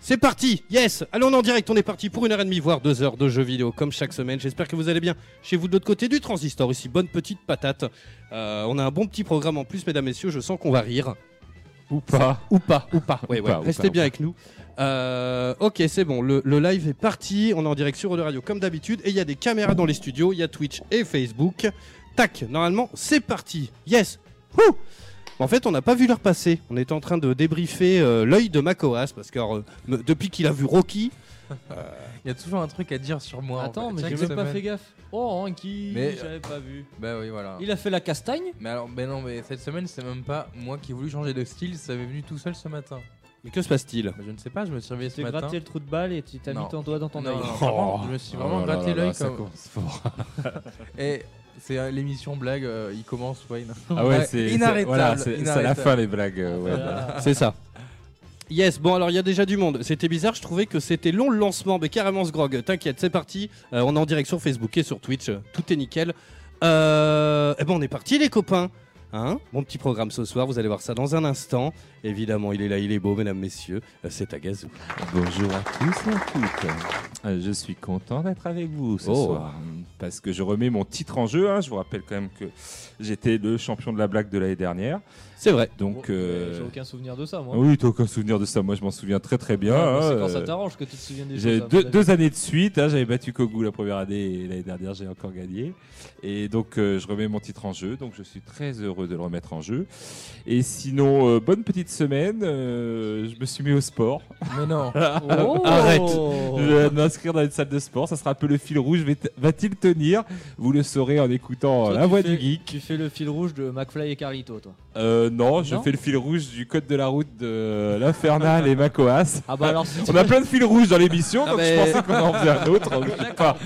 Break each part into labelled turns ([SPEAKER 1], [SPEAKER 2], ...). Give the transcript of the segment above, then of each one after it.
[SPEAKER 1] C'est parti, yes Allons en direct, on est parti pour une heure et demie, voire deux heures de jeux vidéo, comme chaque semaine. J'espère que vous allez bien chez vous de l'autre côté du transistor, ici, bonne petite patate. Euh, on a un bon petit programme en plus, mesdames, messieurs, je sens qu'on va rire.
[SPEAKER 2] Ou pas.
[SPEAKER 1] Ou pas, ou pas. Ouais,
[SPEAKER 2] Ou
[SPEAKER 1] ouais.
[SPEAKER 2] pas, ou
[SPEAKER 1] Restez
[SPEAKER 2] pas, ou
[SPEAKER 1] bien avec nous. Euh, ok, c'est bon, le, le live est parti, on est en direct sur de Radio comme d'habitude, et il y a des caméras dans les studios, il y a Twitch et Facebook. Tac, normalement, c'est parti, yes Wouh en fait, on n'a pas vu l'heure passer. On était en train de débriefer euh, l'œil de Macoas parce que alors, euh, me- depuis qu'il a vu Rocky,
[SPEAKER 3] Il y a toujours un truc à dire sur moi. en
[SPEAKER 4] Attends,
[SPEAKER 3] fait.
[SPEAKER 4] mais
[SPEAKER 3] Chaque
[SPEAKER 4] j'ai même pas
[SPEAKER 3] semaine.
[SPEAKER 4] fait gaffe. Oh, Anki,
[SPEAKER 3] Mais-
[SPEAKER 4] j'avais pas vu.
[SPEAKER 3] Bah oui,
[SPEAKER 2] euh,
[SPEAKER 3] voilà.
[SPEAKER 4] Il a fait la castagne
[SPEAKER 3] Mais alors, mais non, mais cette semaine, c'est même pas moi qui ai voulu changer de style, ça m'est venu tout seul ce matin.
[SPEAKER 1] mais que se passe-t-il
[SPEAKER 3] Bah, je ne sais pas, je me suis réveillé ce
[SPEAKER 4] Tu t'es
[SPEAKER 3] matin.
[SPEAKER 4] gratté le trou de balle et tu t'as
[SPEAKER 3] Non.
[SPEAKER 4] mis ton doigt dans ton
[SPEAKER 3] Non,
[SPEAKER 4] œil.
[SPEAKER 3] non, vraiment, je me suis vraiment
[SPEAKER 2] Oh là
[SPEAKER 3] gratté
[SPEAKER 2] là
[SPEAKER 3] l'œil
[SPEAKER 2] là, ça
[SPEAKER 3] comme.
[SPEAKER 2] commence fort.
[SPEAKER 3] Et c'est euh, l'émission blague, euh, il commence, ouais. non.
[SPEAKER 2] Ah ouais, c'est
[SPEAKER 3] Inarrêtable,
[SPEAKER 2] Voilà, c'est c'est à la
[SPEAKER 3] inarrêtable.
[SPEAKER 2] fin les blagues. euh, ouais.
[SPEAKER 1] C'est ça. Ah. Yes, bon alors il y a déjà du monde. C'était bizarre, je trouvais que c'était long le lancement, mais carrément ce grog. T'inquiète, c'est parti. Euh, on est en direct sur Facebook et sur Twitch, euh, tout est nickel. Euh... Eh ben on est parti les copains. Hein Mon petit programme ce soir, vous allez voir ça dans un instant. Évidemment, il est là, il est beau, mesdames, messieurs. Euh, C'est à gazou.
[SPEAKER 2] Bonjour à tous et à toutes. Euh, Je suis content d'être avec vous ce
[SPEAKER 1] Oh.
[SPEAKER 2] soir parce que je remets mon titre en jeu. hein. Je vous rappelle quand même que j'étais le champion de la blague de l'année dernière.
[SPEAKER 1] C'est vrai.
[SPEAKER 2] Donc,
[SPEAKER 4] Euh,
[SPEAKER 2] euh,
[SPEAKER 4] J'ai aucun souvenir de ça, moi.
[SPEAKER 2] ah oui, t'as aucun souvenir de ça. Moi, je m'en souviens très très bien.
[SPEAKER 4] Ouais, mais
[SPEAKER 2] hein,
[SPEAKER 4] c'est quand ça
[SPEAKER 2] euh,
[SPEAKER 4] t'arrange que tu te souviens des choses.
[SPEAKER 2] J'ai
[SPEAKER 4] à mon
[SPEAKER 2] deux,
[SPEAKER 4] avis.
[SPEAKER 2] deux années de suite, hein, j'avais battu Kogu la première année et l'année dernière j'ai encore gagné. Et donc euh, je remets mon titre en jeu, donc je suis très heureux de le remettre en jeu. Et sinon, euh, bonne petite semaine, euh, je me suis mis au sport.
[SPEAKER 3] Mais non.
[SPEAKER 4] Oh
[SPEAKER 2] Je vais m'inscrire dans une salle de sport, ça sera un peu le fil rouge, va- va-t-il tenir Vous le saurez en écoutant
[SPEAKER 4] Toi,
[SPEAKER 2] euh, la
[SPEAKER 4] tu
[SPEAKER 2] voix
[SPEAKER 4] fais-
[SPEAKER 2] du geek.
[SPEAKER 4] Tu fais le fil rouge de McFly et Carlito, toi.
[SPEAKER 2] Euh, non, je
[SPEAKER 4] Non
[SPEAKER 2] fais le fil rouge du code de la route de l'Infernal et Macoas.
[SPEAKER 4] Ah bah alors si tu
[SPEAKER 2] On a plein de fils rouges dans l'émission,
[SPEAKER 1] Ah
[SPEAKER 2] donc
[SPEAKER 4] ben.
[SPEAKER 1] mais-
[SPEAKER 2] je pensais qu'on en faisait un autre. donc je sais pas.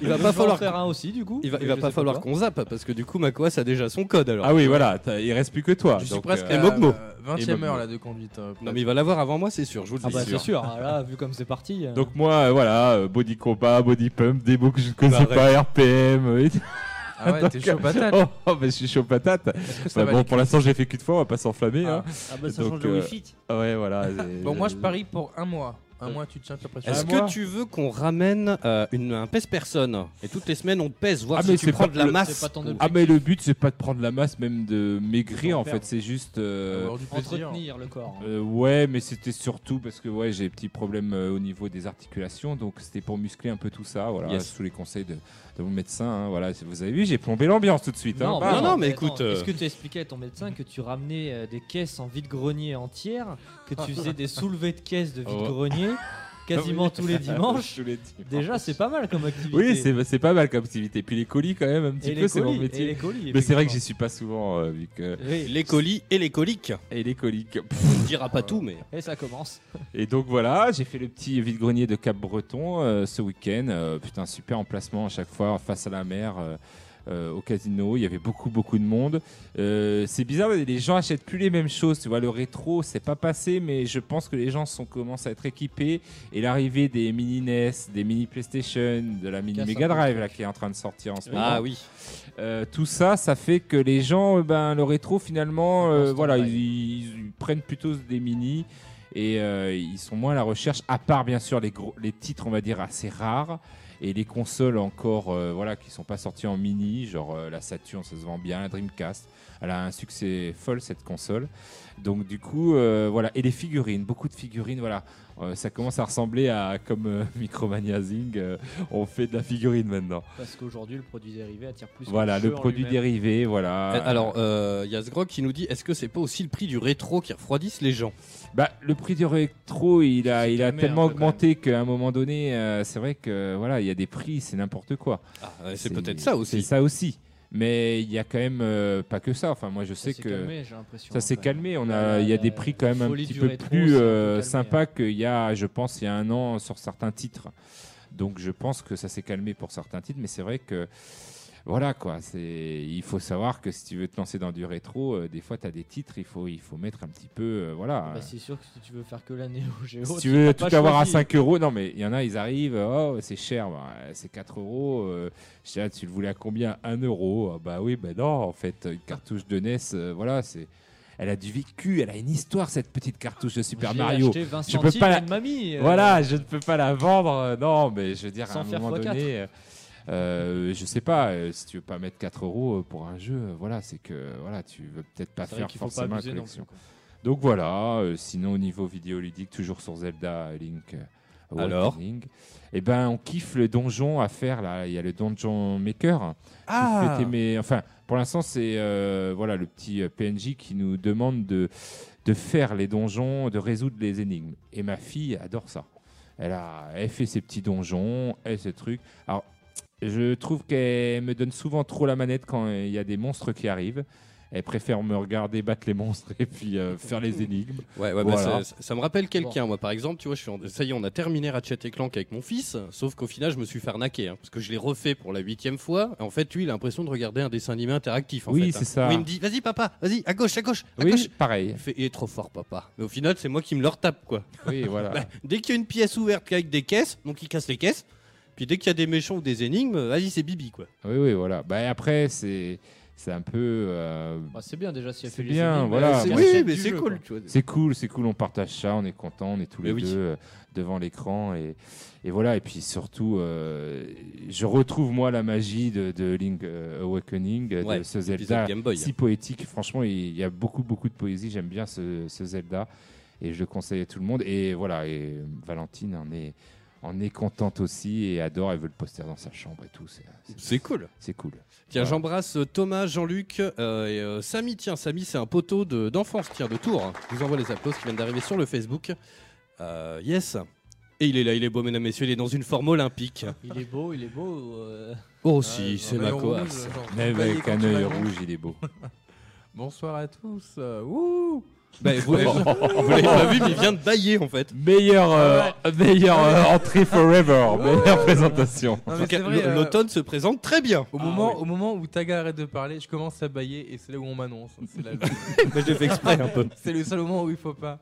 [SPEAKER 1] Il va pas
[SPEAKER 4] Je vais en
[SPEAKER 1] falloir.
[SPEAKER 4] faire un aussi, du coup.
[SPEAKER 1] Il va, il
[SPEAKER 4] mais
[SPEAKER 1] va
[SPEAKER 4] je
[SPEAKER 1] pas
[SPEAKER 4] sais
[SPEAKER 1] falloir
[SPEAKER 4] pourquoi.
[SPEAKER 1] qu'on zappe parce que du coup Macoas a déjà son code alors.
[SPEAKER 2] Ah oui, voilà, t'as- il reste plus que toi.
[SPEAKER 3] Je suis
[SPEAKER 2] donc,
[SPEAKER 3] presque
[SPEAKER 2] euh,
[SPEAKER 1] et Mogmo.
[SPEAKER 3] euh, 20ème
[SPEAKER 2] Et
[SPEAKER 3] heure
[SPEAKER 2] Mogmo.
[SPEAKER 3] là de conduite. euh,
[SPEAKER 1] Non mais il va l'avoir avant moi, c'est sûr. Je vous le
[SPEAKER 4] Ah
[SPEAKER 1] dis.
[SPEAKER 4] bah c'est sûr. Ah là, vu comme c'est parti. euh,
[SPEAKER 2] donc moi, euh, voilà, euh, body combat, body pump, des mots que je ne connais
[SPEAKER 1] Bah,
[SPEAKER 2] pas, RPM. euh, et-
[SPEAKER 3] Ah ouais, t'es chaud patate.
[SPEAKER 2] oh, oh, mais je suis chaud patate.
[SPEAKER 3] Est-ce que ça
[SPEAKER 2] Bah,
[SPEAKER 3] va
[SPEAKER 2] bon,
[SPEAKER 3] les-
[SPEAKER 2] pour l'instant, j'ai fait qu'une fois, on va pas s'enflammer.
[SPEAKER 3] Ah.
[SPEAKER 2] hein.
[SPEAKER 5] Ah bah ça
[SPEAKER 2] Donc,
[SPEAKER 5] change de
[SPEAKER 2] euh,
[SPEAKER 5] wifi.
[SPEAKER 2] Ah ouais, voilà.
[SPEAKER 3] Bon, moi je parie pour un mois. Un mois, tu tiens ta pression.
[SPEAKER 1] Est-ce
[SPEAKER 2] Ah,
[SPEAKER 1] que
[SPEAKER 2] moi
[SPEAKER 1] tu veux qu'on ramène euh, une, un pèse personne et toutes les semaines on te pèse voir
[SPEAKER 2] Ah,
[SPEAKER 1] si
[SPEAKER 2] mais
[SPEAKER 1] tu
[SPEAKER 2] c'est
[SPEAKER 1] prends
[SPEAKER 2] pas-
[SPEAKER 1] de la
[SPEAKER 2] le-
[SPEAKER 1] masse
[SPEAKER 4] c'est pas ton
[SPEAKER 1] ou-
[SPEAKER 4] objectif.
[SPEAKER 2] Ah, mais le but, c'est pas de prendre la masse, même de maigrir,
[SPEAKER 5] D'en
[SPEAKER 2] en
[SPEAKER 5] faire.
[SPEAKER 2] fait. C'est juste. euh,
[SPEAKER 3] Avoir du plaisir.
[SPEAKER 4] Entretenir le corps.
[SPEAKER 2] euh, ouais, mais c'était surtout parce que ouais, j'ai des petits problèmes euh, au niveau des articulations, donc c'était pour muscler un peu tout ça, voilà,
[SPEAKER 1] Yes.
[SPEAKER 2] sous les conseils de, de mon médecin. hein, voilà, vous avez vu, j'ai plombé l'ambiance tout de suite. hein,
[SPEAKER 1] bah
[SPEAKER 2] pardon.
[SPEAKER 1] non, mais écoute,
[SPEAKER 4] attends,
[SPEAKER 1] euh,
[SPEAKER 4] Est-ce que tu expliquais à ton médecin que tu ramenais euh, des caisses en vide-grenier entières, que tu faisais des soulevés de caisses de
[SPEAKER 2] Oh.
[SPEAKER 4] vide-grenier quasiment tous les dimanches
[SPEAKER 2] Tous les dimanches.
[SPEAKER 4] Déjà, c'est pas mal comme activité.
[SPEAKER 2] Oui, c'est c'est pas mal comme activité. Puis les colis, quand même, un
[SPEAKER 4] Et
[SPEAKER 2] petit
[SPEAKER 4] les
[SPEAKER 2] peu, c'est mon
[SPEAKER 4] colis, et
[SPEAKER 2] métier.
[SPEAKER 4] les colis,
[SPEAKER 2] Mais c'est vrai que j'y
[SPEAKER 4] effectivement.
[SPEAKER 2] suis pas souvent, euh, vu que.
[SPEAKER 4] Oui.
[SPEAKER 1] les colis et les coliques.
[SPEAKER 2] Et les coliques.
[SPEAKER 1] On ne dira pas tout, mais
[SPEAKER 4] Et ça commence.
[SPEAKER 2] Et donc voilà, j'ai fait le petit vide-grenier de Cap-Breton euh, ce week-end. Euh, putain, super emplacement à chaque fois, face à la mer. euh, euh, au casino, il y avait beaucoup beaucoup de monde. Euh, c'est bizarre, mais les gens achètent plus les mêmes choses. Tu vois, le rétro, c'est pas passé, mais je pense que les gens sont commencent à être équipés. Et l'arrivée des mini NES, des mini PlayStation, de la mini
[SPEAKER 3] Casse un
[SPEAKER 2] Mega
[SPEAKER 3] peu le
[SPEAKER 2] Drive
[SPEAKER 3] truc.
[SPEAKER 2] là qui est en train de sortir en ce moment.
[SPEAKER 1] ah oui.
[SPEAKER 2] Euh, tout ça, ça fait que les gens, euh, ben, le rétro, finalement, euh,
[SPEAKER 4] Constant
[SPEAKER 2] voilà,
[SPEAKER 4] drive.
[SPEAKER 2] ils, ils- ils prennent plutôt des mini et euh, ils sont moins à la recherche, à part bien sûr les, gros, les titres, on va dire, assez rares et les consoles encore euh, voilà, qui sont pas sorties en mini, genre euh, la Saturn, ça se vend bien, la Dreamcast, elle a un succès folle cette console. Donc du coup, euh, voilà, et les figurines, beaucoup de figurines, voilà, Euh, ça commence à ressembler à comme euh, Micromania Zing, euh, on fait de la figurine maintenant.
[SPEAKER 4] Parce qu'aujourd'hui, le produit dérivé attire plus. que
[SPEAKER 2] Voilà,
[SPEAKER 4] jeu
[SPEAKER 2] le
[SPEAKER 4] en
[SPEAKER 2] produit
[SPEAKER 4] lui-même.
[SPEAKER 2] dérivé, voilà.
[SPEAKER 1] Euh, Alors, il y a ce grog qui nous dit est-ce que c'est pas aussi le prix du rétro qui refroidisse les gens
[SPEAKER 2] Bah, le prix du rétro, il a,
[SPEAKER 3] C'est
[SPEAKER 2] il a
[SPEAKER 3] calmé
[SPEAKER 2] tellement
[SPEAKER 3] un peu, quand
[SPEAKER 2] augmenté qu'à un moment donné, euh, c'est vrai que voilà, il y a des prix, c'est n'importe quoi.
[SPEAKER 1] Ah, euh, C'est peut-être ça
[SPEAKER 2] C'est
[SPEAKER 1] aussi.
[SPEAKER 2] ça aussi. Mais il y a quand même euh, pas que ça. Enfin, moi, je
[SPEAKER 4] Ça
[SPEAKER 2] sais
[SPEAKER 4] s'est
[SPEAKER 2] que
[SPEAKER 4] calmé, j'ai l'impression,
[SPEAKER 2] ça s'est
[SPEAKER 4] quand même.
[SPEAKER 2] calmé. On
[SPEAKER 4] La-
[SPEAKER 2] a, il y a
[SPEAKER 4] la-
[SPEAKER 2] des prix quand même un
[SPEAKER 4] folie
[SPEAKER 2] petit
[SPEAKER 4] du
[SPEAKER 2] peu
[SPEAKER 4] rétro,
[SPEAKER 2] plus
[SPEAKER 4] c'est un peu
[SPEAKER 2] euh,
[SPEAKER 4] calmé, hein.
[SPEAKER 2] sympa qu'il y a, je pense, il y a un an sur certains titres. Donc, je pense que ça s'est calmé pour certains titres, mais c'est vrai que. Voilà quoi, c'est il faut savoir que si tu veux te lancer dans du rétro, euh, des fois tu as des titres, il faut il faut mettre un petit peu euh, voilà.
[SPEAKER 4] Bah, c'est sûr que si tu veux faire que la Neo Geo,
[SPEAKER 2] Si tu veux
[SPEAKER 4] pas
[SPEAKER 2] tout avoir à
[SPEAKER 4] choisi.
[SPEAKER 2] 5 euros, non mais il y en a, ils arrivent, oh c'est cher, bah, euh, c'est 4 euros. euh, Je dis, ah, ben tu le voulais à combien 1 euro. Ah, Bah oui, bah non, en fait, une cartouche de NES, E euh, voilà, c'est. elle a du vécu, elle a une histoire cette petite cartouche de Super
[SPEAKER 4] Je l'ai
[SPEAKER 2] Mario.
[SPEAKER 4] acheté 20
[SPEAKER 2] Je peux
[SPEAKER 4] centimes
[SPEAKER 2] pas la-
[SPEAKER 4] à une mamie. euh,
[SPEAKER 2] Voilà, je ne peux pas la vendre. euh, Non, mais je veux dire, à
[SPEAKER 4] Sans
[SPEAKER 2] un
[SPEAKER 4] faire
[SPEAKER 2] moment
[SPEAKER 4] x4.
[SPEAKER 2] donné, euh, euh, je sais pas, euh, si tu veux pas mettre 4 euros pour un jeu, euh, voilà, c'est que voilà, tu veux peut-être pas
[SPEAKER 4] C'est vrai
[SPEAKER 2] faire
[SPEAKER 4] qu'il faut pas
[SPEAKER 2] forcément la
[SPEAKER 4] abuser non plus.
[SPEAKER 2] collection.
[SPEAKER 4] quoi.
[SPEAKER 2] Donc voilà, euh, sinon au niveau vidéoludique, toujours sur Zelda euh, Link. euh,
[SPEAKER 1] Alors
[SPEAKER 2] Awakening, Eh ben, on kiffe le donjon à faire là. Il y a le Donjon Maker. qui
[SPEAKER 1] Ah
[SPEAKER 2] fait aimer- Enfin, pour l'instant, c'est euh, voilà le petit euh, PNJ qui nous demande de de faire les donjons, de résoudre les énigmes. Et ma fille adore ça. Elle a, elle fait ses petits donjons, elle ses trucs. Alors, je trouve qu'elle me donne souvent trop la manette quand il y a des monstres qui arrivent. Elle préfère me regarder battre les monstres et puis euh, faire les énigmes.
[SPEAKER 1] Ouais, ouais, bah,
[SPEAKER 2] Voilà.
[SPEAKER 1] ça, ça me rappelle quelqu'un, moi, par exemple. Tu vois, je suis en- ça y est, on a terminé Ratchet et Clank avec mon fils, sauf qu'au final, je me suis fait arnaquer, hein, parce que je l'ai refait pour la huitième fois. En fait, lui, il a l'impression de regarder un dessin animé interactif. En
[SPEAKER 2] Oui,
[SPEAKER 1] fait,
[SPEAKER 2] c'est
[SPEAKER 1] hein.
[SPEAKER 2] ça.
[SPEAKER 1] Où il me dit, vas-y, papa, vas-y, à gauche, à gauche, à
[SPEAKER 2] Oui,
[SPEAKER 1] gauche.
[SPEAKER 2] pareil.
[SPEAKER 1] Il fait, il est trop fort, papa. Mais au final, c'est moi qui me le retape, quoi.
[SPEAKER 2] Oui, voilà.
[SPEAKER 1] Bah, dès qu'il y a une pièce ouverte avec des caisses, donc il casse les caisses. Puis dès qu'il y a des méchants ou des énigmes, vas-y, c'est Bibi, quoi.
[SPEAKER 2] Oui, oui, voilà. Bah, après, c'est c'est un peu. euh,
[SPEAKER 4] Bah, c'est bien déjà si elle
[SPEAKER 2] C'est
[SPEAKER 4] fait les
[SPEAKER 2] bien,
[SPEAKER 4] énigmes,
[SPEAKER 2] voilà.
[SPEAKER 4] euh,
[SPEAKER 2] Oui,
[SPEAKER 4] la
[SPEAKER 1] oui,
[SPEAKER 4] suite
[SPEAKER 1] mais
[SPEAKER 4] du
[SPEAKER 1] c'est
[SPEAKER 4] jeu,
[SPEAKER 1] cool,
[SPEAKER 4] quoi.
[SPEAKER 2] C'est cool, c'est cool, on partage ça, on est content, on est tous les
[SPEAKER 1] Mais oui.
[SPEAKER 2] deux euh, devant l'écran et, et voilà. Et puis surtout, euh, je retrouve moi la magie de, de Link euh, Awakening, euh, de
[SPEAKER 1] Ouais,
[SPEAKER 2] ce
[SPEAKER 1] Épisode
[SPEAKER 2] Zelda
[SPEAKER 1] Game Boy. hein.
[SPEAKER 2] si poétique. Franchement, il y a beaucoup, beaucoup de poésie. J'aime bien ce, ce Zelda et je le conseille à tout le monde. Et voilà, et euh, Valentine en est, en est contente aussi et adore. Elle veut le poster dans sa chambre et tout. C'est- C'est
[SPEAKER 1] C'est cool.
[SPEAKER 2] c'est cool.
[SPEAKER 1] Tiens,
[SPEAKER 2] Voilà.
[SPEAKER 1] j'embrasse euh, Thomas, Jean-Luc euh, et euh, Samy. Tiens, Samy, c'est un poteau de- d'enfance, tiens, de Tours. hein. Je vous envoie les applaudissements qui viennent d'arriver sur le Facebook. Euh, yes. Et il est là, il est beau, mesdames, messieurs, il est dans une forme olympique.
[SPEAKER 4] Il est beau, il est beau. euh,
[SPEAKER 1] Oh,
[SPEAKER 3] Ouais,
[SPEAKER 1] si, c'est
[SPEAKER 3] Ah, un
[SPEAKER 1] ma
[SPEAKER 3] maillot
[SPEAKER 1] coasse.
[SPEAKER 3] rouge, genre,
[SPEAKER 2] Mais
[SPEAKER 3] vous voyez
[SPEAKER 2] avec
[SPEAKER 3] quand
[SPEAKER 2] un
[SPEAKER 3] tu vas
[SPEAKER 2] œil
[SPEAKER 3] loin.
[SPEAKER 2] rouge, Bah, il est beau.
[SPEAKER 3] Bonsoir à tous. euh, Wouh
[SPEAKER 1] Bah, vous l'avez vous l'avez pas vu, mais il vient de bailler, en fait.
[SPEAKER 2] Meilleure, euh, meilleure euh, entrée forever, meilleure présentation.
[SPEAKER 3] Non, mais
[SPEAKER 1] Donc,
[SPEAKER 3] c'est vrai, euh,
[SPEAKER 1] L'automne se présente très bien.
[SPEAKER 3] Au,
[SPEAKER 2] Ah,
[SPEAKER 3] moment,
[SPEAKER 2] oui.
[SPEAKER 3] au moment où Taga arrête de parler, je commence à bailler et c'est là où on m'annonce. C'est la-
[SPEAKER 1] Moi, je l'ai fait exprès, un peu.
[SPEAKER 3] C'est le seul moment où il faut pas.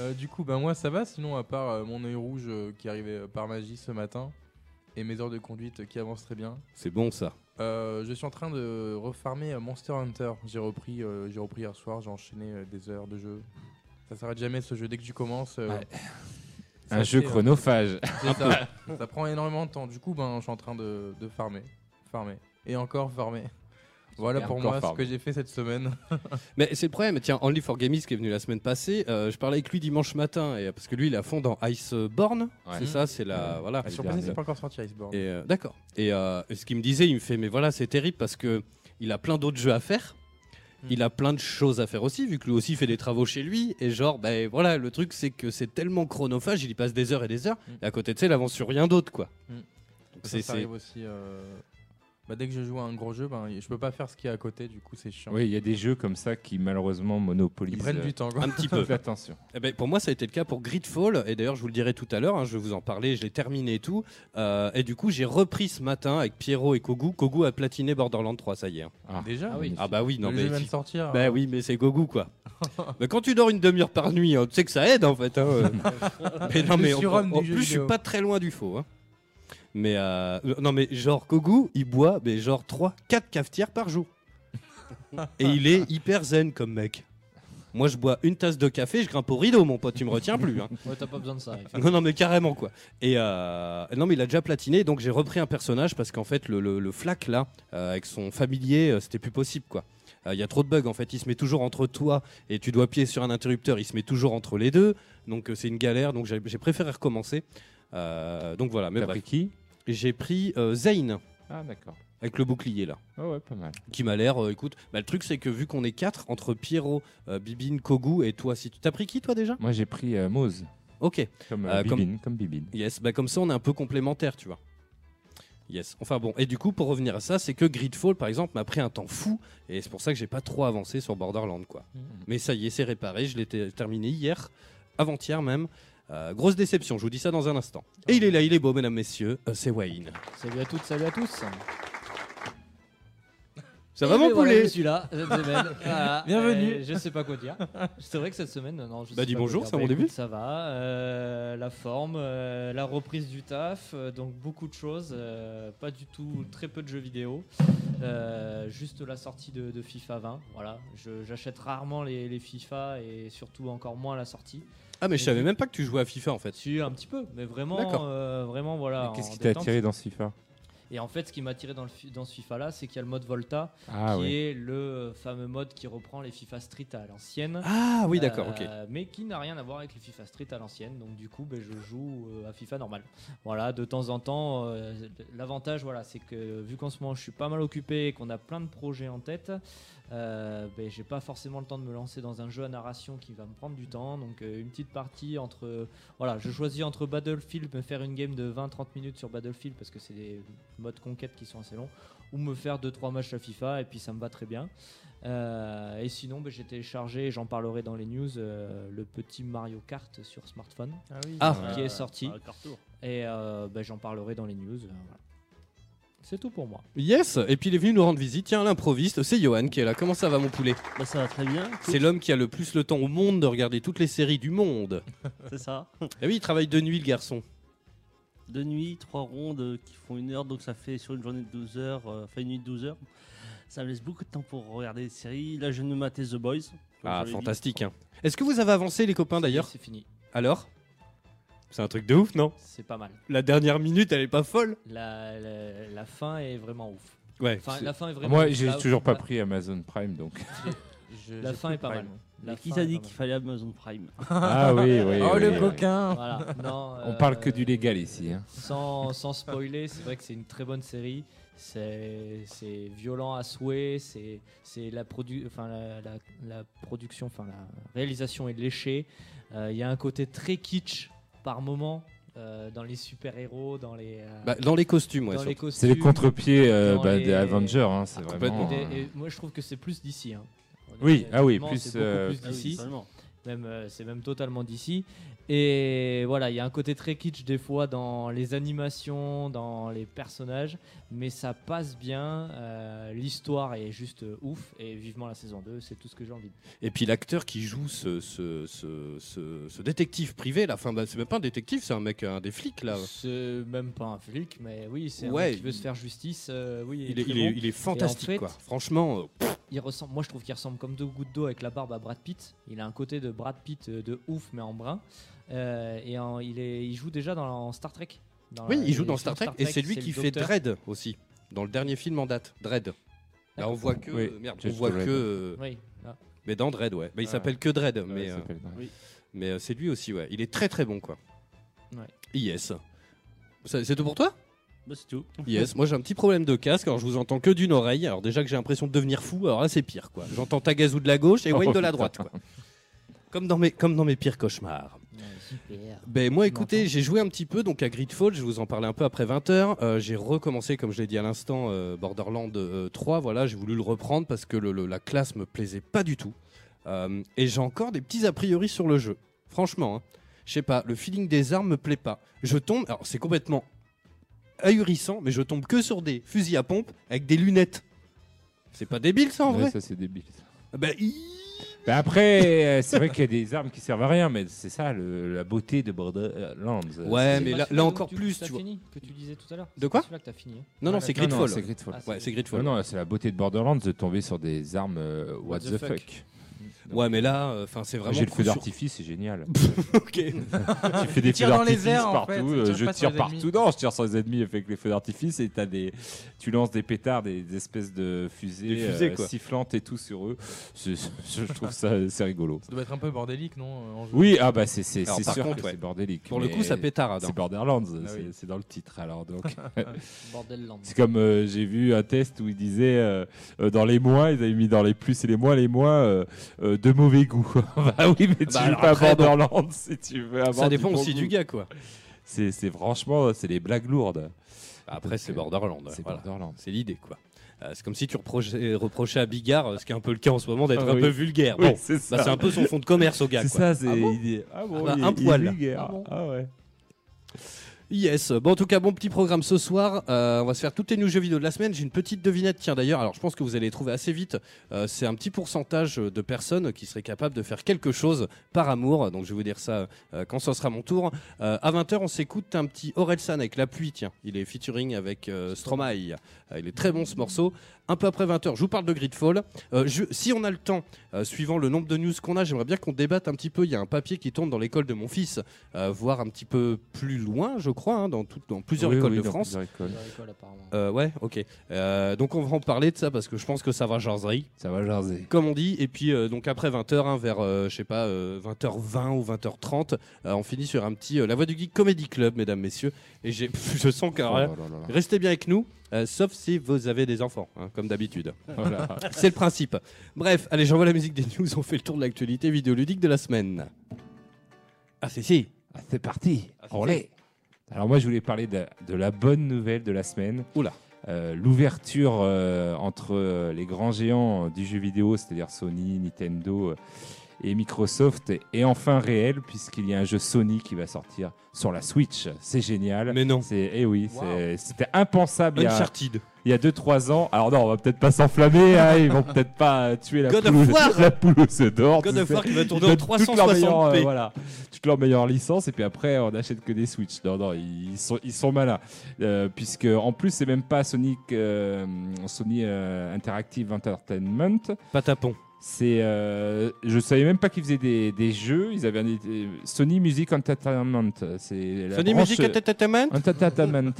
[SPEAKER 3] Euh, du coup, ben moi ça va, sinon à part euh, mon œil rouge euh, qui arrivait euh, par magie ce matin et mes heures de conduite euh, qui avancent très bien.
[SPEAKER 1] C'est bon, ça.
[SPEAKER 3] Euh, je suis en train de refarmer euh, Monster Hunter. J'ai repris, euh, j'ai repris hier soir, j'ai enchaîné euh, des heures de jeu. Ça s'arrête jamais ce jeu. Dès que tu commences, euh,
[SPEAKER 2] Ouais.
[SPEAKER 3] ça
[SPEAKER 2] Un jeu
[SPEAKER 3] fait, euh,
[SPEAKER 2] chronophage.
[SPEAKER 3] c'est ça. Ça prend énormément de temps. Du coup, ben, je suis en train de, de farmer, farmer et encore farmer. Voilà
[SPEAKER 2] Super,
[SPEAKER 3] pour
[SPEAKER 2] encore
[SPEAKER 3] moi ce
[SPEAKER 2] farmer.
[SPEAKER 3] que j'ai fait cette semaine.
[SPEAKER 1] Mais c'est le problème. Tiens, Only for Gamers qui est venu la semaine passée, euh, je parlais avec lui dimanche matin, et, euh, parce que lui, il est à fond dans Iceborne.
[SPEAKER 2] Ouais.
[SPEAKER 1] C'est ça, c'est la.
[SPEAKER 2] Ouais.
[SPEAKER 1] Voilà.
[SPEAKER 2] Ah,
[SPEAKER 3] Sur
[SPEAKER 2] dernier.
[SPEAKER 3] PC, c'est pas encore sorti Iceborne.
[SPEAKER 1] Et, euh, D'accord. Et euh, ce qu'il me disait, il me fait, mais voilà, c'est terrible parce que il a plein d'autres jeux à faire.
[SPEAKER 3] Mm.
[SPEAKER 1] Il a plein de choses à faire aussi, vu que lui aussi il fait des travaux chez lui. Et genre, ben voilà, le truc c'est que c'est tellement chronophage, il y passe des heures et des heures.
[SPEAKER 3] Mm.
[SPEAKER 1] Et à côté de ça, il avance sur rien d'autre, quoi.
[SPEAKER 3] Mm.
[SPEAKER 1] Donc
[SPEAKER 3] Ça,
[SPEAKER 1] c'est-
[SPEAKER 3] ça
[SPEAKER 1] c'est
[SPEAKER 3] arrive aussi. euh, bah, dès que je joue à un gros jeu, ben, je peux pas faire ce qui est à côté, du coup c'est chiant.
[SPEAKER 2] Oui, il y a des jeux comme ça qui malheureusement monopolisent
[SPEAKER 3] Ils prennent
[SPEAKER 2] euh,
[SPEAKER 3] du temps. quoi.
[SPEAKER 1] un petit peu.
[SPEAKER 2] toute l'attention.
[SPEAKER 1] Eh ben, pour moi, ça a été le cas pour Gridfall, et d'ailleurs, je vous le dirai tout à l'heure, hein, je vais vous en parler, je l'ai terminé et tout. Euh, et du coup, j'ai repris ce matin avec Pierrot et Kogu. Kogu a platiné Borderlands 3, ça y est. hein.
[SPEAKER 3] Déjà
[SPEAKER 4] Ah oui.
[SPEAKER 1] Ah bah oui, non,
[SPEAKER 3] Le
[SPEAKER 1] mais
[SPEAKER 3] jeu vient
[SPEAKER 1] si-
[SPEAKER 3] de sortir.
[SPEAKER 2] Ben,
[SPEAKER 1] Bah oui, mais c'est Gogu quoi. mais quand tu dors une demi-heure par nuit, hein, tu sais que ça aide en fait. hein, euh. mais non,
[SPEAKER 3] Le
[SPEAKER 1] mais en,
[SPEAKER 3] surhomme
[SPEAKER 1] en
[SPEAKER 3] du jeu
[SPEAKER 1] plus, je suis
[SPEAKER 3] vidéo.
[SPEAKER 1] pas très loin du faux. hein. Mais euh, non, mais genre Gogu, il boit mais genre 3 4 cafetières par jour. Et il est hyper zen comme mec. Moi, je bois une tasse de café, je grimpe au rideau, mon pote, tu me retiens plus. hein.
[SPEAKER 4] Ouais, t'as pas besoin de ça. effectivement.
[SPEAKER 1] Non, non, mais carrément quoi. Et euh, non, mais il a déjà platiné, donc j'ai repris un personnage parce qu'en fait, le, le, le flac là, euh, avec son familier, euh, c'était plus possible quoi. Euh, Il y a trop de bugs en fait, il se met toujours entre toi et tu dois appuyer sur un interrupteur, il se met toujours entre les deux, donc euh, c'est une galère, donc j'ai j'ai préféré recommencer. Euh, donc voilà, mais
[SPEAKER 2] T'as
[SPEAKER 1] bref.
[SPEAKER 2] pris qui
[SPEAKER 1] J'ai pris euh, Zane
[SPEAKER 2] Ah d'accord.
[SPEAKER 1] avec le bouclier là
[SPEAKER 2] Ah ouais, pas mal.
[SPEAKER 1] qui m'a l'air, euh, écoute, bah, le truc c'est que vu qu'on est quatre entre Pierrot, euh, Bibine, Kogu et toi, si tu t'as pris qui toi déjà
[SPEAKER 2] Moi j'ai pris euh, Mose
[SPEAKER 1] Ok,
[SPEAKER 2] comme euh,
[SPEAKER 1] Euh, comme-
[SPEAKER 2] Bibine, comme... Bibine.
[SPEAKER 1] Yes, bah comme ça on est un peu complémentaires, tu vois. Yes. Enfin bon, et du coup pour revenir à ça, c'est que Gridfall par exemple m'a pris un temps fou et c'est pour ça que j'ai pas trop avancé sur Borderland quoi.
[SPEAKER 4] Mhm.
[SPEAKER 1] Mais ça y est, c'est réparé, je l'ai t- terminé hier, avant-hier même. Euh, grosse déception, je vous dis ça dans un instant. Et il est là, il est beau mesdames messieurs, Euh, c'est Wayne.
[SPEAKER 4] Salut à toutes, salut à tous.
[SPEAKER 1] Ça
[SPEAKER 4] Et
[SPEAKER 1] va mon
[SPEAKER 4] ben voilà,
[SPEAKER 1] poulet
[SPEAKER 4] Je suis là cette semaine. Voilà.
[SPEAKER 3] Bienvenue.
[SPEAKER 4] Euh, je sais pas quoi dire. C'est vrai que cette semaine, non, je
[SPEAKER 1] Bah,
[SPEAKER 4] sais
[SPEAKER 1] dis
[SPEAKER 4] pas quoi
[SPEAKER 1] bonjour,
[SPEAKER 4] dire.
[SPEAKER 1] c'est
[SPEAKER 4] Bah,
[SPEAKER 1] mon début.
[SPEAKER 4] écoute, Ça va. euh, la forme, euh, la reprise du taf, euh, donc beaucoup de choses. euh, pas du tout, très peu de jeux vidéo. euh, juste la sortie de, de FIFA 20. Voilà. Je- J'achète rarement les, les FIFA et surtout encore moins la sortie.
[SPEAKER 1] Ah mais je savais même pas que tu jouais à FIFA en fait.
[SPEAKER 4] Si, un petit peu, mais
[SPEAKER 1] D'accord.
[SPEAKER 4] vraiment, euh, vraiment voilà.
[SPEAKER 2] Qu'est-ce
[SPEAKER 4] en
[SPEAKER 2] qui t'a
[SPEAKER 4] détente.
[SPEAKER 2] attiré dans ce FIFA
[SPEAKER 4] Et en fait, ce qui m'a attiré dans, le fi- dans ce FIFA là, c'est qu'il y a le mode Volta
[SPEAKER 2] Ah
[SPEAKER 4] qui
[SPEAKER 2] oui.
[SPEAKER 4] est le euh, fameux mode qui reprend les FIFA Street à l'ancienne.
[SPEAKER 1] Ah oui d'accord,
[SPEAKER 4] Euh,
[SPEAKER 1] ok.
[SPEAKER 4] Mais qui n'a rien à voir avec les FIFA Street à l'ancienne. Donc du coup, ben, je joue euh, à FIFA normal. Voilà, de temps en temps, euh, l'avantage, voilà, c'est que vu qu'en ce moment je suis pas mal occupé et qu'on a plein de projets en tête, euh, ben, j'ai pas forcément le temps de me lancer dans un jeu à narration qui va me prendre du temps. Donc euh, une petite partie entre, voilà, je choisis entre Battlefield, me faire une game de 20-30 minutes sur Battlefield parce que c'est des modes conquête qui sont assez longs, ou me faire 2-3 matchs à FIFA et puis ça me va très bien. Euh, et sinon, bah, j'ai téléchargé, et j'en parlerai dans les news, euh, le petit Mario Kart sur smartphone euh,
[SPEAKER 3] Ah oui.
[SPEAKER 1] Ah.
[SPEAKER 4] qui est sorti. Et euh, bah, j'en parlerai dans les news. euh, voilà. C'est tout pour moi.
[SPEAKER 1] Yes, et puis il est venu nous rendre visite. Tiens, l'improviste, c'est Johan qui est là. Comment ça va mon poulet
[SPEAKER 5] Bah, ça va très bien.
[SPEAKER 1] C'est
[SPEAKER 5] C'est
[SPEAKER 1] l'homme qui a le plus le temps au monde de regarder toutes les séries du monde.
[SPEAKER 5] ça.
[SPEAKER 1] Ah oui, il travaille de nuit le garçon.
[SPEAKER 5] De nuit, trois rondes euh, qui font une heure, donc ça fait sur une journée de 12 heures, euh, enfin une nuit de 12 heures. Ça me laisse beaucoup de temps pour regarder des séries. Là, je viens de me mater The Boys. comme
[SPEAKER 1] Ah
[SPEAKER 5] j'avais dit.
[SPEAKER 1] fantastique. hein. Est-ce que vous avez avancé les copains Ah, d'ailleurs
[SPEAKER 4] C'est fini.
[SPEAKER 1] Alors C'est un truc de ouf, non
[SPEAKER 4] C'est pas mal.
[SPEAKER 1] La dernière minute, elle est pas folle
[SPEAKER 4] La, la- la fin est vraiment ouf.
[SPEAKER 1] Ouais.
[SPEAKER 4] Enfin,
[SPEAKER 1] c'est-
[SPEAKER 4] la fin est vraiment.
[SPEAKER 2] Ah, Moi,
[SPEAKER 4] ouf.
[SPEAKER 2] j'ai
[SPEAKER 4] La-
[SPEAKER 2] toujours pas
[SPEAKER 4] la-
[SPEAKER 2] pris Amazon Prime, donc.
[SPEAKER 3] Je-
[SPEAKER 4] La
[SPEAKER 3] j'ai
[SPEAKER 4] fin
[SPEAKER 3] plus
[SPEAKER 4] est pas mal.
[SPEAKER 3] Prime.
[SPEAKER 4] La
[SPEAKER 5] Mais qui
[SPEAKER 4] fin
[SPEAKER 5] t'a
[SPEAKER 4] est
[SPEAKER 5] dit
[SPEAKER 4] pas
[SPEAKER 5] qu'il
[SPEAKER 4] mal.
[SPEAKER 5] fallait Amazon Prime
[SPEAKER 2] Ah oui, oui.
[SPEAKER 3] Oh
[SPEAKER 2] oui,
[SPEAKER 3] le
[SPEAKER 2] oui.
[SPEAKER 3] coquin
[SPEAKER 4] Voilà. Non,
[SPEAKER 2] On
[SPEAKER 4] euh,
[SPEAKER 2] parle que du légal ici. hein.
[SPEAKER 4] Sans, sans spoiler, c'est vrai que c'est une très bonne série. C'est c'est violent à souhait. C'est c'est la, produ enfin, la, la- la production, enfin la réalisation est léchée. Euh, Il y a un côté très kitsch par moment euh, dans les super héros, dans les euh,
[SPEAKER 1] Bah, dans les costumes,
[SPEAKER 4] dans
[SPEAKER 1] ouais.
[SPEAKER 4] les
[SPEAKER 1] surtout.
[SPEAKER 4] costumes.
[SPEAKER 2] C'est le contre-pied euh,
[SPEAKER 4] dans
[SPEAKER 2] bah,
[SPEAKER 4] les-
[SPEAKER 2] des Avengers, hein, c'est
[SPEAKER 1] Ah,
[SPEAKER 2] vraiment.
[SPEAKER 1] complètement.
[SPEAKER 4] Et des-
[SPEAKER 2] euh,
[SPEAKER 4] et moi, je trouve que c'est plus d'ici. hein.
[SPEAKER 2] Oui, ah oui,
[SPEAKER 4] Honnêtement,
[SPEAKER 2] plus,
[SPEAKER 4] c'est beaucoup
[SPEAKER 2] euh,
[SPEAKER 4] plus
[SPEAKER 5] Ah oui,
[SPEAKER 4] d'ici
[SPEAKER 5] totalement.
[SPEAKER 4] même euh, c'est même totalement d'ici et voilà il y a un côté très kitsch des fois dans les animations dans les personnages mais ça passe bien euh, l'histoire est juste euh, ouf et vivement la saison 2 c'est tout ce que j'ai envie de
[SPEAKER 1] Et puis l'acteur qui joue ce, ce, ce, ce- ce détective privé, là, enfin, bah, c'est même pas un détective, c'est un mec, un des flics, là.
[SPEAKER 4] c'est même pas un flic mais oui c'est
[SPEAKER 1] Ouais,
[SPEAKER 4] un mec qui veut
[SPEAKER 1] il-
[SPEAKER 4] se faire justice euh, oui
[SPEAKER 1] Il
[SPEAKER 4] il,
[SPEAKER 1] est,
[SPEAKER 4] est très
[SPEAKER 1] il est-
[SPEAKER 4] bon.
[SPEAKER 1] il est fantastique,
[SPEAKER 4] fait-
[SPEAKER 1] quoi. Franchement, euh,
[SPEAKER 4] Il ressemble moi je trouve qu'il ressemble comme deux gouttes d'eau avec la barbe à Brad Pitt il a un côté de Brad Pitt euh, de ouf mais en brun Euh, et en- il est il joue déjà dans en Star Trek Dans
[SPEAKER 1] oui,
[SPEAKER 4] la-
[SPEAKER 1] il joue
[SPEAKER 4] les
[SPEAKER 1] dans Star
[SPEAKER 4] films
[SPEAKER 1] Trek, et c'est lui
[SPEAKER 4] le
[SPEAKER 1] qui fait
[SPEAKER 4] docteur.
[SPEAKER 1] Dread aussi, dans le dernier film en date, Dread. Là, on voit que.
[SPEAKER 2] Oui,
[SPEAKER 1] merde, on
[SPEAKER 2] Judge
[SPEAKER 1] voit
[SPEAKER 2] Dredd.
[SPEAKER 1] que. euh,
[SPEAKER 4] Oui, ah.
[SPEAKER 1] mais dans Dread, ouais. Mais il
[SPEAKER 3] Ah.
[SPEAKER 1] s'appelle que Dread,
[SPEAKER 2] ouais,
[SPEAKER 1] mais,
[SPEAKER 2] ça
[SPEAKER 1] euh,
[SPEAKER 2] s'appelle-
[SPEAKER 1] mais euh, c'est lui aussi, ouais. Il est très très bon, quoi.
[SPEAKER 4] Ouais.
[SPEAKER 1] Yes. Ça- C'est tout pour toi
[SPEAKER 5] Bah, c'est tout.
[SPEAKER 1] Yes, moi j'ai un petit problème de casque, alors je vous entends que d'une oreille. Alors déjà que j'ai l'impression de devenir fou, alors là c'est pire quoi. J'entends Tagazou de la gauche et
[SPEAKER 2] Oh,
[SPEAKER 1] Wayne de la
[SPEAKER 2] putain.
[SPEAKER 1] droite quoi. Comme dans mes, comme dans mes pires cauchemars.
[SPEAKER 4] super.
[SPEAKER 1] Ben moi
[SPEAKER 4] Tu
[SPEAKER 1] écoutez,
[SPEAKER 4] m'entends
[SPEAKER 1] j'ai joué un petit peu donc à Gridfall, je vous en parlais un peu après 20h. j'ai recommencé comme je l'ai dit à l'instant euh, Borderlands euh, 3, voilà, j'ai voulu le reprendre parce que le- le- la classe me plaisait pas du tout. Euh, et j'ai encore des petits a priori sur le jeu. Franchement, hein. je sais pas, le feeling des armes me plaît pas. Je tombe, alors c'est complètement ahurissant, mais je tombe que sur des fusils à pompe avec des lunettes. C'est pas débile ça en
[SPEAKER 2] Ouais,
[SPEAKER 1] vrai
[SPEAKER 2] ça, c'est débile. ça.
[SPEAKER 1] Ben, hi-
[SPEAKER 2] Bah après, euh, c'est vrai qu'il y a des armes qui servent à rien, mais c'est ça le- la beauté de Borderlands.
[SPEAKER 1] Ouais,
[SPEAKER 2] C'est-
[SPEAKER 1] mais
[SPEAKER 4] pas
[SPEAKER 1] là-
[SPEAKER 4] celui-là
[SPEAKER 1] là
[SPEAKER 4] où
[SPEAKER 1] encore
[SPEAKER 4] tu-
[SPEAKER 1] plus,
[SPEAKER 4] t'as
[SPEAKER 1] tu vois.
[SPEAKER 4] fini, que tu disais tout à l'heure.
[SPEAKER 1] De
[SPEAKER 4] C'est
[SPEAKER 1] quoi
[SPEAKER 4] pas celui-là que t'as fini. hein.
[SPEAKER 1] Non, non,
[SPEAKER 3] Voilà.
[SPEAKER 1] c'est
[SPEAKER 2] Non, non,
[SPEAKER 1] Gridfall.
[SPEAKER 2] c'est Gridfall.
[SPEAKER 4] Ah, c'est-
[SPEAKER 1] ouais, c'est Gridfall.
[SPEAKER 2] Non, non, c'est la beauté de Borderlands de tomber sur des armes euh, what, the, fuck.
[SPEAKER 1] Ouais, mais là, euh, enfin, c'est vraiment.
[SPEAKER 2] J'ai le feu
[SPEAKER 1] coup sur-
[SPEAKER 2] d'artifice, c'est génial.
[SPEAKER 1] Ok.
[SPEAKER 2] tu fais des
[SPEAKER 3] Tire
[SPEAKER 2] feux
[SPEAKER 3] Ah, dans les
[SPEAKER 2] d'artifice
[SPEAKER 3] airs, en
[SPEAKER 2] partout.
[SPEAKER 3] fait,
[SPEAKER 2] euh,
[SPEAKER 3] tire
[SPEAKER 2] je
[SPEAKER 3] pas sur
[SPEAKER 2] tire
[SPEAKER 3] les
[SPEAKER 2] partout.
[SPEAKER 3] ennemis.
[SPEAKER 2] Non, je tire sur les ennemis avec les feux d'artifice et t'as des, tu lances des pétards, des, des espèces de fusées,
[SPEAKER 1] Des fusées,
[SPEAKER 2] euh,
[SPEAKER 1] quoi.
[SPEAKER 2] sifflantes et tout sur eux. C'est- je trouve ça c'est rigolo.
[SPEAKER 3] Ça doit être un peu bordélique, non euh, en jeu
[SPEAKER 2] Oui, ah bah c'est c'est
[SPEAKER 1] Alors,
[SPEAKER 2] c'est
[SPEAKER 1] par
[SPEAKER 2] sûr
[SPEAKER 1] contre,
[SPEAKER 2] que
[SPEAKER 1] ouais.
[SPEAKER 2] c'est bordélique.
[SPEAKER 1] Pour le
[SPEAKER 2] mais
[SPEAKER 1] coup, ça pétarade. hein.
[SPEAKER 2] C'est Borderlands,
[SPEAKER 3] Ah
[SPEAKER 2] c'est-
[SPEAKER 3] oui.
[SPEAKER 2] c'est dans le titre alors donc.
[SPEAKER 4] Bordel land.
[SPEAKER 2] C'est comme euh, j'ai vu un test où ils disaient euh, euh, dans les mois, ils avaient mis dans les plus et les mois, les mois euh, euh, de mauvais goût. bah oui,
[SPEAKER 1] Bah
[SPEAKER 2] mais tu joues
[SPEAKER 1] alors
[SPEAKER 2] pas à
[SPEAKER 1] après, bon.
[SPEAKER 2] Borderlands si tu veux avoir
[SPEAKER 1] Ça dépend
[SPEAKER 2] bon
[SPEAKER 1] aussi
[SPEAKER 2] goût.
[SPEAKER 1] du gars, quoi.
[SPEAKER 2] C'est c'est- franchement, c'est les blagues lourdes.
[SPEAKER 1] Après, c'est
[SPEAKER 2] Euh,
[SPEAKER 1] Borderland.
[SPEAKER 2] c'est
[SPEAKER 1] voilà.
[SPEAKER 2] Borderlands.
[SPEAKER 1] C'est l'idée, quoi. Euh, c'est comme si tu reprochais, reprochais à Bigard, euh, ce qui est un peu le cas en ce moment, d'être
[SPEAKER 2] Ah,
[SPEAKER 1] un
[SPEAKER 2] oui.
[SPEAKER 1] peu vulgaire.
[SPEAKER 2] Oui,
[SPEAKER 1] Bon,
[SPEAKER 2] c'est
[SPEAKER 1] bah, c'est
[SPEAKER 2] ça.
[SPEAKER 1] un peu son fond de commerce au gars,
[SPEAKER 2] C'est
[SPEAKER 1] quoi.
[SPEAKER 2] ça, c'est
[SPEAKER 1] Ah bon
[SPEAKER 2] il est- ah bon,
[SPEAKER 1] Ah bah,
[SPEAKER 2] il est-
[SPEAKER 1] un
[SPEAKER 2] il est
[SPEAKER 1] poil.
[SPEAKER 2] vulgaire.
[SPEAKER 4] Ah bon
[SPEAKER 2] Ah ouais.
[SPEAKER 1] Yes. Bon, en tout cas, bon petit programme ce soir. Euh, on va se faire toutes les news jeux vidéo de la semaine. J'ai une petite devinette, tiens d'ailleurs. Alors, je pense que vous allez les trouver assez vite. Euh, c'est un petit pourcentage de personnes qui seraient capables de faire quelque chose par amour. Donc, je vais vous dire ça euh, quand ce sera mon tour. Euh, à 20h, on s'écoute un petit Orelsan avec La pluie. Tiens, il est featuring avec euh, Stromae. Euh, il est très bon ce morceau. Un peu après 20h, je vous parle de Gridfall. Euh, je- si on a le temps, euh, suivant le nombre de news qu'on a, j'aimerais bien qu'on débatte un petit peu. Il y a un papier qui tourne dans l'école de mon fils, euh, voire un petit peu plus loin, je crois, hein, dans, tout- dans plusieurs
[SPEAKER 2] Oui,
[SPEAKER 1] écoles
[SPEAKER 2] oui,
[SPEAKER 1] de
[SPEAKER 2] dans
[SPEAKER 1] France.
[SPEAKER 2] plusieurs écoles.
[SPEAKER 4] Dans l'école, apparemment.
[SPEAKER 1] Euh, ouais, ok. Euh, donc on va en parler de ça parce que je pense que ça va jaser,
[SPEAKER 2] Ça va jaser.
[SPEAKER 1] comme on dit. Et puis euh, donc après 20h, hein, vers euh, je sais pas 20h20 ou 20h30, on finit sur un petit euh, La Voix du Geek Comedy Club, mesdames messieurs. Et j'ai, je sens qu'un
[SPEAKER 2] Oh là là là là.
[SPEAKER 1] Restez bien avec nous, euh, sauf si vous avez des enfants, hein, comme d'habitude.
[SPEAKER 2] Voilà.
[SPEAKER 1] C'est le principe. Bref, allez, j'envoie la musique des news, on fait le tour de l'actualité vidéoludique de la semaine. Ah, c'est si.
[SPEAKER 2] Ah, c'est parti,
[SPEAKER 1] Ah, c'est
[SPEAKER 2] on l'est. Alors moi je voulais parler de, de la bonne nouvelle de la semaine.
[SPEAKER 1] Oula.
[SPEAKER 2] Euh, L'ouverture euh, entre euh, les grands géants euh, du jeu vidéo, c'est-à-dire Sony, Nintendo euh, et Microsoft, est- est enfin réelle puisqu'il y a un jeu Sony qui va sortir sur la Switch. C'est génial.
[SPEAKER 1] Mais non.
[SPEAKER 2] C'est eh oui,
[SPEAKER 3] Wow.
[SPEAKER 2] c'est- c'était impensable il y a
[SPEAKER 1] Uncharted.
[SPEAKER 2] il y a 2-3 ans. Alors non, on va peut-être pas s'enflammer. hein, ils vont peut-être pas euh, tuer la
[SPEAKER 1] God of
[SPEAKER 2] poule,
[SPEAKER 1] War.
[SPEAKER 2] la poule aux œufs d'or.
[SPEAKER 1] God
[SPEAKER 2] tu
[SPEAKER 1] of
[SPEAKER 2] sais.
[SPEAKER 1] War qui va
[SPEAKER 2] Ils
[SPEAKER 1] tourner en
[SPEAKER 2] donnent toutes leurs meilleures, euh,
[SPEAKER 1] 360p.
[SPEAKER 2] voilà, toutes leurs meilleures licences et puis après on n'achète que des Switch. Non, non, ils sont, ils sont malins. Euh, puisque en plus c'est même pas Sonic, euh, Sony euh, Interactive Entertainment.
[SPEAKER 1] Patapon.
[SPEAKER 2] C'est, euh, je savais même pas qu'ils faisaient des, des jeux. Ils avaient un- euh, Sony Music Entertainment. C'est la
[SPEAKER 1] Sony
[SPEAKER 2] branche- euh,
[SPEAKER 1] Music Entertainment
[SPEAKER 2] Entertainment.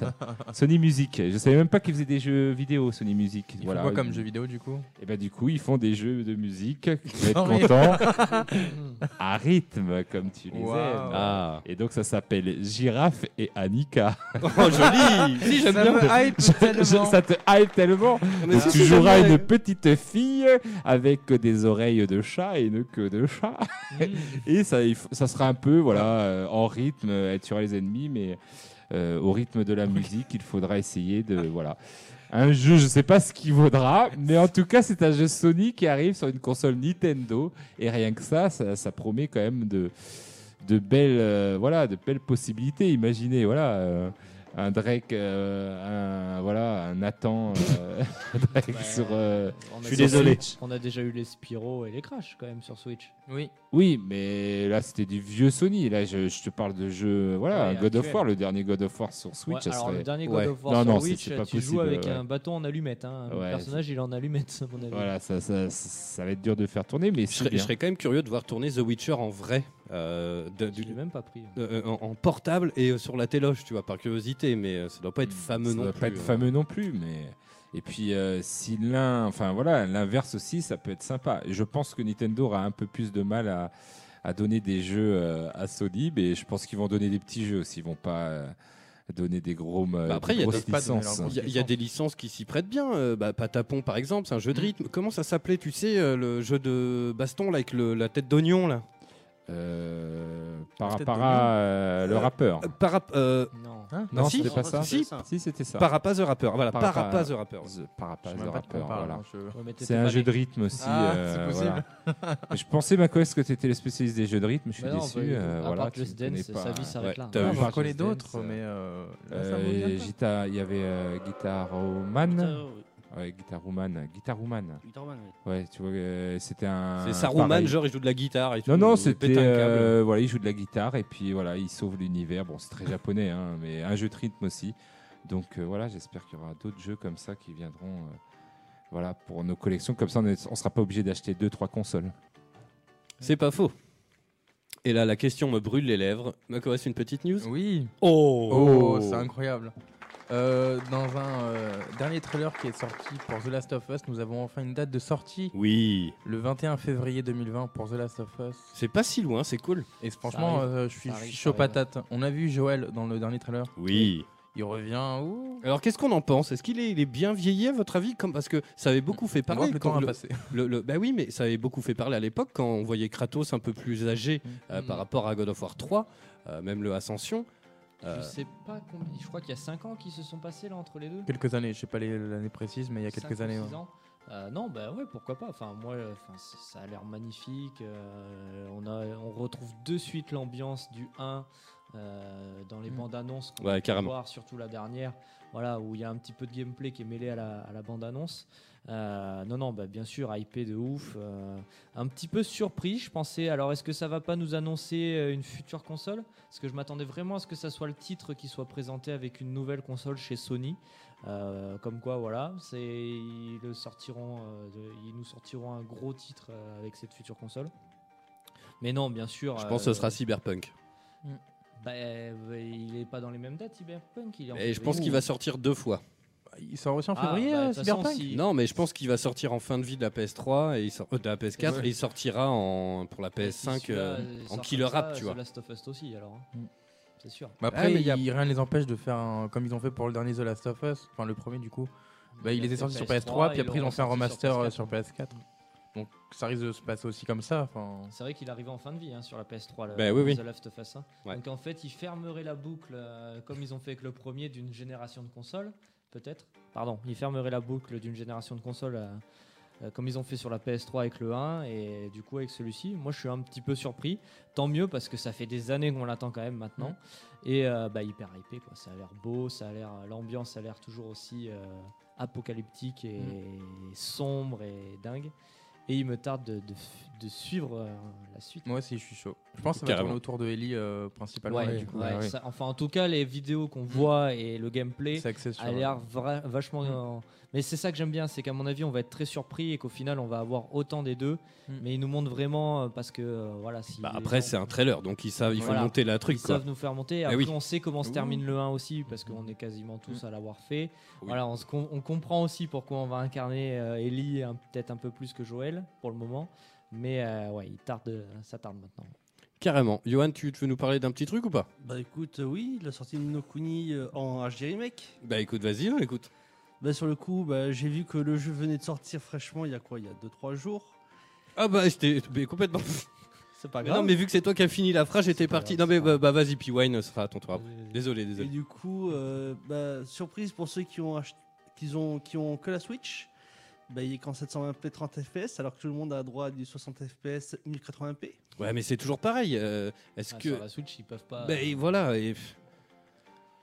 [SPEAKER 2] Sony Music. Je savais même pas qu'ils faisaient des jeux vidéo. Sony Music.
[SPEAKER 3] Il faut quoi comme jeu vidéo du coup
[SPEAKER 2] Et ben du coup, ils font des jeux de musique. Tu vas
[SPEAKER 3] Non,
[SPEAKER 2] être
[SPEAKER 3] mais-
[SPEAKER 2] content. à rythme, comme tu les
[SPEAKER 3] Waouh.
[SPEAKER 2] aimes.
[SPEAKER 1] Ah.
[SPEAKER 2] Et donc ça s'appelle Girafe et Annika.
[SPEAKER 1] Oh, joli Si, j'aime
[SPEAKER 3] Ça
[SPEAKER 1] bien.
[SPEAKER 3] me hype tellement.
[SPEAKER 2] ça te hype tellement.
[SPEAKER 1] Mais
[SPEAKER 2] Donc,
[SPEAKER 1] si,
[SPEAKER 2] tu
[SPEAKER 1] si,
[SPEAKER 2] joueras
[SPEAKER 1] j'aime
[SPEAKER 2] une
[SPEAKER 1] bien.
[SPEAKER 2] petite fille avec des oreilles de chat et une queue de chat.
[SPEAKER 1] Mm.
[SPEAKER 2] et ça, il faut- ça sera un peu voilà euh, en rythme, euh, elle tuera les ennemis, mais euh, au rythme de la musique, il faudra essayer de voilà. Un jeu, je sais pas ce qu'il vaudra, mais en tout cas, c'est un jeu Sony qui arrive sur une console Nintendo. Et rien que ça, ça, ça promet quand même de, de, belles, euh, voilà, de belles possibilités. Imaginez, voilà, euh, un Drake, euh, un, voilà, un Nathan euh, Drake
[SPEAKER 4] Ouais.
[SPEAKER 2] sur. euh,
[SPEAKER 4] On a
[SPEAKER 1] Je suis
[SPEAKER 4] déjà-
[SPEAKER 1] désolé.
[SPEAKER 4] On a déjà eu les Spyro et les Crash quand même sur Switch.
[SPEAKER 3] Oui.
[SPEAKER 2] Oui, mais là, c'était du vieux Sony. Là, je, je te parle de jeux. Voilà,
[SPEAKER 4] Ouais,
[SPEAKER 2] God of
[SPEAKER 4] actuel.
[SPEAKER 2] War, le dernier God of War sur Switch.
[SPEAKER 4] Ouais,
[SPEAKER 2] ça
[SPEAKER 4] alors
[SPEAKER 2] serait-
[SPEAKER 4] le dernier
[SPEAKER 1] ouais.
[SPEAKER 4] God of War
[SPEAKER 2] Non,
[SPEAKER 4] sur
[SPEAKER 2] non, c'est-
[SPEAKER 4] Switch,
[SPEAKER 2] c'est pas
[SPEAKER 4] tu
[SPEAKER 2] possible,
[SPEAKER 4] joues avec
[SPEAKER 2] ouais.
[SPEAKER 4] un bâton en allumette. Hein.
[SPEAKER 2] Ouais,
[SPEAKER 4] le personnage, il est en allumette, à mon avis.
[SPEAKER 2] Voilà, ça, ça, ça, ça va être dur de faire tourner, mais
[SPEAKER 1] Je
[SPEAKER 2] c'est
[SPEAKER 1] serais, je
[SPEAKER 2] bien.
[SPEAKER 1] serais quand même curieux de voir tourner The Witcher en vrai, euh, de-
[SPEAKER 4] Je
[SPEAKER 1] du-
[SPEAKER 4] l'ai même pas pris.
[SPEAKER 1] euh, en, en portable et euh, sur la téloche, tu vois, par curiosité, mais euh, ça doit pas être fameux
[SPEAKER 2] Ça
[SPEAKER 1] non
[SPEAKER 2] doit
[SPEAKER 1] plus.
[SPEAKER 2] pas être
[SPEAKER 1] euh.
[SPEAKER 2] fameux non plus, mais. Et puis, euh, si l'un. Enfin, voilà, l'inverse aussi, ça peut être sympa. Et Je pense que Nintendo aura un peu plus de mal à, à donner des jeux euh, à Sony, mais je pense qu'ils vont donner des petits jeux aussi. Ils vont pas euh, donner des gros. euh,
[SPEAKER 1] Bah après, il y
[SPEAKER 2] des
[SPEAKER 1] a
[SPEAKER 2] grosses
[SPEAKER 3] d'autres pas de donner
[SPEAKER 2] licences.
[SPEAKER 3] leur
[SPEAKER 1] Il y a- il y, a des licences qui s'y prêtent bien. euh, bah, Patapon, par exemple, c'est un jeu de rythme. Comment ça s'appelait, tu sais, euh, le jeu de baston là, avec le- la tête d'oignon là
[SPEAKER 2] Euh,
[SPEAKER 3] Peut-être
[SPEAKER 2] Parapara, euh, le
[SPEAKER 1] Euh,
[SPEAKER 2] rappeur.
[SPEAKER 1] Euh, Para- euh,
[SPEAKER 4] Non.
[SPEAKER 2] Non,
[SPEAKER 1] bah si.
[SPEAKER 2] c'était pas
[SPEAKER 5] Non,
[SPEAKER 2] ça.
[SPEAKER 5] c'est
[SPEAKER 1] Si.
[SPEAKER 5] ça.
[SPEAKER 2] Si, c'était ça.
[SPEAKER 1] Parapaz the Rapper. Voilà,
[SPEAKER 2] Parapaz.
[SPEAKER 1] Parapaz the Rapper.
[SPEAKER 2] The Parapaz,
[SPEAKER 3] Je sais
[SPEAKER 2] le
[SPEAKER 3] même pas de quoi on
[SPEAKER 2] rappeur,
[SPEAKER 3] parle,
[SPEAKER 2] Ah, voilà. Euh,
[SPEAKER 3] hein, je-
[SPEAKER 4] Ouais, mais t'étais
[SPEAKER 2] C'est un
[SPEAKER 4] pas
[SPEAKER 2] jeu
[SPEAKER 4] né.
[SPEAKER 2] de rythme aussi.
[SPEAKER 3] Ah,
[SPEAKER 2] euh,
[SPEAKER 3] c'est possible.
[SPEAKER 2] voilà. je pensais, ma collègue, que tu étais le spécialiste des jeux de rythme. Je suis
[SPEAKER 4] Bah non,
[SPEAKER 2] déçu.
[SPEAKER 4] bah,
[SPEAKER 2] euh,
[SPEAKER 4] à part
[SPEAKER 2] voilà,
[SPEAKER 4] que
[SPEAKER 2] tu
[SPEAKER 4] le
[SPEAKER 2] ne
[SPEAKER 4] Dance,
[SPEAKER 2] connais
[SPEAKER 4] sa
[SPEAKER 2] pas.
[SPEAKER 4] vie s'arrête là.
[SPEAKER 1] t'as
[SPEAKER 3] Non,
[SPEAKER 1] vu,
[SPEAKER 3] Ah, J'en connais
[SPEAKER 2] Just Dance,
[SPEAKER 3] d'autres, mais. euh, là, ça me
[SPEAKER 2] Euh,
[SPEAKER 3] revient pas.
[SPEAKER 2] Gita- Il y avait euh, Guitar Woman.
[SPEAKER 5] Putain, oui.
[SPEAKER 2] Ouais, Guitar Woman. Guitar Woman.
[SPEAKER 5] Guitarman, oui.
[SPEAKER 2] Ouais, tu vois, euh, c'était un.
[SPEAKER 1] C'est Saruman,
[SPEAKER 2] pareil.
[SPEAKER 1] genre il joue de la guitare et tout.
[SPEAKER 2] Non, non,
[SPEAKER 1] il pète
[SPEAKER 2] c'était.
[SPEAKER 1] un câble.
[SPEAKER 2] euh, voilà, il joue de la guitare et puis voilà, il sauve l'univers. Bon, c'est très japonais, hein, mais un jeu de rythme aussi. Donc euh, voilà, j'espère qu'il y aura d'autres jeux comme ça qui viendront. euh, voilà, pour nos collections. Comme ça, on ne sera pas obligé d'acheter deux, trois consoles.
[SPEAKER 1] C'est pas faux. Et là, la question me brûle les lèvres. Makoas, une petite news
[SPEAKER 3] Oui.
[SPEAKER 1] Oh,
[SPEAKER 3] Oh, c'est incroyable. Euh, dans un euh, dernier trailer qui est sorti pour The Last of Us, nous avons enfin une date de sortie
[SPEAKER 1] Oui.
[SPEAKER 3] le 21 février 2020 pour The Last of Us.
[SPEAKER 1] C'est pas si loin, c'est cool.
[SPEAKER 3] Et franchement,
[SPEAKER 4] arrive.
[SPEAKER 3] euh, je suis
[SPEAKER 4] Ça arrive,
[SPEAKER 3] je suis
[SPEAKER 4] ça
[SPEAKER 3] chaud
[SPEAKER 4] arrive.
[SPEAKER 3] patate. On a vu Joël dans le dernier trailer. Il revient. Ouh.
[SPEAKER 1] Alors qu'est-ce qu'on en pense Est-ce qu'il est, il est bien vieilli à votre avis Comme parce que ça avait beaucoup fait
[SPEAKER 3] On voit
[SPEAKER 1] parler.
[SPEAKER 3] que le temps
[SPEAKER 1] quand
[SPEAKER 3] a
[SPEAKER 1] le-
[SPEAKER 3] passé.
[SPEAKER 1] le- le- bah oui, mais ça avait beaucoup fait parler à l'époque quand on voyait Kratos un peu plus âgé euh, par rapport à God of War 3, euh, même le Ascension. Euh,
[SPEAKER 4] Je sais pas combien. Je crois qu'il y a 5 ans qui se sont passés là entre les deux.
[SPEAKER 3] Quelques années, je sais pas les- l'année précise, mais il y a quelques
[SPEAKER 4] Cinq ou
[SPEAKER 3] années.
[SPEAKER 4] six
[SPEAKER 3] ouais.
[SPEAKER 4] ans. Euh, non, bah ouais, pourquoi pas. Enfin, moi, euh, enfin, c- ça a l'air magnifique. euh, on, a, on retrouve de suite l'ambiance du 1. euh, dans les
[SPEAKER 3] Mm.
[SPEAKER 4] bandes annonces qu'on
[SPEAKER 1] Ouais,
[SPEAKER 4] a pu
[SPEAKER 1] carrément.
[SPEAKER 4] voir, surtout la dernière, voilà, où il y a un petit peu de gameplay qui est mêlé à la, à la bande annonce. Euh, non, non, bah, bien sûr, hypé de ouf. euh, un petit peu surpris, je pensais. Alors, est-ce que ça va pas nous annoncer euh, une future console Parce que je m'attendais vraiment à ce que ça soit le titre qui soit présenté avec une nouvelle console chez Sony. Euh, comme quoi, voilà, c'est ils le sortiront, euh, de- ils nous sortiront un gros titre euh, avec cette future console. Mais non, bien sûr.
[SPEAKER 1] Je pense que ce
[SPEAKER 4] euh,
[SPEAKER 1] sera Cyberpunk.
[SPEAKER 4] bah, euh, il est pas dans les mêmes dates, Cyberpunk. Il est en
[SPEAKER 1] Et je
[SPEAKER 4] février.
[SPEAKER 1] pense qu'il va sortir deux fois.
[SPEAKER 3] Il sort aussi en
[SPEAKER 4] Ah,
[SPEAKER 3] février,
[SPEAKER 4] bah, de
[SPEAKER 3] euh,
[SPEAKER 4] toute façon,
[SPEAKER 3] Cyberpunk
[SPEAKER 4] si-
[SPEAKER 1] Non, mais je pense qu'il va sortir en fin de vie de la PS3 et il sort- euh, de la PS4
[SPEAKER 3] Ouais.
[SPEAKER 1] et il sortira en, pour la
[SPEAKER 4] Et si
[SPEAKER 1] PS5
[SPEAKER 4] celui-là,
[SPEAKER 1] euh,
[SPEAKER 4] euh, sort
[SPEAKER 1] en
[SPEAKER 4] comme
[SPEAKER 1] killer
[SPEAKER 4] ça,
[SPEAKER 1] app, tu
[SPEAKER 4] c'est
[SPEAKER 1] vois.
[SPEAKER 4] Last of Us aussi, alors. hein.
[SPEAKER 2] Mm.
[SPEAKER 4] C'est sûr.
[SPEAKER 3] Bah après,
[SPEAKER 1] Ah, mais il y a-
[SPEAKER 3] il- rien ne les empêche de faire un- comme ils ont fait pour le dernier The Last of Us, enfin le premier du coup. Bah, il les est sorti sur PS3, puis après ils ont fait un remaster euh, sur PS4. Donc ça risque de se passer aussi comme ça. enfin.
[SPEAKER 4] C'est vrai qu'il arrivait en fin de vie hein, sur la PS3, le,
[SPEAKER 1] Bah oui, oui.
[SPEAKER 4] The Last of Us 1.
[SPEAKER 1] Ouais.
[SPEAKER 4] Donc en fait, ils fermeraient la boucle, euh, comme ils ont fait avec le premier, d'une génération de consoles, peut-être. Pardon, ils fermeraient la boucle d'une génération de consoles, euh, euh, comme ils ont fait sur la PS3 avec le 1, et du coup avec celui-ci. Moi, je suis un petit peu surpris. Tant mieux, parce que ça fait des années qu'on l'attend quand même maintenant.
[SPEAKER 3] Mm.
[SPEAKER 4] Et euh, bah, hyper hypé, quoi. Ça a l'air beau, ça a l'air, l'ambiance a l'air toujours aussi euh, apocalyptique et
[SPEAKER 3] Mm.
[SPEAKER 4] sombre et dingue. Et il me tarde de, de f- de suivre euh, la suite.
[SPEAKER 3] Moi aussi, je suis chaud. Je pense que ça va
[SPEAKER 1] Carrément.
[SPEAKER 3] tourner autour de Ellie euh, principalement.
[SPEAKER 4] Ouais,
[SPEAKER 3] et
[SPEAKER 4] ouais,
[SPEAKER 3] du coup,
[SPEAKER 4] ouais,
[SPEAKER 3] bah, ouais.
[SPEAKER 4] ça- enfin, en tout cas, les vidéos qu'on voit et le gameplay
[SPEAKER 3] c'est Mm. axé sur.
[SPEAKER 4] a l'air vra- vachement. euh, mais c'est ça que j'aime bien, c'est qu'à mon avis, on va être très surpris et qu'au final, on va avoir autant des deux.
[SPEAKER 3] Mm.
[SPEAKER 4] Mais ils nous montrent vraiment euh, parce que euh, voilà. Si
[SPEAKER 1] Bah,
[SPEAKER 4] les
[SPEAKER 1] après,
[SPEAKER 4] gens-
[SPEAKER 1] c'est un trailer, donc ils savent, il faut
[SPEAKER 4] Voilà.
[SPEAKER 1] monter la truc.
[SPEAKER 4] ils
[SPEAKER 1] Quoi.
[SPEAKER 4] savent nous faire monter.
[SPEAKER 1] Eh
[SPEAKER 4] Après,
[SPEAKER 1] oui.
[SPEAKER 4] on sait comment se termine le 1 aussi, parce qu'on est quasiment tous à l'avoir fait.
[SPEAKER 1] Oui.
[SPEAKER 4] Voilà, on, se com- on comprend aussi pourquoi on va incarner euh, Ellie un- peut-être un peu plus que Joël pour le moment. Mais euh, ouais, il tarde, ça tarde maintenant.
[SPEAKER 1] Carrément. Johan, tu, tu veux nous parler d'un petit truc ou pas
[SPEAKER 5] Bah écoute, euh, oui, la sortie de No Kuni euh, en HD Remake.
[SPEAKER 1] Bah écoute, vas-y, on écoute.
[SPEAKER 5] Bah sur le coup, bah, j'ai vu que le jeu venait de sortir fraîchement il y a quoi Il y a 2-3 jours.
[SPEAKER 1] Ah bah j'étais mais complètement.
[SPEAKER 5] C'est pas
[SPEAKER 1] Mais
[SPEAKER 5] grave.
[SPEAKER 1] non, mais vu que c'est toi qui as fini la phrase, j'étais
[SPEAKER 4] pas
[SPEAKER 1] parti.
[SPEAKER 4] grave,
[SPEAKER 1] Non mais
[SPEAKER 4] Ah, c'est pas
[SPEAKER 1] bah, bah, vas-y, P-Wine sera à ton tour après.
[SPEAKER 5] Euh,
[SPEAKER 1] Désolé,
[SPEAKER 5] Et
[SPEAKER 1] désolé.
[SPEAKER 5] du coup, euh, bah, surprise pour ceux qui ont, ach- qu'ils ont, qui ont que la Switch, bah, il est qu'en 720p 30 fps, alors que tout le monde a droit à du 60 fps 1080p.
[SPEAKER 1] Ouais, mais c'est toujours pareil. euh, Est-ce
[SPEAKER 4] Ah,
[SPEAKER 1] que
[SPEAKER 4] Sur la Switch, ils peuvent pas.
[SPEAKER 1] bah et voilà. et-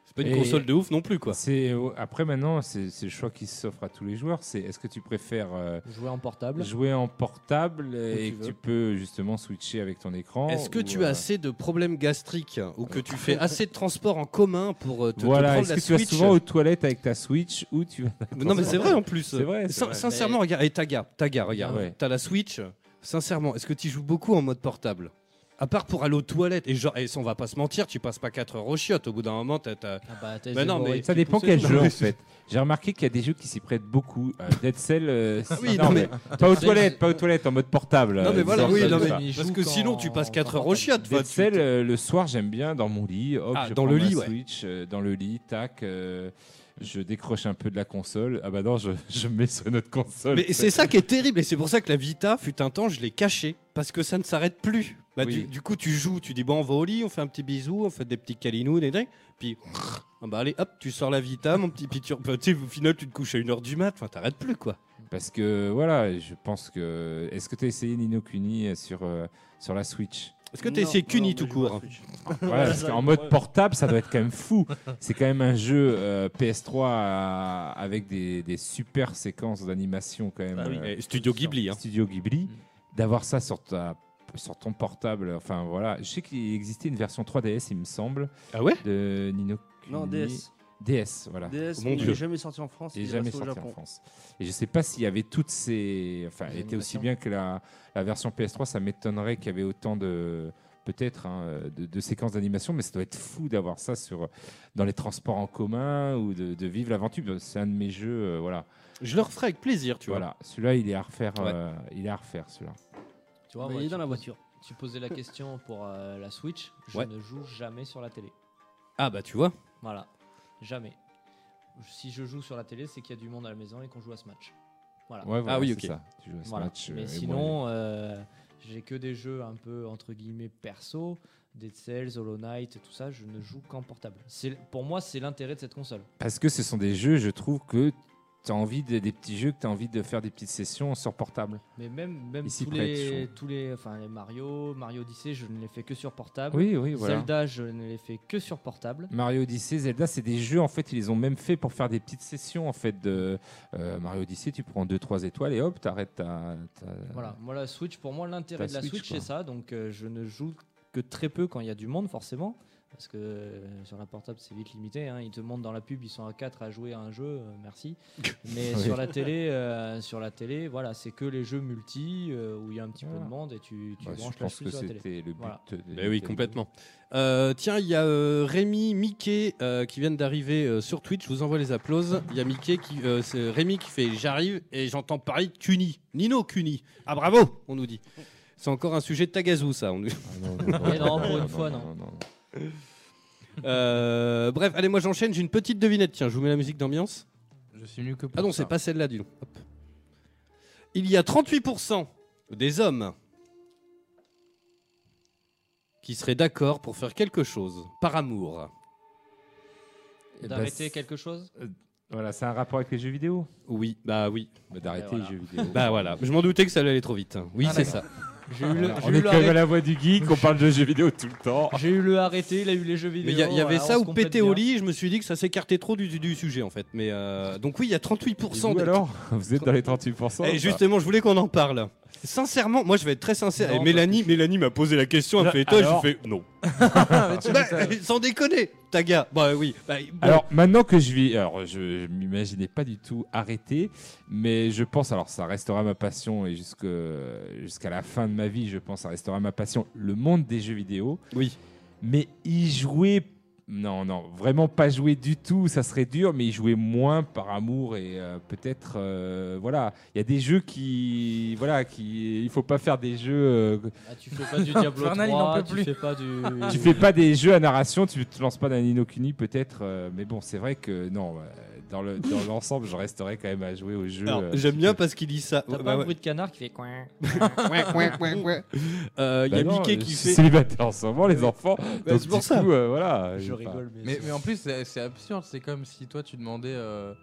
[SPEAKER 1] C'est pas une
[SPEAKER 2] Et-
[SPEAKER 1] console de ouf non plus quoi.
[SPEAKER 2] C'est euh, après maintenant, c'est c'est le choix qui s'offre à tous les joueurs. C'est est-ce que tu préfères euh,
[SPEAKER 4] Jouer en portable.
[SPEAKER 2] jouer en portable et
[SPEAKER 4] tu
[SPEAKER 2] que
[SPEAKER 4] veux.
[SPEAKER 2] tu peux justement switcher avec ton écran
[SPEAKER 1] Est-ce que
[SPEAKER 2] ou,
[SPEAKER 1] tu as
[SPEAKER 2] euh,
[SPEAKER 1] assez de problèmes gastriques hein, ou que tu fais assez de transport en commun pour euh, te, te
[SPEAKER 2] voilà,
[SPEAKER 1] prendre
[SPEAKER 2] est-ce
[SPEAKER 1] la
[SPEAKER 2] que tu vas
[SPEAKER 1] Switch
[SPEAKER 2] souvent aux toilettes avec ta Switch ou tu
[SPEAKER 1] Non mais c'est vrai en plus.
[SPEAKER 2] C'est vrai, c'est
[SPEAKER 1] Sin-
[SPEAKER 2] vrai. Ah
[SPEAKER 1] Sincèrement, regarde, et Taga, Taga, regarde,
[SPEAKER 2] Ouais.
[SPEAKER 1] t'as la Switch. Sincèrement, est-ce que tu joues beaucoup en mode portable À part pour aller aux toilettes et genre, et ça, on va pas se mentir, tu passes pas 4 heures aux chiottes. Au bout d'un moment, t'as, t'as-
[SPEAKER 4] Ah bah, t'as
[SPEAKER 1] Bah
[SPEAKER 4] les
[SPEAKER 1] non, mais-
[SPEAKER 4] hémorroïdes
[SPEAKER 2] Ça
[SPEAKER 4] qui
[SPEAKER 2] dépend
[SPEAKER 4] poussent.
[SPEAKER 2] quel jeu en fait. J'ai remarqué qu'il y a des jeux qui s'y prêtent beaucoup. Euh, Dead Cell, euh,
[SPEAKER 1] Ah oui,
[SPEAKER 2] c'est-
[SPEAKER 1] non, mais-
[SPEAKER 2] pas aux toilettes, pas aux toilettes en mode portable.
[SPEAKER 1] Non mais
[SPEAKER 2] euh,
[SPEAKER 1] voilà,
[SPEAKER 2] disons
[SPEAKER 1] oui,
[SPEAKER 2] ça
[SPEAKER 1] non,
[SPEAKER 2] comme
[SPEAKER 1] mais-
[SPEAKER 2] ça.
[SPEAKER 4] Il joue
[SPEAKER 1] parce que
[SPEAKER 4] qu'en-
[SPEAKER 1] sinon tu passes
[SPEAKER 4] en
[SPEAKER 1] 4 heures aux
[SPEAKER 4] portable.
[SPEAKER 1] chiottes. enfin,
[SPEAKER 2] Dead
[SPEAKER 1] tu-
[SPEAKER 2] Cell, euh, le soir, j'aime bien dans mon lit. Hop,
[SPEAKER 1] Ah,
[SPEAKER 2] je
[SPEAKER 1] dans
[SPEAKER 2] prends
[SPEAKER 1] le
[SPEAKER 2] ma
[SPEAKER 1] lit, ouais.
[SPEAKER 2] Switch, euh, dans le lit, tac. euh, je décroche un peu de la console. Ah bah non, je, je me mets sur notre console.
[SPEAKER 1] Mais c'est ça qui est terrible et c'est pour ça que la Vita fut un temps je l'ai cachée parce que ça ne s'arrête plus. Bah,
[SPEAKER 2] Oui.
[SPEAKER 1] du, du coup tu joues, tu dis bon on va au lit, on fait un petit bisou, on fait des petits câlinous, des trucs, puis ah bah allez hop tu sors la Vita mon petit puis tu- bah, tu sais, au final tu te couches à 1h du mat, enfin t'arrêtes plus quoi.
[SPEAKER 2] Parce que voilà, je pense que. Est-ce que tu as essayé Nino Kuni sur, euh, sur la Switch
[SPEAKER 1] Est-ce que t'as essayé Kuni tout court
[SPEAKER 2] Voilà, parce qu'en mode portable, ça doit être quand même fou. C'est quand même un jeu euh, PS3 à- avec des, des super séquences d'animation quand même.
[SPEAKER 5] Ah oui.
[SPEAKER 2] euh,
[SPEAKER 1] Eh, Studio Ghibli hein.
[SPEAKER 2] Studio Ghibli, d'avoir ça sur ta sur ton portable, enfin voilà, je sais qu'il existait une version 3DS, il me semble,
[SPEAKER 1] Ah ouais
[SPEAKER 2] de Nino. Kuni.
[SPEAKER 5] Non, DS.
[SPEAKER 2] DS, voilà.
[SPEAKER 5] DS,
[SPEAKER 1] Mon
[SPEAKER 5] il
[SPEAKER 1] Dieu.
[SPEAKER 5] n'est jamais sorti en France.
[SPEAKER 2] Et
[SPEAKER 5] il est
[SPEAKER 2] jamais
[SPEAKER 5] resté au
[SPEAKER 2] sorti en
[SPEAKER 5] Japon.
[SPEAKER 2] France. Et je sais pas s'il y avait toutes ces. Enfin, elle
[SPEAKER 4] Les
[SPEAKER 2] était aussi
[SPEAKER 4] animations.
[SPEAKER 2] bien que la, la version PS3, ça m'étonnerait qu'il y avait autant de. Peut-être hein, de, de séquences d'animation, mais ça doit être fou d'avoir ça sur, dans les transports en commun ou de, de vivre l'aventure. C'est un de mes jeux, euh, voilà.
[SPEAKER 1] Je le referai avec plaisir tu vois.
[SPEAKER 2] voilà. Celui-là, il est à refaire.
[SPEAKER 1] Ouais.
[SPEAKER 2] euh, il est à refaire, celui-là.
[SPEAKER 4] Tu
[SPEAKER 1] Bah,
[SPEAKER 4] vois,
[SPEAKER 5] Mais
[SPEAKER 4] moi,
[SPEAKER 5] il est
[SPEAKER 4] tu
[SPEAKER 5] dans la
[SPEAKER 4] poses-
[SPEAKER 5] voiture.
[SPEAKER 4] Tu posais la question pour euh, la Switch. Je
[SPEAKER 1] Ouais.
[SPEAKER 4] ne joue jamais sur la télé.
[SPEAKER 1] Ah bah tu vois.
[SPEAKER 4] Voilà, jamais. Si je joue sur la télé, c'est qu'il y a du monde à la maison et qu'on joue à ce match. Voilà.
[SPEAKER 2] Ouais, voilà,
[SPEAKER 1] oui,
[SPEAKER 2] c'est
[SPEAKER 1] ok.
[SPEAKER 2] ça. Tu joues à ce
[SPEAKER 4] Voilà.
[SPEAKER 2] match, euh,
[SPEAKER 4] Mais
[SPEAKER 2] et moi,
[SPEAKER 4] sinon, euh, j'ai que des jeux un peu entre guillemets perso, Dead Cells, Hollow Knight, tout ça. Je ne joue qu'en portable. C'est- Pour moi, c'est l'intérêt de cette console.
[SPEAKER 2] Parce que ce sont des jeux, je trouve que t'as envie de- des petits jeux, que t'as envie de faire des petites sessions sur portable.
[SPEAKER 4] Mais même, même
[SPEAKER 2] Ils s'y
[SPEAKER 4] tous,
[SPEAKER 2] prêtent, je
[SPEAKER 4] les,
[SPEAKER 2] trouve.
[SPEAKER 4] tous les, enfin, les Mario, Mario Odyssey, je ne les fais que sur portable.
[SPEAKER 2] Oui, oui,
[SPEAKER 4] Ah
[SPEAKER 2] voilà.
[SPEAKER 4] Zelda, je ne les fais que sur portable.
[SPEAKER 2] Mario Odyssey, Zelda, c'est des jeux en fait, ils les ont même fait pour faire des petites sessions en fait de euh, Mario Odyssey, tu prends 2 3 étoiles et hop, t'arrêtes ta, ta-
[SPEAKER 4] Voilà, moi la Switch, pour moi l'intérêt
[SPEAKER 2] ta
[SPEAKER 4] de la
[SPEAKER 2] Switch,
[SPEAKER 4] Switch, c'est
[SPEAKER 2] quoi.
[SPEAKER 4] ça, donc euh, je ne joue que très peu quand il y a du monde forcément, parce que euh, sur la portable c'est vite limité, hein. ils te montrent dans la pub, ils sont à 4 à jouer à un jeu, euh, merci. Mais
[SPEAKER 2] Oui.
[SPEAKER 4] sur la télé, euh, sur la télé, voilà, c'est que les jeux multi euh, où il y a un petit peu
[SPEAKER 2] Voilà.
[SPEAKER 4] de monde et tu, tu
[SPEAKER 2] Bah,
[SPEAKER 4] branches
[SPEAKER 2] je
[SPEAKER 4] la
[SPEAKER 2] pense
[SPEAKER 4] Switch
[SPEAKER 2] que
[SPEAKER 4] sur la télé.
[SPEAKER 2] c'était le but.
[SPEAKER 4] Voilà.
[SPEAKER 2] de-
[SPEAKER 1] Ben oui,
[SPEAKER 2] de-
[SPEAKER 1] complètement. Euh, tiens, il y a euh, Rémi, Mickey euh, qui viennent d'arriver euh, sur Twitch. Je vous envoie les applauses. Il y a Mickey qui, euh, c'est Rémi qui fait J'arrive et j'entends parler de Cuny. Nino Cuny. Ah bravo, on nous dit. C'est encore un sujet de Tagazou, ça. on nous-
[SPEAKER 2] Ah non, non, non,
[SPEAKER 4] Eh non, pour une fois, non.
[SPEAKER 1] Euh, bref, allez, moi j'enchaîne. J'ai une petite devinette. Tiens, je vous mets la musique d'ambiance.
[SPEAKER 3] Je suis venu que pour
[SPEAKER 1] Ah non,
[SPEAKER 3] ça.
[SPEAKER 1] c'est pas celle-là, dis donc. Hop. Il y a 38% des hommes qui seraient d'accord pour faire quelque chose par amour.
[SPEAKER 2] Eh ben,
[SPEAKER 4] D'arrêter
[SPEAKER 2] c'est-
[SPEAKER 4] quelque chose
[SPEAKER 2] Voilà, c'est un rapport avec les jeux vidéo.
[SPEAKER 1] Oui, bah oui.
[SPEAKER 2] Bah, d'arrêter
[SPEAKER 4] voilà.
[SPEAKER 2] les jeux vidéo.
[SPEAKER 1] Bah voilà, je m'en doutais que ça allait aller trop vite. Oui,
[SPEAKER 4] Ah,
[SPEAKER 1] c'est ça.
[SPEAKER 4] J'ai eu, le-
[SPEAKER 2] Voilà,
[SPEAKER 4] j'ai
[SPEAKER 2] on
[SPEAKER 4] eu
[SPEAKER 2] est
[SPEAKER 4] le
[SPEAKER 2] comme à
[SPEAKER 4] arrêt-
[SPEAKER 2] la voix du geek, on parle de jeux vidéo tout le temps.
[SPEAKER 4] j'ai eu le arrêté, il a eu les jeux vidéo.
[SPEAKER 1] Mais il y, a- il y avait
[SPEAKER 4] voilà, on
[SPEAKER 1] ça
[SPEAKER 4] se
[SPEAKER 1] ou
[SPEAKER 4] complète
[SPEAKER 1] péter au
[SPEAKER 4] bien.
[SPEAKER 1] lit, je me suis dit que ça s'écartait trop du, du sujet en fait. Mais euh, donc oui, il y a 38%
[SPEAKER 2] Et vous,
[SPEAKER 1] des-
[SPEAKER 2] alors Vous êtes dans les 38%
[SPEAKER 1] Eh,
[SPEAKER 2] ou pas
[SPEAKER 1] justement, je voulais qu'on en parle. Sincèrement, moi je vais être très sincère.
[SPEAKER 2] Non,
[SPEAKER 1] Et Mélanie, Mélanie m'a posé la question, elle
[SPEAKER 2] Là,
[SPEAKER 1] fait et toi,
[SPEAKER 2] alors
[SPEAKER 1] je fais non.
[SPEAKER 3] Ah, tu
[SPEAKER 1] Bah,
[SPEAKER 3] m'étonnes.
[SPEAKER 1] sans déconner, ta gars. Bah oui. Bah, bon.
[SPEAKER 2] Alors maintenant que je vis, alors je, je m'imaginais pas du tout arrêter, mais je pense, alors ça restera ma passion et jusque jusqu'à la fin de ma vie, je pense, ça restera ma passion, le monde des jeux vidéo.
[SPEAKER 1] oui.
[SPEAKER 2] Mais y jouer, non, non, vraiment pas jouer du tout, ça serait dur, mais y jouer moins par amour et euh, peut-être, euh, voilà, il y a des jeux qui, voilà, qui, il faut pas faire des jeux. euh,
[SPEAKER 4] Ah, tu fais pas du Diablo
[SPEAKER 3] Fernand, il en
[SPEAKER 4] 3,
[SPEAKER 3] peut
[SPEAKER 4] tu
[SPEAKER 3] plus.
[SPEAKER 4] fais pas du.
[SPEAKER 2] tu fais pas des jeux à narration, tu te lances pas d'un Inokuni peut-être, euh, mais bon, c'est vrai que non, euh, dans le dans l'ensemble, je resterai quand même à jouer aux jeux.
[SPEAKER 1] Alors,
[SPEAKER 2] euh,
[SPEAKER 1] J'aime bien parce qu'il dit ça.
[SPEAKER 4] T'as
[SPEAKER 1] Ouais,
[SPEAKER 4] pas
[SPEAKER 1] bah,
[SPEAKER 4] un
[SPEAKER 1] ouais.
[SPEAKER 4] bruit de canard qui fait coin.
[SPEAKER 1] Euh, Il y a
[SPEAKER 2] bah non,
[SPEAKER 1] Mickey
[SPEAKER 2] je
[SPEAKER 1] qui
[SPEAKER 2] suis
[SPEAKER 1] fait.
[SPEAKER 2] célibataire en ce moment, les enfants.
[SPEAKER 1] Bah,
[SPEAKER 2] donc
[SPEAKER 1] c'est pour
[SPEAKER 2] du
[SPEAKER 1] ça.
[SPEAKER 2] coup, euh, voilà.
[SPEAKER 4] Je
[SPEAKER 2] enfin,
[SPEAKER 4] rigole, mais.
[SPEAKER 3] Mais,
[SPEAKER 4] c'est-
[SPEAKER 3] mais en plus, c'est c'est absurde. C'est comme si toi, tu demandais euh,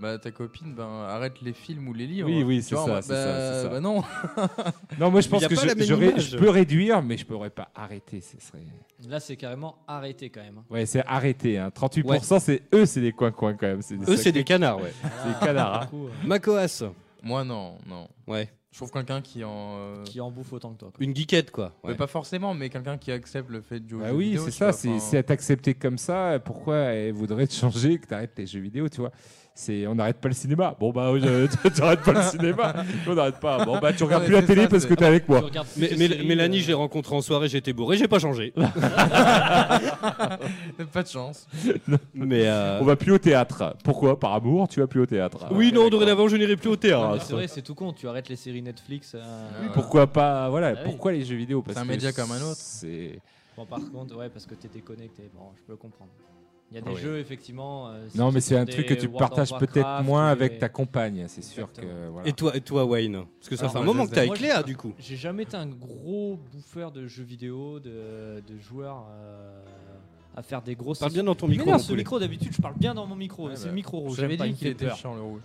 [SPEAKER 3] bah, à ta copine, ben arrête les films ou les livres.
[SPEAKER 2] Oui, oui,
[SPEAKER 3] Tu
[SPEAKER 2] c'est
[SPEAKER 3] vois, en
[SPEAKER 2] ça,
[SPEAKER 3] mode,
[SPEAKER 2] c'est ça,
[SPEAKER 3] bah,
[SPEAKER 2] c'est ça.
[SPEAKER 3] Bah non.
[SPEAKER 2] Non, moi je
[SPEAKER 1] Il
[SPEAKER 2] pense
[SPEAKER 1] y a
[SPEAKER 2] que
[SPEAKER 1] pas
[SPEAKER 2] je,
[SPEAKER 1] la même
[SPEAKER 2] je ré-
[SPEAKER 1] image.
[SPEAKER 2] je peux réduire, mais je pourrais pas arrêter. Ce serait.
[SPEAKER 4] Là, c'est carrément arrêté quand même.
[SPEAKER 2] Ouais, c'est arrêter. Hein. 38%, c'est eux, c'est des coins-coins quand même. C'est des
[SPEAKER 1] Eux, c'est
[SPEAKER 2] sacrés-
[SPEAKER 1] des canards, ouais.
[SPEAKER 4] C'est
[SPEAKER 2] canard, hein.
[SPEAKER 1] Macoas.
[SPEAKER 3] Moi, non, non.
[SPEAKER 1] Ouais.
[SPEAKER 3] Je trouve quelqu'un qui en. euh,
[SPEAKER 4] Qui en bouffe autant que toi. quoi.
[SPEAKER 1] Une geekette, quoi.
[SPEAKER 3] mais
[SPEAKER 1] Ouais.
[SPEAKER 3] pas forcément, mais quelqu'un qui accepte le fait de jouer aux
[SPEAKER 2] Bah
[SPEAKER 3] jeux
[SPEAKER 2] oui,
[SPEAKER 3] vidéo,
[SPEAKER 2] c'est
[SPEAKER 3] tu
[SPEAKER 2] ça.
[SPEAKER 3] vois,
[SPEAKER 2] C'est
[SPEAKER 3] enfin,
[SPEAKER 2] c'est être accepté comme ça. Pourquoi elle voudrait te changer que t'arrêtes les jeux vidéo, tu vois C'est on n'arrête pas le cinéma. Bon bah oui, euh, t'arrêtes pas le cinéma. On n'arrête pas. Bon bah tu regardes
[SPEAKER 3] Ouais,
[SPEAKER 2] plus la
[SPEAKER 3] c'est
[SPEAKER 2] télé
[SPEAKER 3] ça,
[SPEAKER 2] parce que
[SPEAKER 3] c'est-
[SPEAKER 2] t'es avec
[SPEAKER 4] Tu
[SPEAKER 2] moi.
[SPEAKER 4] regardes plus
[SPEAKER 1] Mais,
[SPEAKER 4] tes
[SPEAKER 1] mais-
[SPEAKER 4] séries,
[SPEAKER 1] Mélanie,
[SPEAKER 4] euh,
[SPEAKER 1] j'ai rencontré en soirée, j'étais bourré, j'ai pas changé.
[SPEAKER 3] Pas de chance.
[SPEAKER 1] mais euh,
[SPEAKER 2] On va plus au théâtre. Pourquoi Par amour, tu vas plus au théâtre.
[SPEAKER 1] oui,
[SPEAKER 2] Ah,
[SPEAKER 1] non,
[SPEAKER 2] d'accord.
[SPEAKER 1] dorénavant, je n'irai plus au
[SPEAKER 4] non, mais
[SPEAKER 1] théâtre. hein,
[SPEAKER 4] C'est vrai, c'est tout con. Tu arrêtes les séries Netflix. euh,
[SPEAKER 3] Oui, pour-
[SPEAKER 2] Pourquoi pas Voilà.
[SPEAKER 4] Ah oui.
[SPEAKER 2] Pourquoi les jeux vidéo Parce
[SPEAKER 3] C'est un
[SPEAKER 2] que
[SPEAKER 3] média comme un autre.
[SPEAKER 2] C'est
[SPEAKER 4] Bon, par contre, ouais, parce que t'es déconnecté. Bon, je peux le comprendre. Il y a
[SPEAKER 2] Ah
[SPEAKER 4] des
[SPEAKER 2] oui.
[SPEAKER 4] jeux, effectivement. euh, si
[SPEAKER 2] Non, mais
[SPEAKER 4] tu
[SPEAKER 2] c'est un
[SPEAKER 4] fais
[SPEAKER 2] truc que
[SPEAKER 4] des
[SPEAKER 2] tu
[SPEAKER 4] World of
[SPEAKER 2] partages peut-être
[SPEAKER 4] Warcraft
[SPEAKER 2] moins
[SPEAKER 4] ou
[SPEAKER 2] avec
[SPEAKER 4] des-
[SPEAKER 2] ta compagne. C'est sûr que
[SPEAKER 4] Exactement.
[SPEAKER 2] voilà.
[SPEAKER 1] Et toi, et toi, Wayne Parce que ça
[SPEAKER 4] Alors,
[SPEAKER 1] fait un
[SPEAKER 4] moi,
[SPEAKER 1] moment
[SPEAKER 3] je
[SPEAKER 1] que t'es avec
[SPEAKER 4] moi, je-
[SPEAKER 1] Léa, du coup.
[SPEAKER 4] J'ai jamais été un gros bouffeur de jeux vidéo, de, de joueurs euh, à faire des grosses.
[SPEAKER 1] Parle bien dans ton
[SPEAKER 4] Il
[SPEAKER 1] micro.
[SPEAKER 4] m'énerve
[SPEAKER 1] mon
[SPEAKER 4] ce
[SPEAKER 1] poulet. Ah
[SPEAKER 4] micro, d'habitude je parle bien dans mon micro,
[SPEAKER 3] Ouais,
[SPEAKER 4] c'est
[SPEAKER 3] bah,
[SPEAKER 4] le micro rouge.
[SPEAKER 3] J'avais
[SPEAKER 4] j'aime pas,
[SPEAKER 3] dit
[SPEAKER 4] il me
[SPEAKER 3] qu'il
[SPEAKER 4] fait
[SPEAKER 3] était
[SPEAKER 4] peur.
[SPEAKER 3] chiant le rouge.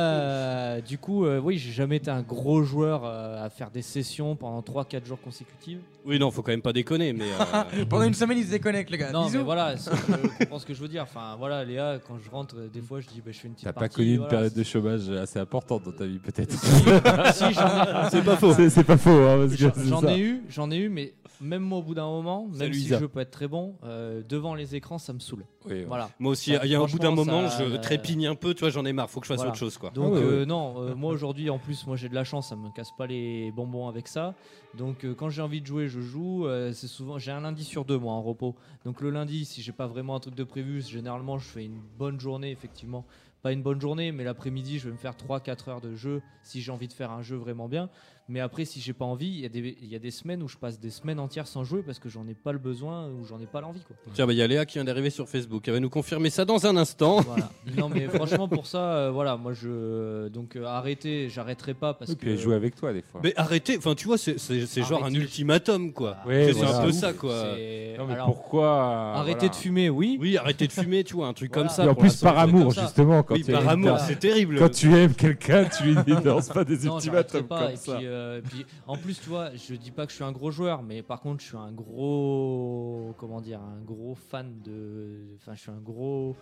[SPEAKER 4] Euh, du coup, euh, oui, j'ai jamais été un gros joueur euh, à faire des sessions pendant 3-4 jours consécutifs.
[SPEAKER 1] Oui, non, faut quand même pas déconner, mais. euh,
[SPEAKER 3] Pendant une semaine, il se déconnecte, les gars.
[SPEAKER 4] Non,
[SPEAKER 3] Euh, Bisous.
[SPEAKER 4] mais voilà, c'est- je comprends ce que je veux dire. Enfin, voilà, Léa, quand je rentre, euh, des fois, je dis, bah, je fais une petite
[SPEAKER 2] T'as pas
[SPEAKER 4] partie,
[SPEAKER 2] connu une
[SPEAKER 4] voilà.
[SPEAKER 2] période de chômage assez importante dans ta vie, peut-être.
[SPEAKER 4] Ah, Si, j'en ai-
[SPEAKER 2] c'est pas faux. C'est pas faux. hein, parce que
[SPEAKER 4] J'en
[SPEAKER 2] c'est
[SPEAKER 4] j'en
[SPEAKER 2] ça.
[SPEAKER 4] ai eu, j'en ai eu, mais même moi au bout d'un moment, même
[SPEAKER 2] Salut,
[SPEAKER 4] si
[SPEAKER 2] Isa.
[SPEAKER 4] je peux être très bon, euh, devant les écrans ça me saoule.
[SPEAKER 2] Oui, ouais.
[SPEAKER 4] Voilà.
[SPEAKER 1] Moi aussi,
[SPEAKER 4] Ça,
[SPEAKER 1] il y a un bout d'un
[SPEAKER 4] franchement,
[SPEAKER 1] moment,
[SPEAKER 4] ça,
[SPEAKER 1] je
[SPEAKER 4] euh,
[SPEAKER 1] trépigne un peu, tu vois, j'en ai marre, faut que je fasse
[SPEAKER 4] voilà.
[SPEAKER 1] autre chose, quoi.
[SPEAKER 4] Donc
[SPEAKER 2] Ah ouais,
[SPEAKER 4] euh, non, euh, moi aujourd'hui en plus moi j'ai de la chance, ça me casse pas les bonbons avec ça. Donc euh, quand j'ai envie de jouer, je joue. Euh, c'est souvent j'ai un lundi sur deux moi en repos. Donc le lundi, si j'ai pas vraiment un truc de prévu, généralement je fais une bonne journée effectivement. Pas une bonne journée, mais l'après-midi je vais me faire 3-4 heures de jeu si j'ai envie de faire un jeu vraiment bien. Mais après, si j'ai pas envie, il y, a des- il y a des semaines où je passe des semaines entières sans jouer parce que j'en ai pas le besoin ou j'en ai pas l'envie. Quoi.
[SPEAKER 1] Tiens, bah, il y a Léa qui vient d'arriver sur Facebook. Elle va nous confirmer ça dans un instant.
[SPEAKER 4] Voilà. Non, mais franchement, pour ça, euh, voilà, moi je. Donc euh, arrêter, j'arrêterai pas parce
[SPEAKER 2] Et
[SPEAKER 4] que.
[SPEAKER 2] puis jouer avec toi des fois.
[SPEAKER 1] Mais arrêtez, enfin, tu vois, c'est- c'est c'est genre un
[SPEAKER 4] Arrêtez. Ah.
[SPEAKER 1] ultimatum, quoi.
[SPEAKER 4] Voilà.
[SPEAKER 2] Ouais,
[SPEAKER 1] Bah, C'est
[SPEAKER 2] voilà.
[SPEAKER 1] un peu ça, quoi.
[SPEAKER 4] C'est-
[SPEAKER 2] Non, mais
[SPEAKER 4] Alors,
[SPEAKER 2] pourquoi euh,
[SPEAKER 4] arrêter
[SPEAKER 2] voilà.
[SPEAKER 4] de fumer, oui.
[SPEAKER 1] Ah, Oui, arrêtez de fumer, tu vois, un truc
[SPEAKER 4] Voilà.
[SPEAKER 1] comme
[SPEAKER 2] Et
[SPEAKER 1] ça.
[SPEAKER 2] en
[SPEAKER 1] pour
[SPEAKER 2] plus
[SPEAKER 1] l'instant,
[SPEAKER 2] par
[SPEAKER 1] vous êtes
[SPEAKER 2] amour
[SPEAKER 1] comme ça.
[SPEAKER 2] justement quand
[SPEAKER 1] Oui,
[SPEAKER 2] tu
[SPEAKER 1] par
[SPEAKER 2] aimes
[SPEAKER 1] amour,
[SPEAKER 2] ta-
[SPEAKER 1] c'est terrible.
[SPEAKER 2] quand tu aimes quelqu'un, tu lui dis danse pas des
[SPEAKER 4] Non, j'arrêterai
[SPEAKER 2] ultimatums
[SPEAKER 4] pas.
[SPEAKER 2] comme
[SPEAKER 4] Et
[SPEAKER 2] ça.
[SPEAKER 4] puis, euh, et puis, en plus, tu vois, je dis pas que je suis un gros joueur, mais par contre, je suis un gros, comment dire, un gros fan de, enfin, je suis un gros.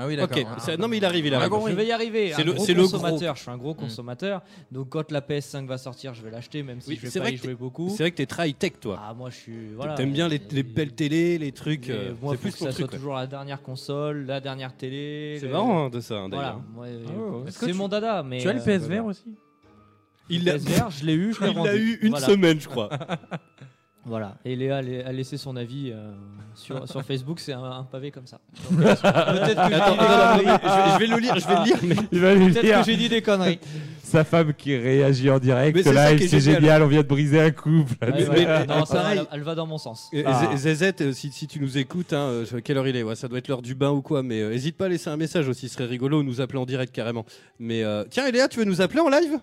[SPEAKER 3] Ah oui, d'accord.
[SPEAKER 1] Ok, c'est- non, mais il arrive, il
[SPEAKER 3] Ah,
[SPEAKER 1] arrive.
[SPEAKER 3] bon, oui.
[SPEAKER 4] Je vais y arriver.
[SPEAKER 1] C'est
[SPEAKER 4] un
[SPEAKER 1] le-
[SPEAKER 4] gros
[SPEAKER 1] c'est le Hmm.
[SPEAKER 4] consommateur. Je suis un gros consommateur. Donc, quand la PS5 va sortir, je vais l'acheter, même si
[SPEAKER 1] Oui,
[SPEAKER 4] je vais
[SPEAKER 1] c'est
[SPEAKER 4] pas
[SPEAKER 1] vrai
[SPEAKER 4] y
[SPEAKER 1] que t'es-
[SPEAKER 4] jouer beaucoup.
[SPEAKER 1] C'est vrai que t'es très high-tech, toi.
[SPEAKER 4] Ah, moi, je suis. Voilà,
[SPEAKER 1] T'aimes bien les,
[SPEAKER 4] Euh,
[SPEAKER 1] les belles télés, les trucs.
[SPEAKER 4] mais
[SPEAKER 1] euh,
[SPEAKER 4] Moi,
[SPEAKER 1] c'est
[SPEAKER 4] faut
[SPEAKER 1] plus
[SPEAKER 4] que
[SPEAKER 1] ton
[SPEAKER 4] ça
[SPEAKER 1] truc,
[SPEAKER 4] soit
[SPEAKER 1] ouais.
[SPEAKER 4] toujours la dernière console, la dernière télé.
[SPEAKER 1] C'est
[SPEAKER 4] le-
[SPEAKER 1] marrant hein, de ça, hein, d'ailleurs.
[SPEAKER 4] Voilà, moi, euh,
[SPEAKER 2] ouais, ouais.
[SPEAKER 4] c'est mon dada. Mais
[SPEAKER 3] Tu as le
[SPEAKER 4] euh,
[SPEAKER 3] PSVR
[SPEAKER 4] voilà.
[SPEAKER 3] aussi
[SPEAKER 1] Il
[SPEAKER 4] Le
[SPEAKER 1] l'a
[SPEAKER 4] PSVR, je l'ai eu, je l'ai
[SPEAKER 1] il
[SPEAKER 4] rendu.
[SPEAKER 1] l'a eu une
[SPEAKER 4] Voilà.
[SPEAKER 1] semaine, je crois.
[SPEAKER 4] Voilà, et Léa l'a- a laissé son avis euh, sur, sur Facebook, c'est un, un pavé comme ça. euh, Peut-être que,
[SPEAKER 1] Attends, ah,
[SPEAKER 4] j'ai dit des
[SPEAKER 1] attends,
[SPEAKER 4] conneries.
[SPEAKER 1] attends, je, je vais le lire, je vais le lire, Ah, mais
[SPEAKER 2] Il va lui
[SPEAKER 4] Peut-être
[SPEAKER 2] dire
[SPEAKER 4] que j'ai dit des conneries.
[SPEAKER 2] sa femme qui réagit en direct.
[SPEAKER 1] Mais c'est ça
[SPEAKER 2] Live,
[SPEAKER 1] qui est
[SPEAKER 2] c'est
[SPEAKER 1] génial.
[SPEAKER 2] génial. On vient de briser un couple.
[SPEAKER 4] Ouais,
[SPEAKER 1] Mais-
[SPEAKER 4] voilà.
[SPEAKER 1] mais-
[SPEAKER 4] Non, ça va,
[SPEAKER 1] pareil.
[SPEAKER 4] elle, elle va dans mon sens.
[SPEAKER 1] Euh,
[SPEAKER 2] Ah.
[SPEAKER 1] Z- ZZ, euh, si, si tu nous écoutes, hein, euh, je- quelle heure il est ouais, Ça doit être l'heure du bain ou quoi, mais n'hésite pas à laisser un message aussi, ce serait rigolo, nous appeler en direct carrément. Mais euh, tiens, Eléa, tu veux nous appeler en live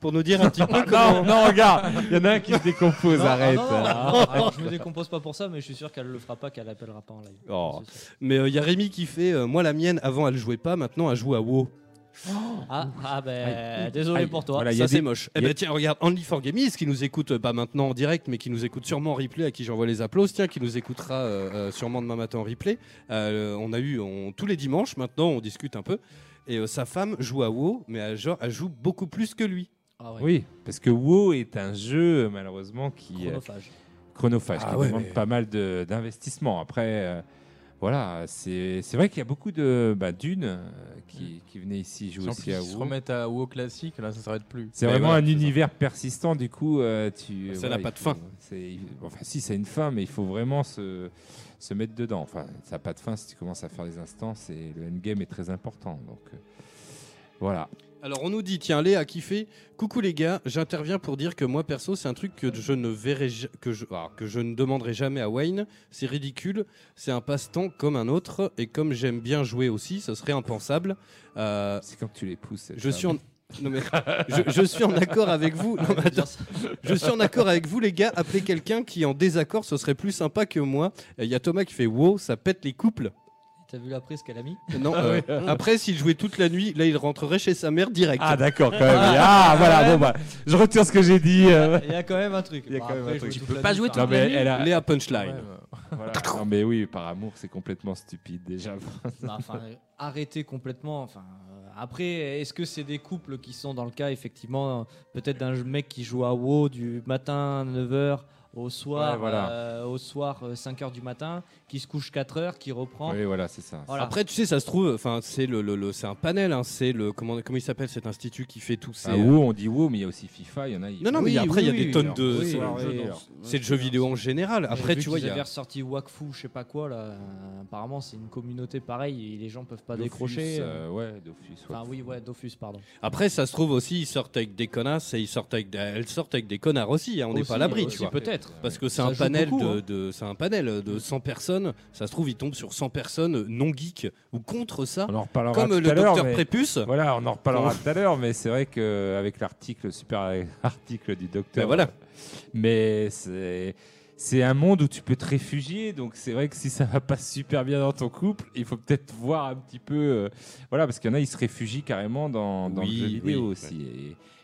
[SPEAKER 1] Pour nous dire un petit peu Ah, comment.
[SPEAKER 2] Non, non, regarde, il y en a un qui se décompose,
[SPEAKER 4] Non, ah,
[SPEAKER 2] arrête.
[SPEAKER 4] non, non, non,
[SPEAKER 2] hein.
[SPEAKER 4] non, alors, je me décompose pas pour ça, mais je suis sûr qu'elle le fera pas, qu'elle appellera pas en live.
[SPEAKER 1] Oh. Mais il y a Rémi qui fait euh, Moi, la mienne, avant, elle jouait pas, maintenant, elle joue à WoW.
[SPEAKER 4] Ah, ah ben, désolé
[SPEAKER 2] Aïe.
[SPEAKER 4] pour toi.
[SPEAKER 2] Voilà, il y a
[SPEAKER 1] ça, c'est
[SPEAKER 2] des-
[SPEAKER 1] moche.
[SPEAKER 2] il
[SPEAKER 1] Eh
[SPEAKER 2] y a-
[SPEAKER 1] ben, tiens, regarde, only for gamers qui nous écoute euh, pas maintenant en direct, mais qui nous écoute sûrement en replay, à qui j'envoie les applauses, tiens, qui nous écoutera euh, euh, sûrement demain matin en replay. Euh, on a eu on- tous les dimanches, maintenant, on discute un peu. Et euh, sa femme joue à WoW, mais elle, genre, elle joue beaucoup plus que lui.
[SPEAKER 4] Ah ouais,
[SPEAKER 2] Oui, parce que WoW est un jeu, malheureusement, qui est
[SPEAKER 4] chronophage.
[SPEAKER 2] chronophage,
[SPEAKER 1] Ah
[SPEAKER 2] qui
[SPEAKER 1] ouais,
[SPEAKER 2] demande
[SPEAKER 1] mais-
[SPEAKER 2] pas mal de- d'investissement. Après, euh, voilà, c'est c'est vrai qu'il y a beaucoup de bah, dunes euh, qui, qui venaient ici
[SPEAKER 3] Si
[SPEAKER 2] jouer
[SPEAKER 3] en
[SPEAKER 2] aussi
[SPEAKER 3] plus
[SPEAKER 2] à
[SPEAKER 3] ils se
[SPEAKER 2] WoW.
[SPEAKER 3] remettent à WoW classique, là ça s'arrête plus.
[SPEAKER 2] C'est
[SPEAKER 1] Mais
[SPEAKER 2] vraiment
[SPEAKER 1] voilà,
[SPEAKER 2] un
[SPEAKER 1] c'est ça.
[SPEAKER 2] univers persistant, du coup, euh, tu.
[SPEAKER 1] Ça
[SPEAKER 2] euh,
[SPEAKER 1] n'a
[SPEAKER 2] il
[SPEAKER 1] pas de
[SPEAKER 2] faut-
[SPEAKER 1] fin.
[SPEAKER 2] c'est- Enfin, si, c'est une fin, mais il faut vraiment se, se mettre dedans. Enfin, ça n'a pas de fin si tu commences à faire des instances et le endgame est très important. Donc, euh, voilà.
[SPEAKER 1] Alors on nous dit, tiens, Léa qui fait Coucou les gars, j'interviens pour dire que moi perso, c'est un truc que je ne verrai ja- que je, ah, que je ne demanderai jamais à Wayne. C'est ridicule, c'est un passe-temps comme un autre, et comme j'aime bien jouer aussi, ce serait impensable. Euh,
[SPEAKER 2] C'est quand tu les pousses. cette
[SPEAKER 1] je
[SPEAKER 2] femme.
[SPEAKER 1] suis en. non, mais je, je suis en accord avec vous. Non, mais attends. je suis en accord avec vous, les gars. Appeler quelqu'un qui est en désaccord, ce serait plus sympa que moi. Et Il y a Thomas qui fait wow, ça pète les couples.
[SPEAKER 4] T'as vu la prise qu'elle a mis
[SPEAKER 1] Non, euh, après, s'il jouait toute la nuit, là, il rentrerait chez sa mère direct.
[SPEAKER 2] Ah d'accord quand même. Ah voilà bon bah je retire ce que j'ai dit. euh.
[SPEAKER 4] Il y a quand même un truc.
[SPEAKER 2] Il y a quand même un truc.
[SPEAKER 4] Tu
[SPEAKER 3] peux pas jouer toute
[SPEAKER 2] Non mais elle, elle a.
[SPEAKER 1] Léa Punchline.
[SPEAKER 2] voilà. Non mais oui par amour c'est complètement stupide déjà.
[SPEAKER 4] Bah, enfin, euh, arrêter complètement. Enfin, euh, après, est-ce que c'est des couples qui sont dans le cas, effectivement, euh, peut-être d'un mec qui joue à WoW du matin 9h au soir,
[SPEAKER 2] Ouais, voilà.
[SPEAKER 4] euh, au soir 5h du matin, qui se couche 4h, qui reprend.
[SPEAKER 2] Oui voilà c'est ça. Ah,
[SPEAKER 4] Voilà.
[SPEAKER 1] Après, tu sais, ça se trouve, enfin, c'est le, le- le- c'est un panel, hein, c'est le comment, comment il s'appelle cet institut qui fait tous ces.
[SPEAKER 2] Ah, WoW on dit WoW mais il y a aussi FIFA il y en a.
[SPEAKER 1] Non, non, mais
[SPEAKER 2] Oui,
[SPEAKER 1] après, il y a
[SPEAKER 2] oui,
[SPEAKER 1] des
[SPEAKER 2] oui,
[SPEAKER 1] tonnes
[SPEAKER 2] alors,
[SPEAKER 1] de-
[SPEAKER 2] oui,
[SPEAKER 1] c'est le
[SPEAKER 2] alors,
[SPEAKER 1] jeu
[SPEAKER 2] oui,
[SPEAKER 1] dans-
[SPEAKER 2] alors.
[SPEAKER 1] c'est le jeu vidéo en général. Après, tu vois, il y
[SPEAKER 4] avait
[SPEAKER 1] a.
[SPEAKER 4] ressorti Wakfu, je sais pas quoi là. euh, apparemment, c'est une communauté pareille et les gens peuvent pas
[SPEAKER 2] Dofus,
[SPEAKER 4] décrocher. euh.
[SPEAKER 2] euh, ouais Dofus. ouais.
[SPEAKER 4] Enfin, oui, ouais, Dofus, pardon.
[SPEAKER 1] Après, ça se trouve aussi, ils sortent avec des connasses et ils sortent avec des- elles sortent avec des connards aussi. hein, on n'est pas à l'abri, tu
[SPEAKER 4] aussi, euh,
[SPEAKER 1] vois.
[SPEAKER 4] Peut-être.
[SPEAKER 1] Parce que c'est
[SPEAKER 4] Ça
[SPEAKER 1] un
[SPEAKER 4] joue
[SPEAKER 1] panel
[SPEAKER 4] beaucoup,
[SPEAKER 1] de,
[SPEAKER 4] hein.
[SPEAKER 1] de- c'est un panel de 100 personnes. Ça se trouve, ils tombent sur 100 personnes non geeks ou contre ça,
[SPEAKER 4] Hein
[SPEAKER 2] On en reparlera
[SPEAKER 1] comme
[SPEAKER 2] tout
[SPEAKER 1] le
[SPEAKER 2] à l'heure,
[SPEAKER 1] docteur
[SPEAKER 2] mais-
[SPEAKER 1] Prépuce. Ben
[SPEAKER 2] Voilà, on en reparlera tout à l'heure, mais c'est vrai qu'avec l'article, le super article du docteur.
[SPEAKER 1] Ben voilà.
[SPEAKER 2] euh, Mais c'est. C'est un monde où tu peux te réfugier, donc c'est vrai que si ça va pas super bien dans ton couple, il faut peut-être voir un petit peu, euh, voilà, parce qu'il y en a, ils se réfugient carrément dans, dans
[SPEAKER 1] Oui,
[SPEAKER 2] le jeu vidéo
[SPEAKER 1] oui,
[SPEAKER 2] aussi.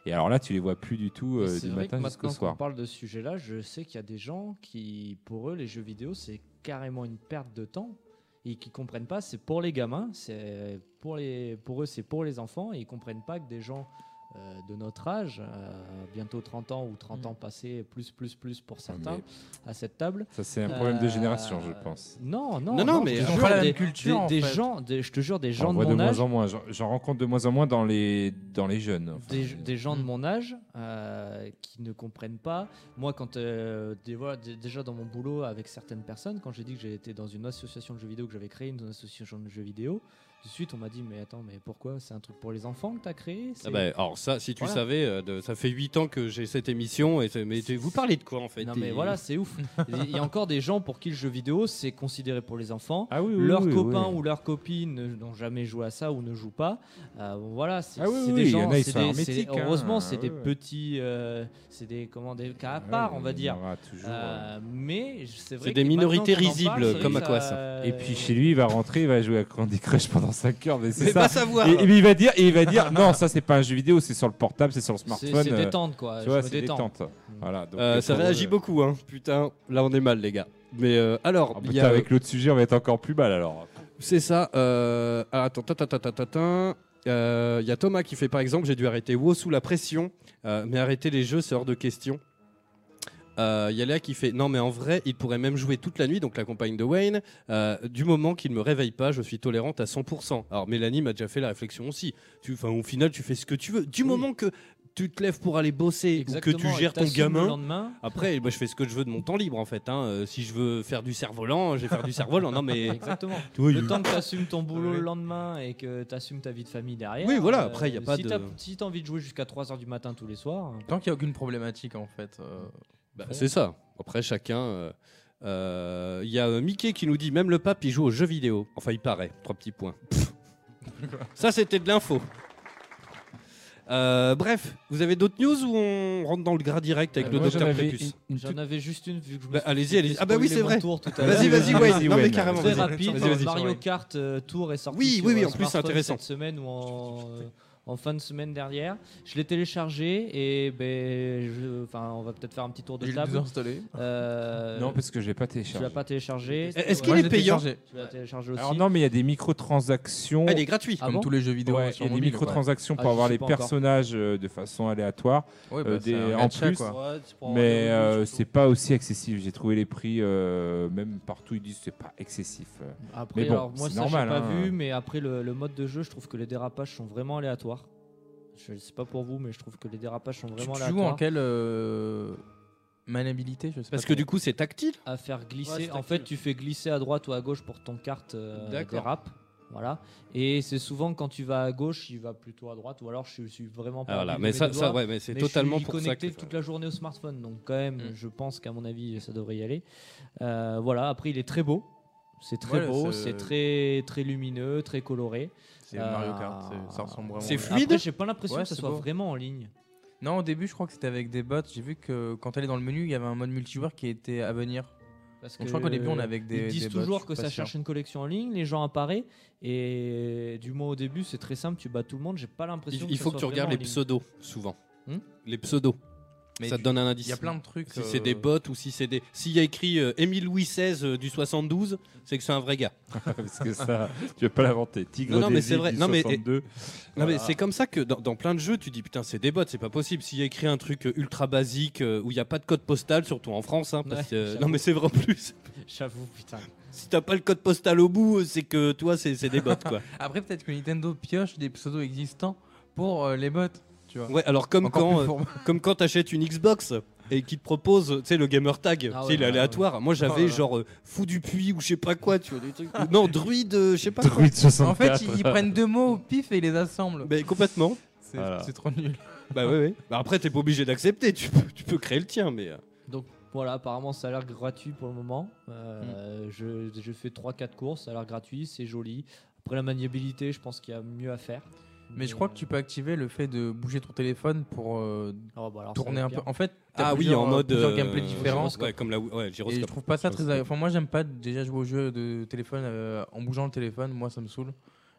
[SPEAKER 2] Et, et alors là, tu les vois plus du tout
[SPEAKER 4] Et
[SPEAKER 2] euh,
[SPEAKER 4] c'est
[SPEAKER 2] du
[SPEAKER 4] vrai
[SPEAKER 2] matin
[SPEAKER 4] que
[SPEAKER 2] jusqu'au
[SPEAKER 4] maintenant
[SPEAKER 2] soir.
[SPEAKER 4] qu'on parle de ce sujet-là, je sais qu'il y a des gens qui, pour eux, les jeux vidéo, c'est carrément une perte de temps et qui comprennent pas. C'est pour les gamins, c'est pour les, pour eux, c'est pour les enfants et ils comprennent pas que des gens euh, de notre âge, euh, bientôt 30 ans ou 30
[SPEAKER 3] Mm.
[SPEAKER 4] ans passés, plus plus plus pour certains,
[SPEAKER 2] mais-
[SPEAKER 4] à cette table.
[SPEAKER 2] Ça, c'est un problème de
[SPEAKER 4] euh,
[SPEAKER 2] génération, je pense.
[SPEAKER 4] Non, non,
[SPEAKER 1] Non, non, mais
[SPEAKER 4] je te
[SPEAKER 1] on
[SPEAKER 4] jure,
[SPEAKER 1] parle
[SPEAKER 3] de la
[SPEAKER 4] des,
[SPEAKER 3] même culture,
[SPEAKER 4] des-
[SPEAKER 3] en
[SPEAKER 4] des
[SPEAKER 3] fait.
[SPEAKER 4] gens, des- je te jure, des gens
[SPEAKER 2] J'en
[SPEAKER 4] de
[SPEAKER 2] vois de
[SPEAKER 4] mon âge
[SPEAKER 2] moins en moins, j'en- j'en rencontre de moins en moins dans les dans les jeunes. enfin,
[SPEAKER 4] des,
[SPEAKER 2] euh,
[SPEAKER 4] des gens de
[SPEAKER 3] Mm.
[SPEAKER 4] mon âge euh, qui ne comprennent pas. Moi, quand euh, des- voilà, dé- déjà dans mon boulot avec certaines personnes, quand j'ai dit que j'étais dans une association de jeux vidéo, que j'avais créé une association de jeux vidéo, de suite, on m'a dit, mais attends, mais pourquoi C'est un truc pour les enfants que t'as créé C'est-
[SPEAKER 1] Ah bah, alors ça, si tu
[SPEAKER 4] Voilà.
[SPEAKER 1] savais, euh, de- ça fait 8 ans que j'ai cette émission. Et c'est- mais tu- vous parlez de quoi en fait
[SPEAKER 4] Non mais
[SPEAKER 1] Il-
[SPEAKER 4] voilà, c'est ouf. Il y a encore des gens pour qui le jeu vidéo c'est considéré pour les enfants.
[SPEAKER 2] Ah oui,
[SPEAKER 4] Leurs copains ou leurs copines n'ont jamais joué à ça ou ne jouent pas. Euh, bon, voilà, c'est
[SPEAKER 2] Ah oui,
[SPEAKER 4] c'est
[SPEAKER 2] oui,
[SPEAKER 4] des
[SPEAKER 2] il y
[SPEAKER 4] gens.
[SPEAKER 2] en a, ils
[SPEAKER 4] c'est
[SPEAKER 2] sont
[SPEAKER 4] des- c'est-
[SPEAKER 2] hermétiques, hein.
[SPEAKER 4] heureusement, c'est
[SPEAKER 2] Ouais,
[SPEAKER 4] des
[SPEAKER 2] ouais. Ah
[SPEAKER 4] petits, euh, c'est des comment des cas à part, on va dire.
[SPEAKER 2] toujours,
[SPEAKER 4] Euh, mais c'est vrai.
[SPEAKER 1] C'est des
[SPEAKER 4] que
[SPEAKER 1] minorités
[SPEAKER 4] maintenant qu'on en parle,
[SPEAKER 1] risibles,
[SPEAKER 4] c'est euh,
[SPEAKER 1] comme
[SPEAKER 4] vrai
[SPEAKER 1] à
[SPEAKER 4] que
[SPEAKER 1] quoi,
[SPEAKER 2] Et puis chez lui, il va rentrer, il va jouer à Candy Crush pendant 5 heures, mais c'est
[SPEAKER 1] Mais
[SPEAKER 2] ça.
[SPEAKER 1] pas savoir.
[SPEAKER 2] Et, et il va dire, et il va dire, non, ça c'est pas un jeu vidéo, c'est sur le portable, c'est sur le
[SPEAKER 4] C'est
[SPEAKER 2] smartphone.
[SPEAKER 4] c'est
[SPEAKER 2] euh,
[SPEAKER 4] détente quoi.
[SPEAKER 2] tu
[SPEAKER 4] je
[SPEAKER 2] vois,
[SPEAKER 4] me
[SPEAKER 2] c'est
[SPEAKER 4] détends. Mm.
[SPEAKER 2] détente. Voilà. donc,
[SPEAKER 1] Euh, ça
[SPEAKER 2] pour,
[SPEAKER 1] réagit
[SPEAKER 2] euh,
[SPEAKER 1] beaucoup, hein. Putain, là on est mal, les gars. Mais euh, alors,
[SPEAKER 2] ah,
[SPEAKER 1] il y
[SPEAKER 2] putain,
[SPEAKER 1] a,
[SPEAKER 2] avec l'autre sujet, on va être encore plus mal alors.
[SPEAKER 1] c'est ça. Euh, ah, attends, ta, ta, ta, ta, ta, ta. Euh, Il y a Thomas qui fait par exemple, j'ai dû arrêter WoW sous la pression, euh, mais arrêter les jeux, c'est hors de question. Euh, Il y a Léa qui fait non mais en vrai il pourrait même jouer toute la nuit donc la compagne de Wayne euh, du moment qu'il me réveille pas je suis tolérante à 100% alors Mélanie m'a déjà fait la réflexion aussi tu, enfin, au final tu fais ce que tu veux du
[SPEAKER 4] Oui.
[SPEAKER 1] moment que tu te lèves pour aller bosser ou que
[SPEAKER 4] Exactement,
[SPEAKER 1] tu
[SPEAKER 4] et
[SPEAKER 1] gères ton
[SPEAKER 4] t'assumes
[SPEAKER 1] gamin
[SPEAKER 4] Le lendemain.
[SPEAKER 1] Après, moi, je fais ce que je veux de mon temps libre, en fait. hein. Euh, si je veux faire du cerf-volant, je vais faire du cerf-volant. Non, mais.
[SPEAKER 4] Exactement.
[SPEAKER 1] Tu vois,
[SPEAKER 4] Le
[SPEAKER 1] il-
[SPEAKER 4] temps que tu assumes ton boulot le lendemain et que tu assumes ta vie de famille derrière. euh,
[SPEAKER 1] Oui, voilà, après, y a pas
[SPEAKER 4] si
[SPEAKER 1] de-
[SPEAKER 4] t'as- si t'as envie de jouer jusqu'à 3h du matin tous les soirs.
[SPEAKER 3] Tant qu'il n'y a aucune problématique en fait. euh,
[SPEAKER 1] Bah, c'est ça. Après, chacun. euh, euh, Il y a euh, Mickey qui nous dit même le pape, il joue aux jeux vidéo. Enfin, il paraît. Trois petits points. Pff. ça, c'était de l'info. Euh, bref, vous avez d'autres news ou on rentre dans le gras direct avec
[SPEAKER 2] Euh,
[SPEAKER 1] le
[SPEAKER 2] moi, j'en
[SPEAKER 1] docteur
[SPEAKER 2] avais
[SPEAKER 1] Prépuce
[SPEAKER 2] une- une
[SPEAKER 4] J'en
[SPEAKER 2] toute-
[SPEAKER 4] avais juste une vu que je me
[SPEAKER 1] Bah,
[SPEAKER 4] suis
[SPEAKER 1] allez-y,
[SPEAKER 4] fait
[SPEAKER 1] allez-y. Ah bah oui,
[SPEAKER 4] spoiler
[SPEAKER 1] c'est
[SPEAKER 4] mon
[SPEAKER 1] vrai.
[SPEAKER 4] tour tout à l'heure.
[SPEAKER 1] Vas-y, vas-y, Wayne.
[SPEAKER 2] Vas-y,
[SPEAKER 1] Non, mais
[SPEAKER 2] Wayne.
[SPEAKER 1] carrément.
[SPEAKER 4] Très
[SPEAKER 1] vas-y.
[SPEAKER 4] rapide,
[SPEAKER 1] Vas-y, vas-y.
[SPEAKER 4] Mario Kart euh, Tour est sorti
[SPEAKER 1] Oui,
[SPEAKER 4] sur
[SPEAKER 1] oui, oui,
[SPEAKER 4] euh,
[SPEAKER 1] en plus, c'est
[SPEAKER 4] smartphone
[SPEAKER 1] intéressant.
[SPEAKER 4] cette semaine ou en, en fin de semaine dernière. Je l'ai téléchargé et ben, je- enfin, on va peut-être faire un petit tour de
[SPEAKER 3] Il est
[SPEAKER 4] table.
[SPEAKER 3] désinstallé.
[SPEAKER 4] Euh,
[SPEAKER 2] Non, parce que je l'ai pas
[SPEAKER 4] tu
[SPEAKER 2] téléchargé.
[SPEAKER 4] l'as pas téléchargé.
[SPEAKER 1] Est-ce qu'il
[SPEAKER 3] Moi,
[SPEAKER 1] est
[SPEAKER 3] j'ai
[SPEAKER 1] payant
[SPEAKER 3] téléchargé,
[SPEAKER 4] Tu l'as téléchargé aussi.
[SPEAKER 2] Alors non, mais il y a des microtransactions.
[SPEAKER 1] Elle est gratuite.
[SPEAKER 4] Ah
[SPEAKER 3] Comme
[SPEAKER 4] bon
[SPEAKER 3] tous les jeux vidéo.
[SPEAKER 2] Ouais, il
[SPEAKER 3] sur
[SPEAKER 2] y a des
[SPEAKER 3] mobile,
[SPEAKER 2] microtransactions
[SPEAKER 4] Ah,
[SPEAKER 2] pour
[SPEAKER 4] je
[SPEAKER 2] avoir
[SPEAKER 4] sais
[SPEAKER 2] les
[SPEAKER 4] pas encore.
[SPEAKER 2] personnages euh, de façon aléatoire,
[SPEAKER 3] ouais. Ouais, bah,
[SPEAKER 2] euh,
[SPEAKER 3] c'est
[SPEAKER 2] des-
[SPEAKER 3] un
[SPEAKER 2] en
[SPEAKER 3] gacha,
[SPEAKER 2] plus,
[SPEAKER 3] quoi.
[SPEAKER 5] Ouais, c'est pour
[SPEAKER 2] mais
[SPEAKER 5] avoir
[SPEAKER 2] euh,
[SPEAKER 5] le jeu,
[SPEAKER 2] c'est
[SPEAKER 5] surtout.
[SPEAKER 2] pas aussi accessif. J'ai trouvé les prix, euh, même partout, ils disent c'est pas excessif.
[SPEAKER 4] Après,
[SPEAKER 2] Mais bon,
[SPEAKER 4] alors, moi,
[SPEAKER 2] c'est
[SPEAKER 4] ça,
[SPEAKER 2] normal,
[SPEAKER 4] j'ai pas
[SPEAKER 2] hein.
[SPEAKER 4] vu, mais après, le, le mode de jeu, je trouve que les dérapages sont vraiment aléatoires. Je sais pas pour vous, mais je trouve que les dérapages sont
[SPEAKER 3] Tu
[SPEAKER 4] vraiment
[SPEAKER 3] tu joues en
[SPEAKER 4] aléatoires.
[SPEAKER 3] quelle euh, maniabilité je sais
[SPEAKER 1] Parce
[SPEAKER 3] pas
[SPEAKER 1] que
[SPEAKER 3] trop.
[SPEAKER 1] du coup, c'est tactile.
[SPEAKER 4] À faire
[SPEAKER 5] Ouais,
[SPEAKER 4] glisser.
[SPEAKER 5] c'est
[SPEAKER 4] en fait,
[SPEAKER 5] tactile.
[SPEAKER 4] tu fais glisser à droite ou à gauche pour que ton carte euh,
[SPEAKER 1] D'accord.
[SPEAKER 4] dérape. Voilà. Et c'est souvent quand tu vas à gauche, il va plutôt à droite, ou alors je, suis- je suis vraiment pas.
[SPEAKER 1] Ah, voilà,
[SPEAKER 4] imbu de
[SPEAKER 1] mais
[SPEAKER 4] mes
[SPEAKER 1] ça,
[SPEAKER 4] doigts.
[SPEAKER 1] ça ouais, mais c'est
[SPEAKER 4] Mais
[SPEAKER 1] totalement
[SPEAKER 4] je suis
[SPEAKER 1] pour ça que.
[SPEAKER 4] connecté toute la journée au smartphone, donc quand même,
[SPEAKER 3] Mm.
[SPEAKER 4] je pense qu'à mon avis, ça devrait y aller. Euh, voilà. Après, il est très beau. C'est très
[SPEAKER 3] Ouais,
[SPEAKER 4] beau,
[SPEAKER 3] c'est-
[SPEAKER 4] c'est très très lumineux, très coloré. Euh,
[SPEAKER 3] C'est Mario Kart,
[SPEAKER 4] Ah.
[SPEAKER 3] c'est- ça ressemble vraiment.
[SPEAKER 1] C'est
[SPEAKER 3] à-
[SPEAKER 1] fou. fluide
[SPEAKER 4] Après, j'ai pas l'impression
[SPEAKER 3] Ouais,
[SPEAKER 4] que ça
[SPEAKER 3] c'est
[SPEAKER 4] soit
[SPEAKER 3] beau.
[SPEAKER 4] vraiment en ligne.
[SPEAKER 3] Non, au début, je crois que c'était avec des bots. J'ai vu que quand elle est dans le menu, il y avait un mode multijoueur qui était à venir.
[SPEAKER 4] Parce
[SPEAKER 3] Donc, je crois qu'au début, on est avec des.
[SPEAKER 4] ils disent
[SPEAKER 3] des bots,
[SPEAKER 4] toujours
[SPEAKER 3] je suis
[SPEAKER 4] que
[SPEAKER 3] pas
[SPEAKER 4] ça
[SPEAKER 3] sûr.
[SPEAKER 4] cherche une collection en ligne, les gens apparaissent et du moins au début c'est très simple, tu bats tout le monde. J'ai pas l'impression.
[SPEAKER 1] Il, il
[SPEAKER 4] ça
[SPEAKER 1] faut que
[SPEAKER 4] soit
[SPEAKER 1] tu regardes les
[SPEAKER 4] vraiment en ligne.
[SPEAKER 1] pseudos, souvent.
[SPEAKER 4] Hmm
[SPEAKER 1] les pseudos,
[SPEAKER 3] Mais
[SPEAKER 1] ça te
[SPEAKER 3] tu-
[SPEAKER 1] donne un indice.
[SPEAKER 3] Il y a plein de trucs.
[SPEAKER 1] Si c'est des
[SPEAKER 3] euh,
[SPEAKER 1] bots ou si c'est des. S'il y a écrit euh, Émile Louis XVI euh, du 72, c'est que c'est un vrai gars.
[SPEAKER 2] parce que ça, tu vas pas l'inventer. Tigre
[SPEAKER 1] Non, non,
[SPEAKER 2] des
[SPEAKER 1] mais c'est
[SPEAKER 2] îles
[SPEAKER 1] vrai.
[SPEAKER 2] du
[SPEAKER 1] Non, mais-
[SPEAKER 2] 62.
[SPEAKER 1] Non, mais
[SPEAKER 2] Voilà.
[SPEAKER 1] c'est comme ça que dans, dans plein de jeux, tu dis putain, c'est des bots, c'est pas possible. S'il y a écrit un truc euh, ultra basique euh, où il n'y a pas de code postal, surtout en France, hein, parce
[SPEAKER 4] Ouais,
[SPEAKER 1] que, euh, non,
[SPEAKER 4] j'avoue.
[SPEAKER 1] mais c'est vrai en plus.
[SPEAKER 4] J'avoue, putain.
[SPEAKER 1] si t'as pas le code postal au bout, euh, c'est que toi, c'est c'est des bots, quoi.
[SPEAKER 3] Après, peut-être que Nintendo pioche des pseudos existants pour euh, les bots. Tu vois.
[SPEAKER 1] Ouais, alors comme
[SPEAKER 3] Encore
[SPEAKER 1] quand,
[SPEAKER 3] plus
[SPEAKER 1] euh,
[SPEAKER 3] fourbe.
[SPEAKER 1] comme quand t'achètes une Xbox et qu'il te propose, tu sais, le gamer tag,
[SPEAKER 4] Ah
[SPEAKER 1] tu
[SPEAKER 4] ouais,
[SPEAKER 1] sais,
[SPEAKER 4] ouais,
[SPEAKER 1] l'aléatoire. Moi, j'avais
[SPEAKER 3] Oh là là.
[SPEAKER 1] genre euh, fou du puits ou je sais pas quoi, tu vois, des trucs. non, druide, euh, je sais pas quoi.
[SPEAKER 2] Druide 64.
[SPEAKER 3] En fait, ils, ils prennent deux mots au pif et ils les assemblent.
[SPEAKER 1] Mais complètement.
[SPEAKER 3] C'est
[SPEAKER 2] Voilà.
[SPEAKER 3] c'est trop nul.
[SPEAKER 1] Bah ouais, ouais. Bah après, t'es pas obligé d'accepter, tu peux, tu peux créer le tien, mais. euh,
[SPEAKER 4] Donc voilà, apparemment ça a l'air gratuit pour le moment.
[SPEAKER 3] Mm.
[SPEAKER 4] Euh, Je, je fais 3-4 courses, ça a l'air gratuit, c'est joli. Après la maniabilité, je pense qu'il y a mieux à faire.
[SPEAKER 3] Mais je crois que tu peux activer le fait de bouger ton téléphone pour euh,
[SPEAKER 4] Oh, bah, alors, ça
[SPEAKER 3] tourner
[SPEAKER 4] va
[SPEAKER 3] un
[SPEAKER 4] être
[SPEAKER 3] peu.
[SPEAKER 4] bien.
[SPEAKER 3] En fait, t'as
[SPEAKER 1] Ah oui,
[SPEAKER 3] plusieurs,
[SPEAKER 1] en
[SPEAKER 3] euh,
[SPEAKER 1] mode.
[SPEAKER 3] plusieurs
[SPEAKER 1] euh,
[SPEAKER 3] gameplays différents.
[SPEAKER 1] gyroscope. Ouais, comme la. Ouais, le
[SPEAKER 3] Et je
[SPEAKER 1] gyroscope.
[SPEAKER 3] trouve pas ça très.
[SPEAKER 1] Gyroscope.
[SPEAKER 3] agréable. Enfin, moi, j'aime pas déjà jouer au jeu de téléphone euh, en bougeant le téléphone. Moi, ça me saoule.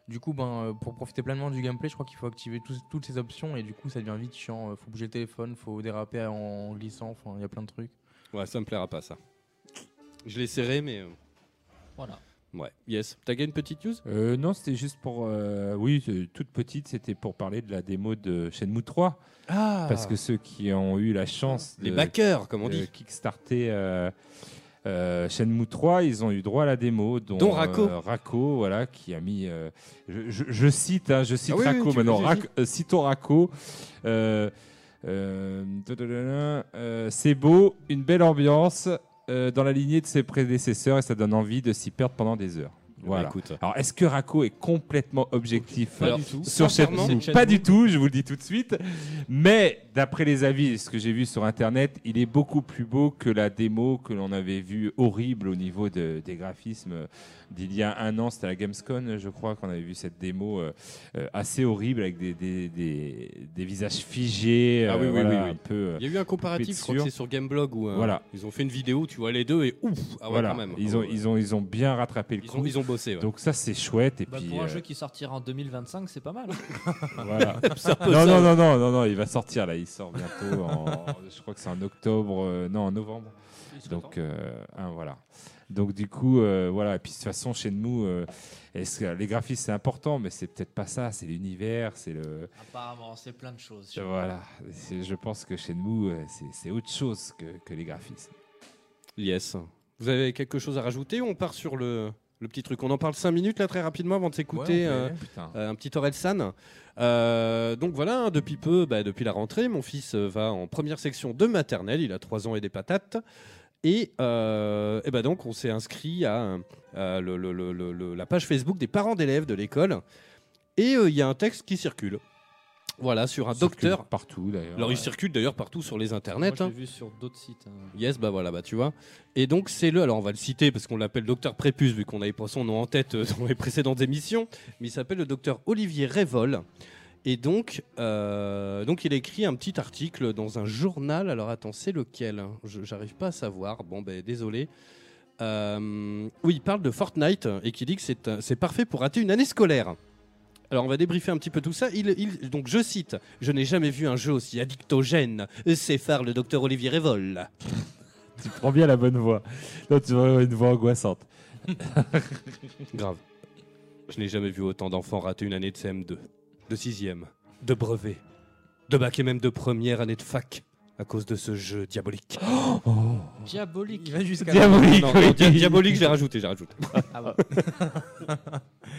[SPEAKER 3] Du coup, ben, euh, pour profiter pleinement du gameplay, je crois qu'il faut activer tous- toutes ces options et du coup, ça devient vite chiant. Euh, Faut bouger le téléphone, faut déraper en glissant. Enfin, il y a plein de trucs.
[SPEAKER 1] Ouais, ça me plaira pas, ça. Je l'ai serré, mais. euh,
[SPEAKER 4] Voilà.
[SPEAKER 1] Ouais, yes. T'as gagné une petite news
[SPEAKER 2] Euh, non, c'était juste pour. euh, oui, c'est- toute petite, c'était pour parler de la démo de Shenmue 3.
[SPEAKER 3] Ah
[SPEAKER 2] Parce que ceux qui ont eu la chance
[SPEAKER 1] Les
[SPEAKER 2] de,
[SPEAKER 1] backers, comme on
[SPEAKER 2] de
[SPEAKER 1] dit.
[SPEAKER 2] kickstarter euh, euh, Shenmue 3, ils ont eu droit à la démo. Dont,
[SPEAKER 1] Dont Racco.
[SPEAKER 2] euh, Racco, voilà, qui a mis. euh, je, je- je cite, hein, je cite
[SPEAKER 1] Ah oui, oui,
[SPEAKER 2] Racco
[SPEAKER 1] tu-
[SPEAKER 2] maintenant.
[SPEAKER 1] vas-y,
[SPEAKER 2] Rac- euh, citons Racco. Euh, euh, tadadadada, euh, c'est beau, une belle ambiance euh, dans la lignée de ses prédécesseurs et ça donne envie de s'y perdre pendant des heures. Voilà.
[SPEAKER 1] Bah Écoute. Bah
[SPEAKER 2] Alors, est-ce que Racco est complètement objectif
[SPEAKER 1] Pas
[SPEAKER 2] euh,
[SPEAKER 1] du tout.
[SPEAKER 2] sur cette
[SPEAKER 1] Sincèrement,
[SPEAKER 2] move Pas du tout, je vous le dis tout de suite. Mais d'après les avis, ce que j'ai vu sur Internet, il est beaucoup plus beau que la démo que l'on avait vue horrible au niveau de- des graphismes d'il y a un an. C'était à la Gamescom, je crois, qu'on avait vu cette démo euh, euh, assez horrible avec des, des, des- des visages figés,
[SPEAKER 1] Ah
[SPEAKER 2] euh,
[SPEAKER 1] oui, oui,
[SPEAKER 2] voilà,
[SPEAKER 1] oui, oui.
[SPEAKER 2] un peu. euh,
[SPEAKER 1] Il y a eu un comparatif, je crois que
[SPEAKER 2] sûr.
[SPEAKER 1] c'est sur Gameblog où euh,
[SPEAKER 2] Voilà.
[SPEAKER 1] ils ont fait une vidéo où tu vois les deux et ouf, ah ouais,
[SPEAKER 2] voilà.
[SPEAKER 1] quand même.
[SPEAKER 2] Ils, ont,
[SPEAKER 1] Ah ouais.
[SPEAKER 2] ils, ont, ils ont bien rattrapé le
[SPEAKER 1] Ils
[SPEAKER 2] coup.
[SPEAKER 1] ont- ils ont bossé. ouais.
[SPEAKER 2] Donc ça c'est chouette et
[SPEAKER 4] Bah,
[SPEAKER 2] puis
[SPEAKER 4] pour un
[SPEAKER 2] euh,
[SPEAKER 4] jeu qui sortira en 2025, c'est pas mal.
[SPEAKER 2] voilà.
[SPEAKER 1] C'est un peu ça.
[SPEAKER 2] non, non, non, non, non, non, il va sortir là, il sort bientôt. en- je crois que c'est en octobre, euh, non, en novembre. Donc, euh, hein, voilà. Donc, du coup, euh, voilà. Et puis, de toute façon, chez nous, euh, est-ce que les graphismes c'est important, mais c'est peut-être pas ça, c'est l'univers, c'est le.
[SPEAKER 4] Apparemment, c'est plein de choses.
[SPEAKER 2] Voilà. C'est- Je pense que chez nous, euh, c'est- c'est autre chose que, que les graphismes.
[SPEAKER 1] Yes. Vous avez quelque chose à rajouter ou on part sur le, le petit truc On en parle 5 minutes là très rapidement avant de s'écouter.
[SPEAKER 3] Ouais, on peut y
[SPEAKER 1] euh,
[SPEAKER 3] aller.
[SPEAKER 2] Putain.
[SPEAKER 1] euh, un petit Orelsan. Euh, donc voilà, hein, depuis peu, bah, depuis la rentrée, mon fils euh, va en première section de maternelle. Il a 3 ans et des patates. Et, euh, eh ben donc, on s'est inscrit à, euh, à le- le- le- le- le- la page Facebook des parents d'élèves de l'école. Et euh, il y a un texte qui circule. Voilà, sur un
[SPEAKER 2] Circule
[SPEAKER 1] docteur.
[SPEAKER 2] Partout d'ailleurs.
[SPEAKER 1] Alors, il circule d'ailleurs partout sur les internets.
[SPEAKER 4] Moi, je
[SPEAKER 1] hein.
[SPEAKER 4] l'ai vu sur d'autres sites. hein.
[SPEAKER 1] Yes, bah voilà, bah tu vois. Et donc c'est le, alors on va le citer parce qu'on l'appelle Docteur Prépuce vu qu'on n'avait pas son nom en tête euh, dans les précédentes émissions, mais il s'appelle le Docteur Olivier Révol. Et donc, euh, donc il a écrit un petit article dans un journal. Alors attends, c'est lequel Je- J'arrive pas à savoir. Bon ben désolé. Euh, oui, il parle de Fortnite et qui dit que c'est euh, c'est parfait pour rater une année scolaire. Alors on va débriefer un petit peu tout ça. Il, il- donc je cite Je n'ai jamais vu un jeu aussi addictogène. C'est faire le docteur Olivier Révol.
[SPEAKER 2] Tu prends bien la bonne voix. Non, tu vois une voix angoissante.
[SPEAKER 1] Grave. Je n'ai jamais vu autant d'enfants rater une année de CM2, de sixième, de brevet, de bac et même de première année de fac à cause de ce jeu diabolique.
[SPEAKER 2] Oh,
[SPEAKER 4] Diabolique.
[SPEAKER 3] Il va jusqu'à la...
[SPEAKER 2] Diabolique.
[SPEAKER 1] Oh. Non, non, dia-
[SPEAKER 2] oui.
[SPEAKER 1] diabolique, j'ai rajouté, j'ai rajouté.
[SPEAKER 4] Ah bon.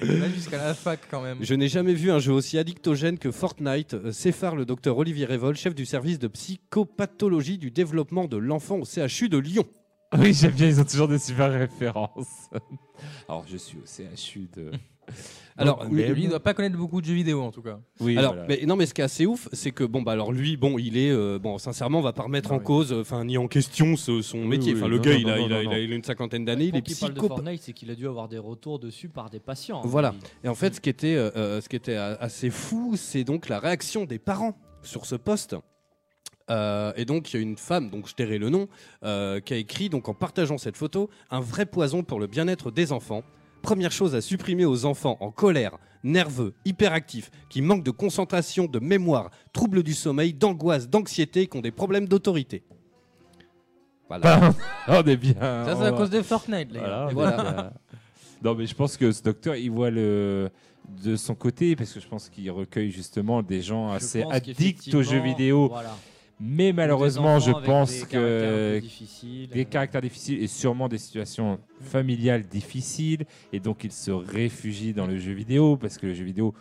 [SPEAKER 3] il va jusqu'à la fac quand même.
[SPEAKER 1] Je n'ai jamais vu un jeu aussi addictogène que Fortnite, euh, s'effare le docteur Olivier Révol, chef du service de psychopathologie du développement de l'enfant au CHU de Lyon.
[SPEAKER 2] Oui, j'aime bien, ils ont toujours des super références. Alors, je suis au CHU de.
[SPEAKER 1] Alors,
[SPEAKER 3] Lui, lui, il doit pas connaître beaucoup de jeux vidéo en tout cas.
[SPEAKER 2] oui,
[SPEAKER 1] Alors,
[SPEAKER 2] voilà.
[SPEAKER 1] mais, non, mais ce qui est assez ouf, c'est que bon, bah alors lui, bon, il est, euh, bon, sincèrement, on va pas remettre
[SPEAKER 2] Non,
[SPEAKER 1] en
[SPEAKER 2] Ah oui.
[SPEAKER 1] cause, euh, enfin, ni en question ce- son
[SPEAKER 2] Oui,
[SPEAKER 1] métier.
[SPEAKER 2] oui,
[SPEAKER 1] Enfin, le
[SPEAKER 2] non,
[SPEAKER 1] gars,
[SPEAKER 2] non,
[SPEAKER 1] il, a,
[SPEAKER 2] non,
[SPEAKER 1] il, a,
[SPEAKER 2] non,
[SPEAKER 1] il a-
[SPEAKER 2] non.
[SPEAKER 1] il a une cinquantaine d'années, il est
[SPEAKER 4] Pour qu'il parle de
[SPEAKER 1] psychopathe.
[SPEAKER 4] Fortnite, c'est qu'il a dû avoir des retours dessus par des patients. hein. à mon
[SPEAKER 1] Voilà.
[SPEAKER 4] avis.
[SPEAKER 1] Et en fait, ce qui était, euh, euh, ce qui était euh, assez fou, c'est donc la réaction des parents sur ce poste. Euh, et donc, il y a une femme, donc je tairai le nom, euh, qui a écrit, donc en partageant cette photo, un vrai poison pour le bien-être des enfants. Première chose à supprimer aux enfants en colère, nerveux, hyperactifs, qui manquent de concentration, de mémoire, troubles du sommeil, d'angoisse, d'anxiété, qui ont des problèmes d'autorité. Voilà.
[SPEAKER 2] Bah, on est bien.
[SPEAKER 3] Ça, c'est à cause de Fortnite, les gars.
[SPEAKER 2] Oh. Voilà, on est
[SPEAKER 1] Voilà.
[SPEAKER 2] bien. Non, mais je pense que ce docteur, il voit le de son côté, parce que je pense qu'il recueille justement des gens
[SPEAKER 4] Je
[SPEAKER 2] assez
[SPEAKER 4] pense
[SPEAKER 2] addicts
[SPEAKER 4] qu'effectivement,
[SPEAKER 2] aux jeux vidéo.
[SPEAKER 4] voilà. Ou des
[SPEAKER 2] Mais malheureusement, je
[SPEAKER 4] enfants avec
[SPEAKER 2] pense
[SPEAKER 4] des caractères un peu
[SPEAKER 2] que
[SPEAKER 4] difficiles,
[SPEAKER 2] des
[SPEAKER 4] euh,
[SPEAKER 2] caractères difficiles et sûrement des situations familiales difficiles, et donc il se réfugie dans le jeu vidéo, parce que le jeu vidéo,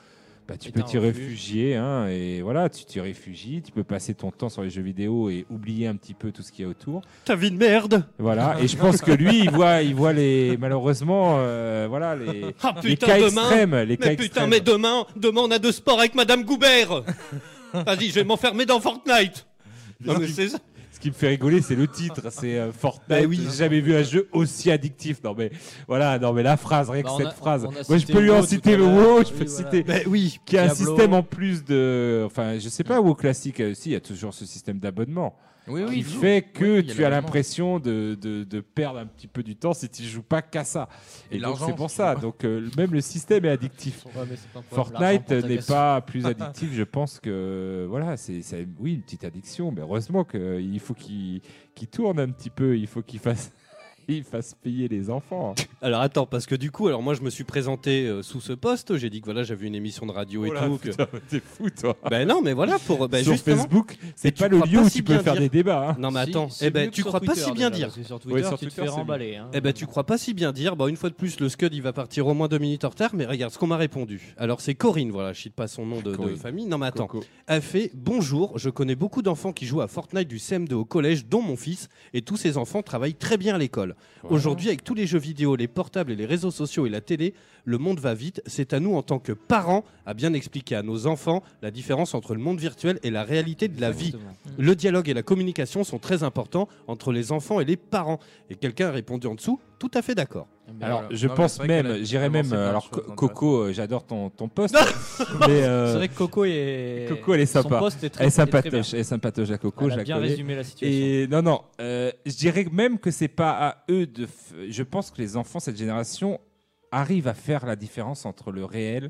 [SPEAKER 2] bah, tu
[SPEAKER 4] Est
[SPEAKER 2] peux
[SPEAKER 4] un
[SPEAKER 2] t'y
[SPEAKER 4] refuge.
[SPEAKER 2] réfugier, hein, et voilà, tu t'y réfugies, tu peux passer ton temps sur les jeux vidéo et oublier un petit peu tout ce qu'il y a autour.
[SPEAKER 1] Ta vie de merde
[SPEAKER 2] Voilà, et je pense que lui, il voit, il voit les, malheureusement, euh, voilà, les,
[SPEAKER 1] Ah
[SPEAKER 2] les cas extrêmes, les cas
[SPEAKER 1] Mais putain,
[SPEAKER 2] extrêmes.
[SPEAKER 1] mais demain, demain on a de sport avec Madame Goubert. Vas-y, je vais m'enfermer dans Fortnite. Non, mais c'est ça.
[SPEAKER 2] Ce qui me fait rigoler, c'est le titre, c'est euh, Fortnite.
[SPEAKER 1] Bah oui.
[SPEAKER 2] J'ai jamais vu un jeu aussi addictif. Non mais, voilà, non mais la phrase, rien que
[SPEAKER 4] Bah, on
[SPEAKER 2] cette
[SPEAKER 4] a-
[SPEAKER 2] phrase.
[SPEAKER 4] on a
[SPEAKER 2] Moi, je
[SPEAKER 4] cité
[SPEAKER 2] peux lui
[SPEAKER 4] WoW
[SPEAKER 2] en
[SPEAKER 4] tout
[SPEAKER 2] citer
[SPEAKER 4] à
[SPEAKER 2] le
[SPEAKER 4] l'heure.
[SPEAKER 2] WoW, je
[SPEAKER 4] Oui,
[SPEAKER 2] peux
[SPEAKER 4] voilà.
[SPEAKER 2] citer.
[SPEAKER 1] Bah oui.
[SPEAKER 2] Qui a un
[SPEAKER 3] Diablo.
[SPEAKER 2] système en plus de, enfin, je sais pas, WoW classique euh, aussi, il y a toujours ce système d'abonnement
[SPEAKER 3] Oui,
[SPEAKER 2] qui
[SPEAKER 3] oui. toujours.
[SPEAKER 2] fait que
[SPEAKER 3] Oui, il y a
[SPEAKER 2] tu as
[SPEAKER 3] l'abonnement.
[SPEAKER 2] l'impression de, de, de perdre un petit peu du temps si tu joues pas qu'à ça.
[SPEAKER 3] Et
[SPEAKER 2] Et, donc
[SPEAKER 3] l'argent,
[SPEAKER 2] c'est pour
[SPEAKER 3] si tu
[SPEAKER 2] ça.
[SPEAKER 3] joues pas.
[SPEAKER 2] Donc euh, même le système est addictif.
[SPEAKER 4] Ouais, mais c'est pas un problème.
[SPEAKER 2] Fortnite
[SPEAKER 4] L'argent pour ta
[SPEAKER 2] n'est
[SPEAKER 4] cassure.
[SPEAKER 2] pas plus addictif, je pense que voilà, c'est c'est- oui une petite addiction, mais heureusement qu'il faut qu'il qu'il tourne un petit peu, il faut qu'il fasse il fasse payer les enfants.
[SPEAKER 1] Alors attends, parce que du coup, alors moi je me suis présenté euh, sous ce poste. J'ai dit que voilà, j'avais une émission de radio et
[SPEAKER 2] Oh là,
[SPEAKER 1] tout. que-
[SPEAKER 2] putain, t'es fou toi.
[SPEAKER 1] Ben non, mais voilà pour ben,
[SPEAKER 2] Sur
[SPEAKER 1] justement.
[SPEAKER 2] Facebook,
[SPEAKER 1] Et
[SPEAKER 2] c'est
[SPEAKER 1] tu
[SPEAKER 2] pas le
[SPEAKER 1] crois
[SPEAKER 2] lieu
[SPEAKER 1] pas
[SPEAKER 2] où
[SPEAKER 1] si
[SPEAKER 2] tu peux
[SPEAKER 1] bien
[SPEAKER 2] faire
[SPEAKER 1] dire.
[SPEAKER 2] des débats. hein.
[SPEAKER 1] Non mais
[SPEAKER 4] Si,
[SPEAKER 1] attends,
[SPEAKER 4] c'est
[SPEAKER 1] eh ben
[SPEAKER 4] mieux que
[SPEAKER 1] tu
[SPEAKER 4] sur
[SPEAKER 1] crois pas
[SPEAKER 4] Twitter,
[SPEAKER 1] si bien
[SPEAKER 4] déjà,
[SPEAKER 1] dire.
[SPEAKER 4] parce que sur Twitter,
[SPEAKER 2] Ouais, sur
[SPEAKER 4] tu te fais
[SPEAKER 2] Twitter, c'est mieux.
[SPEAKER 4] remballer. hein.
[SPEAKER 1] Eh ben tu crois pas si bien dire. Bon, une fois de plus, le Scud il va partir au moins deux minutes en retard. Mais regarde ce qu'on m'a répondu. Alors c'est Corinne, voilà, je cite pas son nom de- de
[SPEAKER 2] Corinne.
[SPEAKER 1] famille. Non mais attends.
[SPEAKER 2] Coco.
[SPEAKER 1] a fait Bonjour, je connais beaucoup d'enfants qui jouent à Fortnite du CM2 au collège, dont mon fils, et tous ces enfants travaillent très bien à l'école. portable. Aujourd'hui, avec tous les jeux vidéo, les portables et les réseaux sociaux et la télé, le monde va vite. C'est à nous, en tant que parents, à bien expliquer à nos enfants la différence entre le monde virtuel et la réalité de la vie.
[SPEAKER 4] Exactement.
[SPEAKER 1] Le dialogue et la communication sont très importants entre les enfants et les parents. Et quelqu'un a répondu en dessous, tout à fait d'accord.
[SPEAKER 3] Mais
[SPEAKER 2] Alors,
[SPEAKER 3] voilà.
[SPEAKER 2] je
[SPEAKER 3] Non, mais
[SPEAKER 2] pense
[SPEAKER 3] c'est vrai que
[SPEAKER 2] même,
[SPEAKER 3] la-
[SPEAKER 2] j'irais
[SPEAKER 3] vraiment,
[SPEAKER 2] même.
[SPEAKER 3] c'est
[SPEAKER 2] euh,
[SPEAKER 3] plein de
[SPEAKER 2] Alors,
[SPEAKER 3] choses hein.
[SPEAKER 2] Co-
[SPEAKER 3] intéressantes.
[SPEAKER 2] Coco, euh, j'adore ton, ton poste. mais, euh,
[SPEAKER 4] C'est vrai que Coco est.
[SPEAKER 2] Coco, elle est sympa.
[SPEAKER 4] Son poste est très,
[SPEAKER 2] elle est
[SPEAKER 4] est très bien.
[SPEAKER 2] sympatoche, elle est sympatoche à Coco,
[SPEAKER 4] Elle
[SPEAKER 2] je
[SPEAKER 4] a
[SPEAKER 2] la
[SPEAKER 4] bien
[SPEAKER 2] connais.
[SPEAKER 4] résumé la situation.
[SPEAKER 2] Et non, non, euh, je dirais même que c'est pas à eux de. f- Je pense que les enfants, cette génération, arrivent à faire la différence entre le réel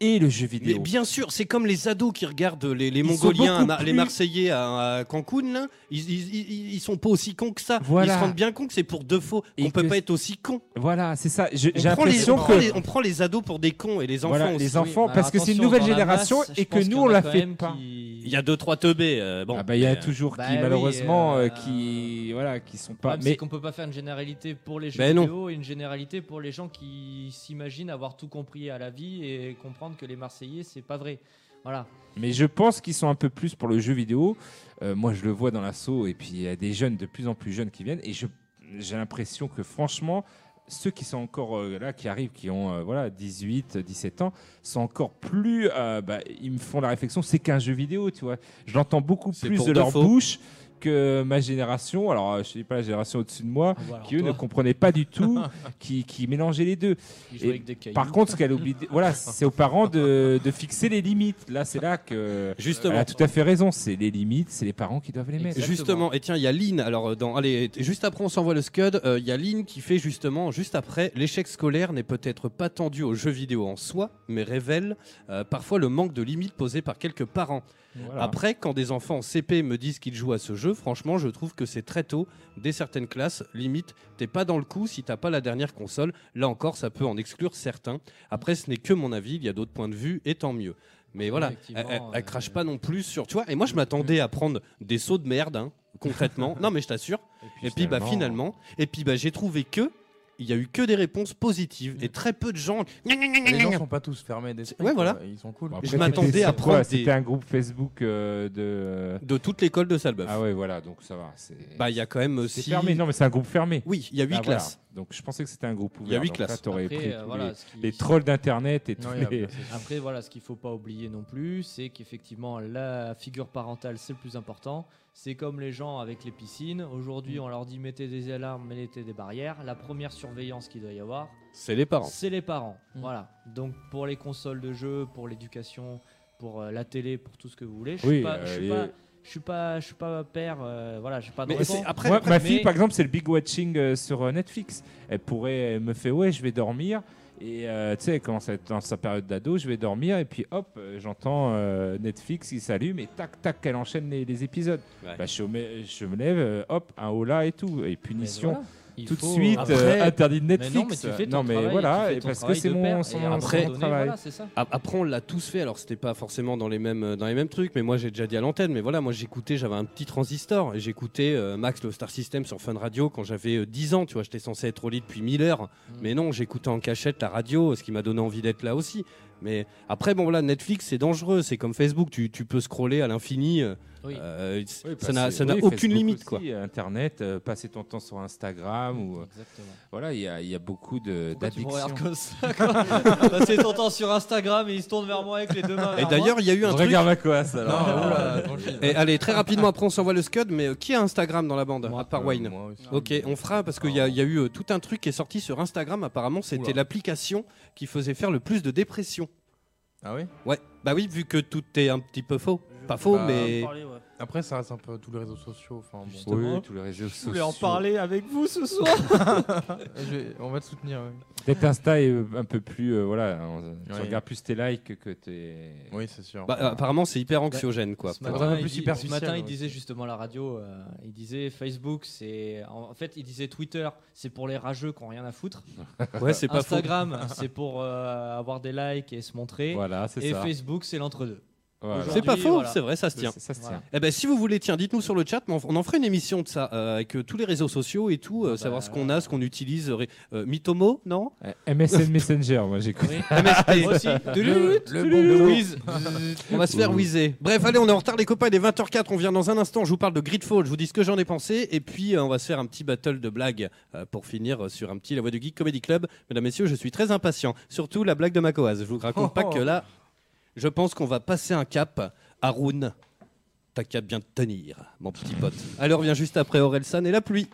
[SPEAKER 2] et le jeu
[SPEAKER 1] Mais
[SPEAKER 2] vidéo.
[SPEAKER 1] bien sûr, c'est comme les ados qui regardent les, les
[SPEAKER 2] Ils sont
[SPEAKER 1] Mongoliens, à
[SPEAKER 2] beaucoup
[SPEAKER 1] Ma- les
[SPEAKER 2] plus-
[SPEAKER 1] Marseillais à, à Cancun. là. Ils, ils- ils- ils sont pas aussi cons que ça.
[SPEAKER 2] Voilà.
[SPEAKER 1] Ils se rendent bien compte que c'est pour deux faux.
[SPEAKER 2] Et
[SPEAKER 1] On peut
[SPEAKER 2] que
[SPEAKER 1] pas être aussi cons.
[SPEAKER 2] Voilà, c'est ça. Je-
[SPEAKER 1] On
[SPEAKER 2] J'ai
[SPEAKER 1] prend, les, on,
[SPEAKER 2] l'impression
[SPEAKER 1] prend
[SPEAKER 2] que.
[SPEAKER 1] les, on prend les ados pour des cons et les enfants
[SPEAKER 2] Voilà,
[SPEAKER 1] aussi.
[SPEAKER 2] les enfants,
[SPEAKER 4] Oui, mais
[SPEAKER 2] parce que
[SPEAKER 4] alors
[SPEAKER 2] c'est une
[SPEAKER 4] attention,
[SPEAKER 2] nouvelle
[SPEAKER 4] dans la
[SPEAKER 2] génération
[SPEAKER 4] masse, je
[SPEAKER 2] et que
[SPEAKER 4] pense
[SPEAKER 2] nous,
[SPEAKER 4] qu'il y
[SPEAKER 2] on
[SPEAKER 4] en a
[SPEAKER 2] la
[SPEAKER 4] quand
[SPEAKER 2] fait
[SPEAKER 4] même
[SPEAKER 2] pas.
[SPEAKER 4] qui-
[SPEAKER 1] Il y a deux trois teubés. euh, bon.
[SPEAKER 2] Ah bah, il y a
[SPEAKER 1] Mais, euh,
[SPEAKER 2] toujours
[SPEAKER 4] Bah
[SPEAKER 2] qui,
[SPEAKER 4] oui,
[SPEAKER 2] malheureusement,
[SPEAKER 4] euh,
[SPEAKER 2] euh, qui. Voilà, qui sont pas.
[SPEAKER 4] Pas,
[SPEAKER 2] Mais
[SPEAKER 4] qu'on peut pas faire une généralité pour les jeux
[SPEAKER 1] Ben non.
[SPEAKER 4] vidéo et une généralité pour les gens qui s'imaginent avoir tout compris à la vie et comprendre que les Marseillais c'est pas vrai. Voilà.
[SPEAKER 2] Mais je pense qu'ils sont un peu plus pour le jeu vidéo. Euh, moi, je le vois dans l'assaut, et puis il y a des jeunes de plus en plus jeunes qui viennent, et je- j'ai l'impression que franchement, ceux qui sont encore euh, là, qui arrivent, qui ont euh, voilà 18, 17 ans, sont encore plus. euh, bah, ils me font la réflexion, c'est qu'un jeu vidéo, tu vois. Je l'entends beaucoup
[SPEAKER 1] C'est
[SPEAKER 2] plus
[SPEAKER 1] pour
[SPEAKER 2] de
[SPEAKER 1] de
[SPEAKER 2] leur
[SPEAKER 1] faux.
[SPEAKER 2] bouche que ma génération. Alors, euh, je sais pas la génération au-dessus de moi,
[SPEAKER 4] Voilà,
[SPEAKER 2] qui eux
[SPEAKER 4] toi,
[SPEAKER 2] ne comprenaient pas du tout, qui, qui mélangeaient les deux.
[SPEAKER 4] ils jouent
[SPEAKER 2] et
[SPEAKER 4] avec des cailloux.
[SPEAKER 2] Par contre, ce qu'elle oublie, voilà, c'est aux parents de, de fixer les limites. Là, c'est là que.
[SPEAKER 1] Justement.
[SPEAKER 2] Elle a tout à fait raison, c'est les limites, c'est les parents qui doivent les mettre.
[SPEAKER 4] Exact.
[SPEAKER 1] Justement, et tiens, il y a Lynn. Alors, euh, dans, allez, t- juste après, on s'envoie le Scud. euh, Il y a Lynn qui fait justement, juste après, l'échec scolaire n'est peut-être pas tendu aux jeux vidéo en soi, mais révèle euh, parfois le manque de limites posées par quelques parents.
[SPEAKER 2] Voilà.
[SPEAKER 1] Après, quand des enfants en CP me disent qu'ils jouent à ce jeu, franchement, je trouve que c'est très tôt. Dès certaines classes, limite, t'es pas dans le coup si t'as pas la dernière console. Là encore, ça peut en exclure certains. Après, ce n'est que mon avis, il y a d'autres points de vue, et tant mieux. Mais voilà, elle, elle- elle
[SPEAKER 4] euh,
[SPEAKER 1] crache pas non plus sur. Tu vois, et moi, je m'attendais à prendre des sauts de merde, hein, concrètement. non, mais je t'assure. Et puis, bah, finalement, et puis, bah, j'ai trouvé que. Il y a eu que des réponses positives
[SPEAKER 2] Mm.
[SPEAKER 1] et très peu de gens.
[SPEAKER 3] Les gens sont pas tous fermés d'esprit.
[SPEAKER 1] Ouais,
[SPEAKER 3] quoi.
[SPEAKER 1] voilà.
[SPEAKER 3] Ils sont cool.
[SPEAKER 2] Bon,
[SPEAKER 1] je
[SPEAKER 2] après,
[SPEAKER 1] m'attendais
[SPEAKER 2] c'était-
[SPEAKER 1] à prendre
[SPEAKER 2] ouais,
[SPEAKER 1] des-
[SPEAKER 2] C'était un groupe Facebook euh, de.
[SPEAKER 1] De toute l'école de Salbeuf.
[SPEAKER 2] Ah ouais, voilà, donc ça va. C'est
[SPEAKER 1] Bah, il y a quand même
[SPEAKER 2] C'est
[SPEAKER 1] six-
[SPEAKER 2] fermé, non, mais c'est un groupe fermé.
[SPEAKER 1] Oui, il y a huit
[SPEAKER 2] Ah, voilà.
[SPEAKER 1] classes.
[SPEAKER 2] Donc je pensais que c'était un groupe ouvert.
[SPEAKER 1] Il y a huit
[SPEAKER 2] donc
[SPEAKER 1] classes.
[SPEAKER 2] Là, t'aurais
[SPEAKER 4] Après,
[SPEAKER 2] pris
[SPEAKER 4] euh,
[SPEAKER 2] tous
[SPEAKER 4] voilà,
[SPEAKER 2] les,
[SPEAKER 4] ce qui-
[SPEAKER 2] les trolls d'internet et tous
[SPEAKER 3] Non, il y a
[SPEAKER 2] les.
[SPEAKER 3] pas- c'est-
[SPEAKER 4] Après, voilà, ce qu'il faut pas oublier non plus, c'est qu'effectivement, la figure parentale, c'est le plus important. C'est comme les gens avec les piscines.
[SPEAKER 2] Mm.
[SPEAKER 4] Aujourd'hui, on leur dit mettez des alarmes, mettez des barrières. La première surveillance qu'il doit y avoir,
[SPEAKER 1] C'est les parents.
[SPEAKER 4] c'est les parents.
[SPEAKER 3] Mm.
[SPEAKER 4] Voilà. Donc, pour les consoles de jeux, pour l'éducation, pour euh, la télé, pour tout ce que vous voulez, je
[SPEAKER 2] Oui,
[SPEAKER 4] suis pas-
[SPEAKER 2] euh,
[SPEAKER 4] je suis
[SPEAKER 2] les-
[SPEAKER 4] pas- je suis pas, je suis pas père. euh, voilà, j'ai pas de
[SPEAKER 1] Mais
[SPEAKER 4] réponse.
[SPEAKER 1] c'est- après,
[SPEAKER 2] Moi,
[SPEAKER 1] après-
[SPEAKER 2] ma fille,
[SPEAKER 4] mais-
[SPEAKER 2] par exemple, c'est le big watching euh, sur euh, Netflix. Elle pourrait, elle me fait, ouais, je vais dormir. Et euh, tu sais, elle commence à être dans sa période d'ado, je vais dormir. Et puis hop, euh, j'entends euh, Netflix qui s'allume et tac, tac, elle enchaîne les, les épisodes.
[SPEAKER 1] Ouais.
[SPEAKER 2] Bah, je, me, je me lève, euh, hop, un hola et tout. Et
[SPEAKER 4] Mais
[SPEAKER 2] punition
[SPEAKER 4] voilà. Il
[SPEAKER 2] tout de
[SPEAKER 4] faut-
[SPEAKER 2] suite,
[SPEAKER 1] Après-
[SPEAKER 2] euh, interdit de Netflix.
[SPEAKER 4] Mais non, mais tu fais ton
[SPEAKER 2] Non, mais
[SPEAKER 4] travail,
[SPEAKER 2] voilà,
[SPEAKER 4] tu fais
[SPEAKER 2] et
[SPEAKER 4] ton
[SPEAKER 2] parce que
[SPEAKER 4] travail
[SPEAKER 2] c'est
[SPEAKER 4] de
[SPEAKER 2] mon,
[SPEAKER 4] père, et à
[SPEAKER 2] son-
[SPEAKER 4] un
[SPEAKER 2] son
[SPEAKER 1] après-
[SPEAKER 4] moment donné,
[SPEAKER 2] travail.
[SPEAKER 4] voilà, c'est ça.
[SPEAKER 1] a- après, on l'a tous fait. Alors, c'était pas forcément dans les mêmes, dans les mêmes trucs, mais moi, j'ai déjà dit à l'antenne. Mais voilà, moi, j'écoutais, j'avais un petit transistor. et J'écoutais euh, Max le Star System sur Fun Radio quand j'avais euh, 10 ans. Tu vois, j'étais censé être au lit depuis 1000 heures. Mais non, j'écoutais en cachette la radio, ce qui m'a donné envie d'être là aussi. Mais après, bon, voilà, Netflix, c'est dangereux. C'est comme Facebook. Tu, tu peux scroller à l'infini. euh,
[SPEAKER 4] Oui.
[SPEAKER 1] euh,
[SPEAKER 2] Oui,
[SPEAKER 1] ça
[SPEAKER 2] passer-
[SPEAKER 1] n'a ça n'a
[SPEAKER 2] oui,
[SPEAKER 1] aucune
[SPEAKER 2] Facebook
[SPEAKER 1] limite, quoi.
[SPEAKER 2] aussi, Internet, euh, passer ton temps sur Instagram ou euh,
[SPEAKER 4] Exactement.
[SPEAKER 2] voilà, il y a, il y a beaucoup de-
[SPEAKER 4] Pourquoi tu me
[SPEAKER 2] d'addictions.
[SPEAKER 4] regardes comme ça quoi Passer ton temps sur Instagram et il se tourne vers moi avec les deux mains.
[SPEAKER 1] Et
[SPEAKER 4] vers
[SPEAKER 1] d'ailleurs, il y a eu un
[SPEAKER 2] Je
[SPEAKER 1] truc.
[SPEAKER 2] regarde ma coasse
[SPEAKER 3] Non,
[SPEAKER 2] alors.
[SPEAKER 3] oula, tranquille.
[SPEAKER 1] Et allez, très rapidement, après, on s'envoie le Scud. Mais euh, qui a Instagram dans la bande,
[SPEAKER 4] Moi.
[SPEAKER 1] à part
[SPEAKER 3] Euh,
[SPEAKER 1] Wayne
[SPEAKER 3] moi aussi.
[SPEAKER 1] Ok, on fera parce qu'il y, a- il y a eu euh, tout un truc qui est sorti sur Instagram. Apparemment, c'était
[SPEAKER 3] Oula.
[SPEAKER 1] l'application qui faisait faire le plus de dépression.
[SPEAKER 3] Ah oui
[SPEAKER 1] Ouais, bah oui, vu que tout est un petit peu faux. Pas faux,
[SPEAKER 3] Bah,
[SPEAKER 1] mais.
[SPEAKER 5] Parler, ouais.
[SPEAKER 3] Après, ça reste un peu tous les réseaux sociaux. Enfin, bon. Euh,
[SPEAKER 4] Justement,
[SPEAKER 2] oui, tous les réseaux
[SPEAKER 4] Je
[SPEAKER 2] sociaux.
[SPEAKER 4] voulais en parler avec vous ce soir.
[SPEAKER 3] Je- On va te soutenir. Oui,
[SPEAKER 2] Peut-être Insta est euh, un peu plus euh, voilà, on, tu
[SPEAKER 3] Oui.
[SPEAKER 2] regardes plus tes likes que tes.
[SPEAKER 3] oui c'est sûr.
[SPEAKER 1] Bah, euh, apparemment, c'est hyper anxiogène, quoi.
[SPEAKER 4] Ce
[SPEAKER 3] Bah,
[SPEAKER 4] matin,
[SPEAKER 3] un peu
[SPEAKER 4] il
[SPEAKER 3] plus
[SPEAKER 4] dit-
[SPEAKER 3] superficiel,
[SPEAKER 4] ce matin, il
[SPEAKER 3] ouais.
[SPEAKER 4] disait justement à la radio, euh, il disait Facebook, c'est en fait, il disait Twitter, c'est pour les rageux qui ont rien à foutre.
[SPEAKER 1] Ouais, c'est pas faux.
[SPEAKER 4] Instagram, c'est pour euh, avoir des likes et se montrer.
[SPEAKER 2] Voilà, c'est
[SPEAKER 4] et
[SPEAKER 2] ça.
[SPEAKER 4] Facebook, c'est l'entre-deux.
[SPEAKER 2] Voilà.
[SPEAKER 4] Aujourd'hui,
[SPEAKER 1] C'est pas faux,
[SPEAKER 4] voilà.
[SPEAKER 1] c'est vrai, ça se tient.
[SPEAKER 2] Ça, ça se tient.
[SPEAKER 4] Voilà.
[SPEAKER 1] Eh ben, si vous voulez, tiens, dites-nous sur le chat, mais on f- on en ferait une émission de ça, euh, avec euh, tous les réseaux sociaux et tout, euh,
[SPEAKER 4] Bah,
[SPEAKER 1] savoir ce qu'on a, ce qu'on utilise. ré- euh, Mitomo, non
[SPEAKER 2] Euh, MSN Messenger, moi j'écoute.
[SPEAKER 1] MSP.
[SPEAKER 4] Moi Ah, aussi.
[SPEAKER 1] Le,
[SPEAKER 3] le
[SPEAKER 1] le
[SPEAKER 3] bon
[SPEAKER 1] whiz. On va se faire whizzer. Bref, allez, on est en retard, les copains. Il est 20h04. On vient dans un instant. Je vous parle de Gridfall. Je vous dis ce que j'en ai pensé. Et puis, euh, on va se faire un petit battle de blagues euh, pour finir euh, sur un petit La Voix du Geek Comedy Club. Mesdames, messieurs, je suis très impatient. Surtout la blague de Macoaz. Je vous raconte
[SPEAKER 3] Oh,
[SPEAKER 1] pas
[SPEAKER 3] oh.
[SPEAKER 1] que là, je pense qu'on va passer un cap. Haroun, t'as qu'à bien te tenir, mon petit pote. Allez, on revient juste après Orelsan et la pluie.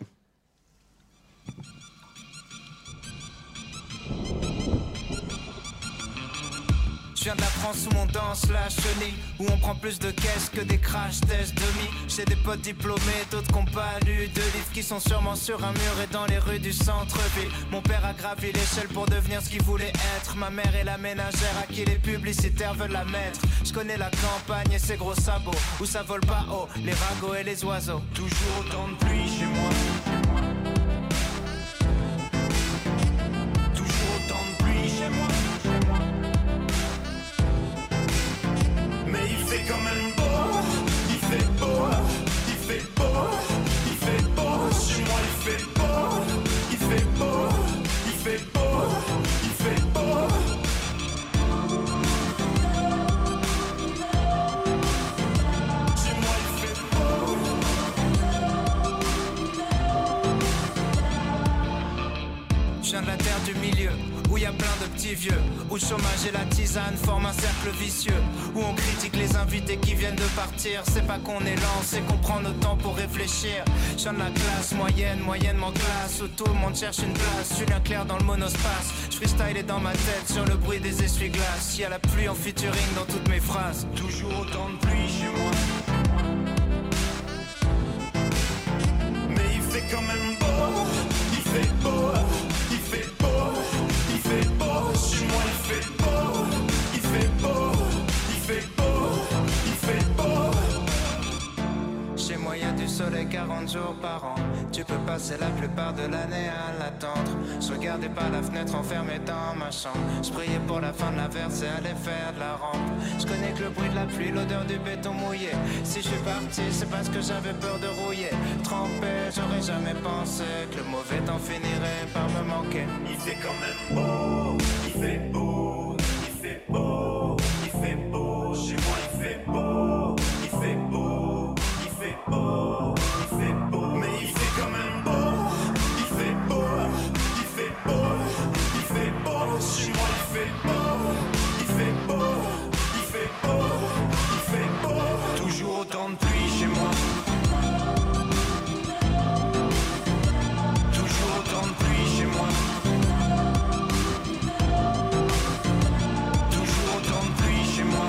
[SPEAKER 6] Je viens de la France où on danse la chenille, où on prend plus de caisses que des crash tests demi. J'ai des potes diplômés, d'autres qui ont pas lu de livres, qui sont sûrement sur un mur et dans les rues du centre-ville. Mon père a gravi l'échelle pour devenir ce qu'il voulait être. Ma mère est la ménagère à qui les publicitaires veulent la mettre. Je connais la campagne et ses gros sabots, où ça vole pas haut, les ragots et les oiseaux. Toujours autant de pluie chez moi. Toujours autant de pluie chez moi. Chez moi. Mais il fait quand même beau, il fait beau, il fait beau, il fait beau, chez moi il fait beau, il fait beau, il fait beau, il fait beau. Chez moi il fait beau. Je viens de la terre du milieu, où y a plein de petits vieux, où le chômage et la tisane forment un cercle vicieux, où on critique les invités qui viennent de partir. C'est pas qu'on est lent, c'est qu'on prend notre temps pour réfléchir. Je viens de la classe moyenne, moyennement classe, où tout le monde cherche une place. Julien Claire dans le monospace, je freestyle dans ma tête sur le bruit des essuie-glaces. Y a la pluie en featuring dans toutes mes phrases. Toujours autant de pluie chez moi. Mais il fait quand même beau, il fait beau, il fait beau, il fait beau, chez moi il fait beau, il fait beau, il fait beau, il fait beau. Chez moi y a du soleil 40 jours par an, tu peux passer la plupart de l'année à l'attendre. Je regardais par la fenêtre enfermé dans ma chambre, je priais pour la fin de la verse et aller faire de la rampe. Je connais que le bruit de la pluie, l'odeur du béton mouillé. Si je suis parti, c'est parce que j'avais peur de rouiller. Trempé, j'aurais jamais pensé que le mauvais temps finirait par me manquer. Il fait quand même beau, il fait beau, il fait beau, il fait beau. Chez moi, il fait beau, il fait beau, il fait beau, il fait beau. Mais il fait quand même beau, il fait beau, il fait beau, il fait beau. Chez moi, il fait beau, il fait beau, il fait beau, il fait beau. Toujours autant de pluie chez moi. Toujours autant de pluie chez moi. Toujours autant de pluie chez moi.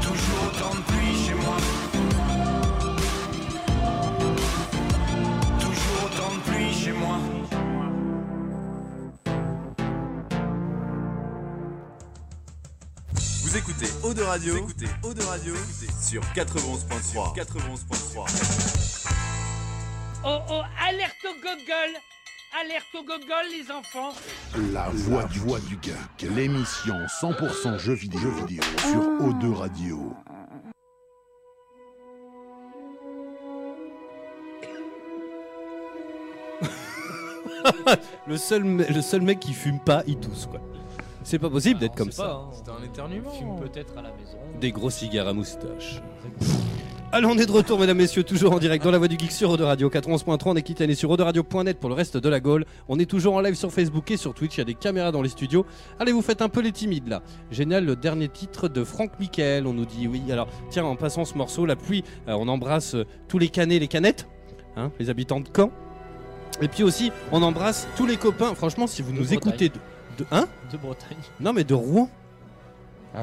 [SPEAKER 6] Toujours autant de pluie chez moi. Toujours autant de pluie chez moi.
[SPEAKER 7] Vous écoutez Eau de Radio, vous écoutez Eau de Radio sur 91.3. 91.3.
[SPEAKER 8] Oh oh, alerte au gogol Alerte au gogol, les enfants
[SPEAKER 9] La voix, du, geek, l'émission 100% jeux vidéo, jeux vidéo sur O2 Radio.
[SPEAKER 1] Le seul, me- le seul mec qui fume pas, il tousse, quoi. C'est pas possible
[SPEAKER 3] Ah,
[SPEAKER 1] d'être
[SPEAKER 4] on
[SPEAKER 1] comme
[SPEAKER 4] sait
[SPEAKER 1] ça.
[SPEAKER 4] pas, hein.
[SPEAKER 3] C'était un éternuement.
[SPEAKER 4] Fume peut-être à la maison.
[SPEAKER 1] Des gros cigares à moustache. Allons, on est de retour, mesdames, messieurs, toujours en direct dans la voix du geek sur Eau de Radio 91.3. On est quitté, sur Radio.net pour le reste de la Gaule. On est toujours en live sur Facebook et sur Twitch. Il y a des caméras dans les studios. Allez, vous faites un peu les timides là. Génial, le dernier titre de Franck Michael. On nous dit oui. Alors, tiens, en passant ce morceau, la pluie, euh, on embrasse euh, tous les canets, les canettes, hein, les habitants de Caen. Et puis aussi, on embrasse tous les copains. Franchement, si vous
[SPEAKER 4] De
[SPEAKER 1] nous
[SPEAKER 4] Bretagne.
[SPEAKER 1] écoutez de, de- hein
[SPEAKER 4] De Bretagne.
[SPEAKER 1] Non, mais de Rouen.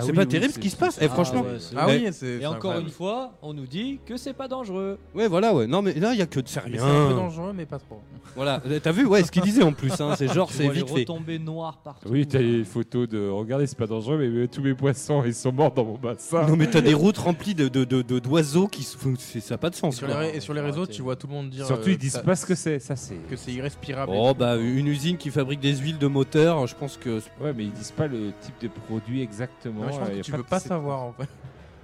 [SPEAKER 1] C'est pas terrible ce qui se passe. Eh, franchement,
[SPEAKER 4] Ah ouais, c'est-
[SPEAKER 3] Ah oui, c'est.
[SPEAKER 4] Et encore une fois, on nous dit que c'est pas dangereux.
[SPEAKER 1] ouais, voilà, ouais. Non, mais là, il y a que de
[SPEAKER 3] C'est un peu
[SPEAKER 1] sérieux.
[SPEAKER 3] dangereux, mais pas trop.
[SPEAKER 1] Voilà, t'as vu, ouais, ce qu'il disait en plus. hein, C'est genre,
[SPEAKER 4] Tu
[SPEAKER 1] c'est
[SPEAKER 4] vois les
[SPEAKER 1] vite fait.
[SPEAKER 4] retombées noires partout.
[SPEAKER 2] Oui, t'as les photos de. Regardez, c'est pas dangereux, mais, mais tous mes poissons, ils sont morts dans mon bassin.
[SPEAKER 1] Non, mais t'as des routes remplies de de- de- de- d'oiseaux qui se. c'est- Ça a pas de
[SPEAKER 3] Et
[SPEAKER 1] sens.
[SPEAKER 3] sur,
[SPEAKER 1] quoi.
[SPEAKER 3] les, ré- et sur les
[SPEAKER 4] faut
[SPEAKER 3] réseaux,
[SPEAKER 4] arrêter.
[SPEAKER 3] tu vois tout le monde dire.
[SPEAKER 2] Surtout,
[SPEAKER 3] euh,
[SPEAKER 2] ils disent
[SPEAKER 3] ça-
[SPEAKER 2] pas ce que c'est. Ça, c'est.
[SPEAKER 3] que c'est irrespirable. et
[SPEAKER 1] Oh
[SPEAKER 3] tout.
[SPEAKER 1] bah une usine qui fabrique des huiles de moteur, je pense que
[SPEAKER 2] Ouais, mais ils disent pas le type de produit exactement.
[SPEAKER 3] Non, mais je pense
[SPEAKER 2] euh,
[SPEAKER 3] que
[SPEAKER 2] y a
[SPEAKER 3] tu
[SPEAKER 2] pas
[SPEAKER 3] peux
[SPEAKER 2] de-
[SPEAKER 3] pas savoir en fait.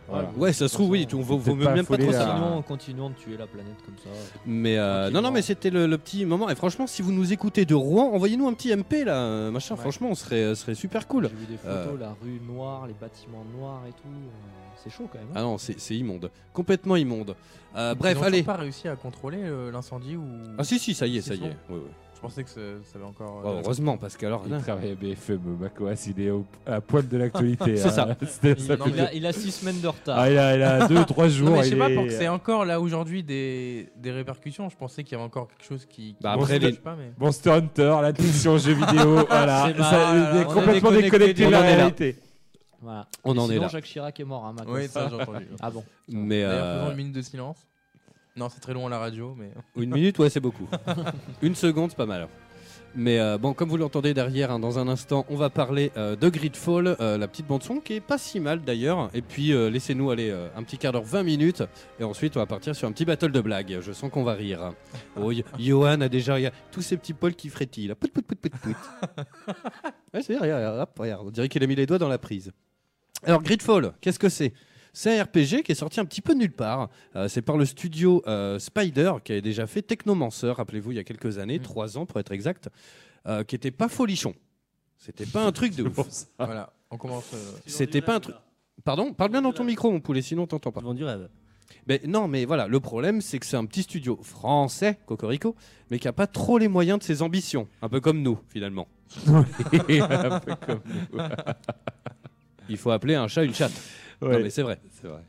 [SPEAKER 2] Voilà.
[SPEAKER 1] ouais ça se trouve oui, on vaut, vaut
[SPEAKER 2] Peut-être
[SPEAKER 1] mieux
[SPEAKER 2] pas
[SPEAKER 1] même pas trop
[SPEAKER 2] affoler la-
[SPEAKER 1] ça.
[SPEAKER 4] Continuons, continuons de tuer la planète comme ça.
[SPEAKER 1] Mais euh, non non mais c'était le, le petit moment et franchement si vous nous écoutez de Rouen, envoyez-nous un petit MP là euh, machin
[SPEAKER 3] Ouais.
[SPEAKER 1] franchement on serait euh, serait super cool.
[SPEAKER 4] J'ai vu des photos,
[SPEAKER 1] Euh.
[SPEAKER 4] la rue noire, les bâtiments noirs et tout. euh, C'est chaud quand même. hein.
[SPEAKER 1] Ah non, c'est c'est immonde, complètement immonde. Euh,
[SPEAKER 3] Ils
[SPEAKER 1] bref,
[SPEAKER 3] ont
[SPEAKER 1] allez.
[SPEAKER 3] toujours pas réussi à contrôler euh, l'incendie ou.
[SPEAKER 1] Ah si si, ça y est, ça
[SPEAKER 3] C'est Ah,
[SPEAKER 1] y est.
[SPEAKER 3] bon.
[SPEAKER 1] Ouais, ouais.
[SPEAKER 3] Je pensais que ça ça avait encore.
[SPEAKER 1] Oh,
[SPEAKER 3] euh,
[SPEAKER 1] heureusement parce qu'alors
[SPEAKER 2] Il travaille à BFM, Macoas, il est au- à poil de l'actualité.
[SPEAKER 1] C'est ça.
[SPEAKER 2] hein. C'était-
[SPEAKER 4] Il,
[SPEAKER 2] ça
[SPEAKER 4] il
[SPEAKER 2] fait-
[SPEAKER 4] a, il a six semaines de retard.
[SPEAKER 2] Ah, il a, il a deux, trois jours.
[SPEAKER 3] Non, mais je
[SPEAKER 2] il
[SPEAKER 3] sais pas,
[SPEAKER 2] est-
[SPEAKER 3] pour que c'est encore là aujourd'hui des, des répercussions. Je pensais qu'il y avait encore quelque chose qui. qui-
[SPEAKER 1] Bah,
[SPEAKER 3] Bon,
[SPEAKER 1] après,
[SPEAKER 3] je sais
[SPEAKER 1] les-
[SPEAKER 3] pas, mais-
[SPEAKER 2] Monster Hunter, l'addiction aux jeux vidéo, voilà.
[SPEAKER 4] C'est marrant,
[SPEAKER 2] Ça, il
[SPEAKER 4] alors,
[SPEAKER 2] est
[SPEAKER 4] on est
[SPEAKER 2] complètement
[SPEAKER 4] déconnecté
[SPEAKER 2] déconnecté de
[SPEAKER 1] du-
[SPEAKER 2] la
[SPEAKER 1] On en est là.
[SPEAKER 2] réalité.
[SPEAKER 4] Voilà.
[SPEAKER 1] On
[SPEAKER 4] Et
[SPEAKER 1] en est
[SPEAKER 4] sinon,
[SPEAKER 1] là.
[SPEAKER 4] Jacques Chirac est mort à Macron.
[SPEAKER 3] Oui, ça j'ai entendu.
[SPEAKER 4] Ah bon
[SPEAKER 1] mais
[SPEAKER 3] D'ailleurs, faisons
[SPEAKER 1] euh,
[SPEAKER 3] une minute de silence. Non, c'est très long à la radio, mais.
[SPEAKER 1] Une minute, ouais, c'est beaucoup. Une seconde, c'est pas mal. Mais euh, bon, comme vous l'entendez derrière, hein, dans un instant, on va parler euh, de Gridfall, euh, la petite bande-son qui est pas si mal d'ailleurs. Et puis, euh, laissez-nous aller euh, un petit quart d'heure, 20 minutes. Et ensuite, on va partir sur un petit battle de blagues. Je sens qu'on va rire. Oh, Yo- Johan a déjà regarde, tous ces petits poils qui frétillent. là. Pout, pout, pout, pout, pout. Ouais, c'est regarde, regarde, hop, regarde. On dirait qu'il a mis les doigts dans la prise. Alors, Gridfall, qu'est-ce que c'est c'est un RPG qui est sorti un petit peu de nulle part. Euh, c'est par le studio euh, Spider qui avait déjà fait Technomancer, rappelez-vous, il y a quelques années,
[SPEAKER 3] Mm.
[SPEAKER 1] trois ans pour être exact, euh, qui était pas folichon. C'était pas un truc de ouf.
[SPEAKER 3] Voilà, on commence. euh,
[SPEAKER 1] C'était pas un truc. Pardon Parle bien dans ton micro, mon poulet, sinon t'entends pas.
[SPEAKER 5] Ils vendent du rêve.
[SPEAKER 1] Mais non, mais voilà, le problème, c'est que c'est un petit studio français, Cocorico, mais qui a pas trop les moyens de ses ambitions. Un peu comme nous, finalement.
[SPEAKER 2] Un peu comme nous.
[SPEAKER 1] Il faut appeler un chat une chatte.
[SPEAKER 2] Ouais,
[SPEAKER 1] Non, mais c'est vrai.
[SPEAKER 2] c'est vrai.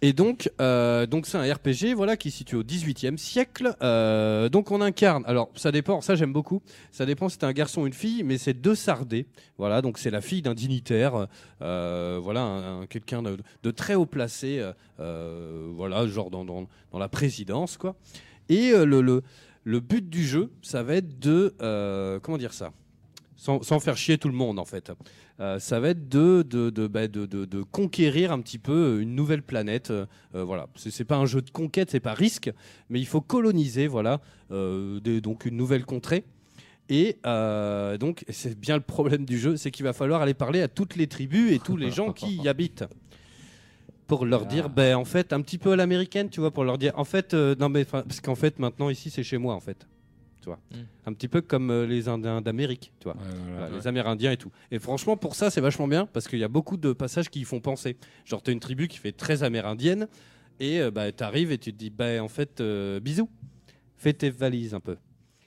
[SPEAKER 1] Et donc, euh, donc c'est un RPG voilà, qui se situe au 18e siècle. Euh, donc on incarne, alors ça dépend, ça j'aime beaucoup, ça dépend si c'est un garçon ou une fille, mais c'est deux sardés. Voilà, donc c'est la fille d'un dignitaire, euh, voilà, un- un- quelqu'un de, de très haut placé, euh, euh, voilà, genre dans, dans- dans la présidence, quoi. Et euh, le, le, le but du jeu, ça va être de. euh, comment dire ça sans, sans faire chier tout le monde, en fait. Euh, ça va être de, de, de, bah, de, de- de conquérir un petit peu une nouvelle planète. Euh, euh, voilà, c'est c'est pas un jeu de conquête, c'est pas risque, mais il faut coloniser, voilà, euh, des- donc une nouvelle contrée. Et euh, donc, c'est bien le problème du jeu, c'est qu'il va falloir aller parler à toutes les tribus et tous les gens qui y habitent. Pour leur dire, ben en fait, un petit peu à l'américaine, tu vois, pour leur dire, en fait, euh, non mais, enfin, parce qu'en fait, maintenant ici, c'est chez moi, en fait, tu vois,
[SPEAKER 3] Mm.
[SPEAKER 1] un petit peu comme euh, les Indiens d'Amérique, tu vois. Voilà, Les Amérindiens et tout. Et franchement, pour ça, c'est vachement bien parce qu'il y a beaucoup de passages qui y font penser. Genre, t'as une tribu qui fait très amérindienne et euh, bah, t'arrives et tu te dis, bah, en fait, euh, bisous. Fais tes valises un peu.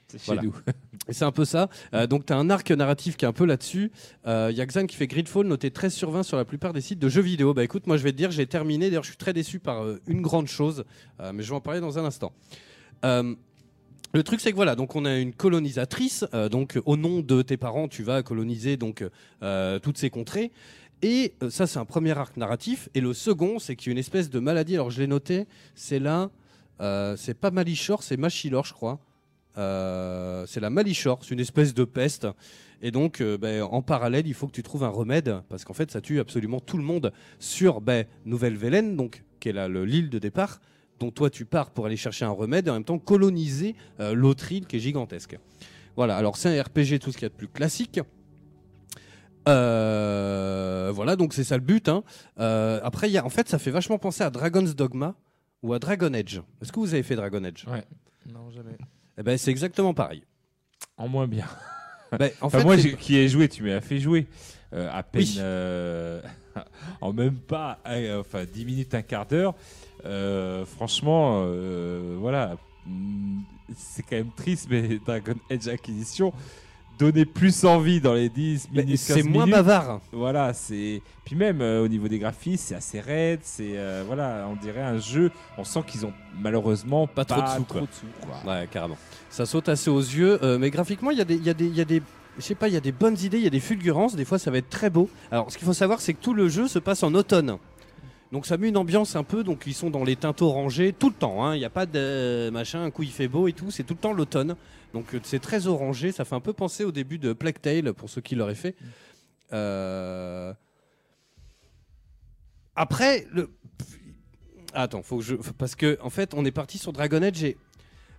[SPEAKER 2] C'est chez
[SPEAKER 1] Voilà.
[SPEAKER 2] nous.
[SPEAKER 1] Et c'est un peu ça. Euh, donc, t'as un arc narratif qui est un peu là-dessus. Euh, Il y a Xan qui fait Gridfall, noté 13 sur 20 sur la plupart des sites de jeux vidéo. Bah écoute, moi, je vais te dire, j'ai terminé. D'ailleurs, je suis très déçu par euh, une grande chose, euh, mais je vais en parler dans un instant. Euh, le truc, c'est que voilà, donc on a une colonisatrice, euh, donc au nom de tes parents, tu vas coloniser donc euh, toutes ces contrées. Et euh, ça, c'est un premier arc narratif. Et le second, c'est qu'il y a une espèce de maladie. Alors, je l'ai noté, c'est là, euh, c'est pas Malichor, c'est Machilor, je crois. Euh, c'est la Malichor, c'est une espèce de peste. Et donc, euh, ben, en parallèle, il faut que tu trouves un remède, parce qu'en fait, ça tue absolument tout le monde sur ben, Nouvelle-Vélène, donc, qui est là, le- l'île de départ, dont toi tu pars pour aller chercher un remède et en même temps coloniser euh, l'autre île qui est gigantesque. Voilà, alors c'est un RPG, tout ce qu'il y a de plus classique. Euh, voilà, donc c'est ça le but. hein. Euh, après, il y a, en fait, ça fait vachement penser à Dragon's Dogma ou à Dragon Age. Est-ce que vous avez fait Dragon Age
[SPEAKER 3] Non, jamais.
[SPEAKER 1] Eh ben, c'est exactement pareil.
[SPEAKER 2] En moins bien.
[SPEAKER 1] Ben, en
[SPEAKER 2] Enfin,
[SPEAKER 1] fait,
[SPEAKER 2] moi,
[SPEAKER 1] c'est-
[SPEAKER 2] j'ai- qui ai joué, tu m'as fait jouer. Euh, à peine.
[SPEAKER 1] Oui.
[SPEAKER 2] euh, en même pas. euh, enfin, 10 minutes, un quart d'heure. Euh, franchement, euh, voilà. Mm, C'est quand même triste, mais Dragon Edge Acquisition donnait plus envie dans les 10
[SPEAKER 1] ben,
[SPEAKER 2] minutes.
[SPEAKER 1] c'est
[SPEAKER 2] 15
[SPEAKER 1] moins
[SPEAKER 2] minutes.
[SPEAKER 1] bavard.
[SPEAKER 2] Voilà, c'est. Puis même euh, au niveau des graphismes, c'est assez raide. C'est euh, voilà, on dirait un jeu. On sent qu'ils ont malheureusement pas,
[SPEAKER 1] trop de sous, quoi.
[SPEAKER 2] sous, quoi.
[SPEAKER 1] Ouais, carrément. Ça saute assez aux yeux, euh, mais graphiquement, il y, a des- il y, a des- il y a des je sais pas, il y a des bonnes idées, il y a des fulgurances, des fois ça va être très beau. Alors ce qu'il faut savoir, c'est que tout le jeu se passe en automne. Donc ça met une ambiance un peu, donc ils sont dans les teintes orangées tout le temps. hein. Il n'y a pas de euh, machin, un coup il fait beau et tout, c'est tout le temps l'automne. Donc euh, c'est très orangé, ça fait un peu penser au début de Plague Tale pour ceux qui l'auraient fait. Euh, Après, le... Attends, faut que je... Parce que, en fait, on est parti sur Dragon Age et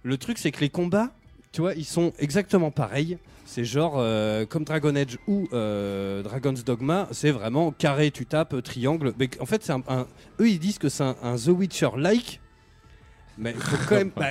[SPEAKER 1] le truc, c'est que les combats, tu vois, ils sont exactement pareils. C'est genre, euh, comme Dragon Age ou euh, Dragon's Dogma, c'est vraiment carré, tu tapes, euh, triangle. Mais en fait, c'est un, un- eux, ils disent que c'est un, un The Witcher-like. Mais faut quand même... bah,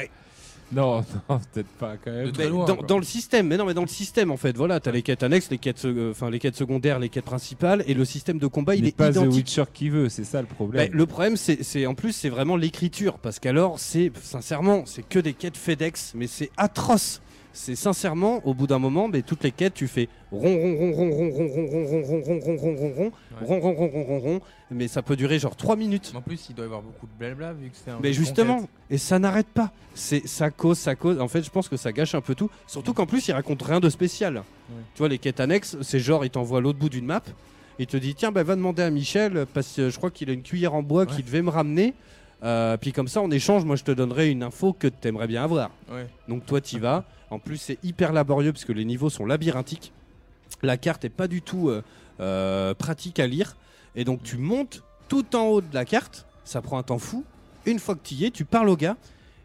[SPEAKER 2] Non, non, peut-être pas quand même.
[SPEAKER 1] mais dans, dans le système, mais non, mais dans le système en fait, voilà, t'as les quêtes annexes, les quêtes, euh, enfin les quêtes secondaires, les quêtes principales, et le système de combat il
[SPEAKER 2] n'est
[SPEAKER 1] est
[SPEAKER 2] pas The
[SPEAKER 1] identique.
[SPEAKER 2] Witcher qui veut, c'est ça le
[SPEAKER 1] Bah,
[SPEAKER 2] problème.
[SPEAKER 1] le problème, c'est c'est- en plus, c'est vraiment l'écriture. Parce qu'alors, c'est sincèrement, c'est que des quêtes FedEx, mais c'est atroce. C'est sincèrement, au bout d'un moment, mais toutes les quêtes, tu fais ron ron ron ron ron ron ron ron ron ron ron ron ron ron ron ron ron ron ron ron. Mais ça peut durer genre 3 minutes.
[SPEAKER 3] Mais En plus, il doit y avoir beaucoup de blabla vu que c'est un.
[SPEAKER 1] Mais
[SPEAKER 3] jeu de
[SPEAKER 1] justement,
[SPEAKER 3] conquête.
[SPEAKER 1] et ça n'arrête pas. C'est ça cause, ça cause. En fait, je pense que ça gâche un peu tout. Surtout qu'en plus, il raconte rien de spécial. Tu vois, les quêtes annexes, c'est genre, il t'envoie à l'autre bout d'une map. Il te dit, tiens, bah, va demander à Michel parce que je crois qu'il a une cuillère en bois qu'il devait me ramener. Euh, puis comme ça, en échange, moi, je te donnerai une info que t'aimerais bien avoir.
[SPEAKER 3] Ouais.
[SPEAKER 1] Donc toi, t'y vas. En plus, c'est hyper laborieux parce que les niveaux sont labyrinthiques. La carte est pas du tout euh, euh, pratique à lire. Et donc, tu montes tout en haut de la carte. Ça prend un temps fou. Une fois que tu y es, tu parles au gars.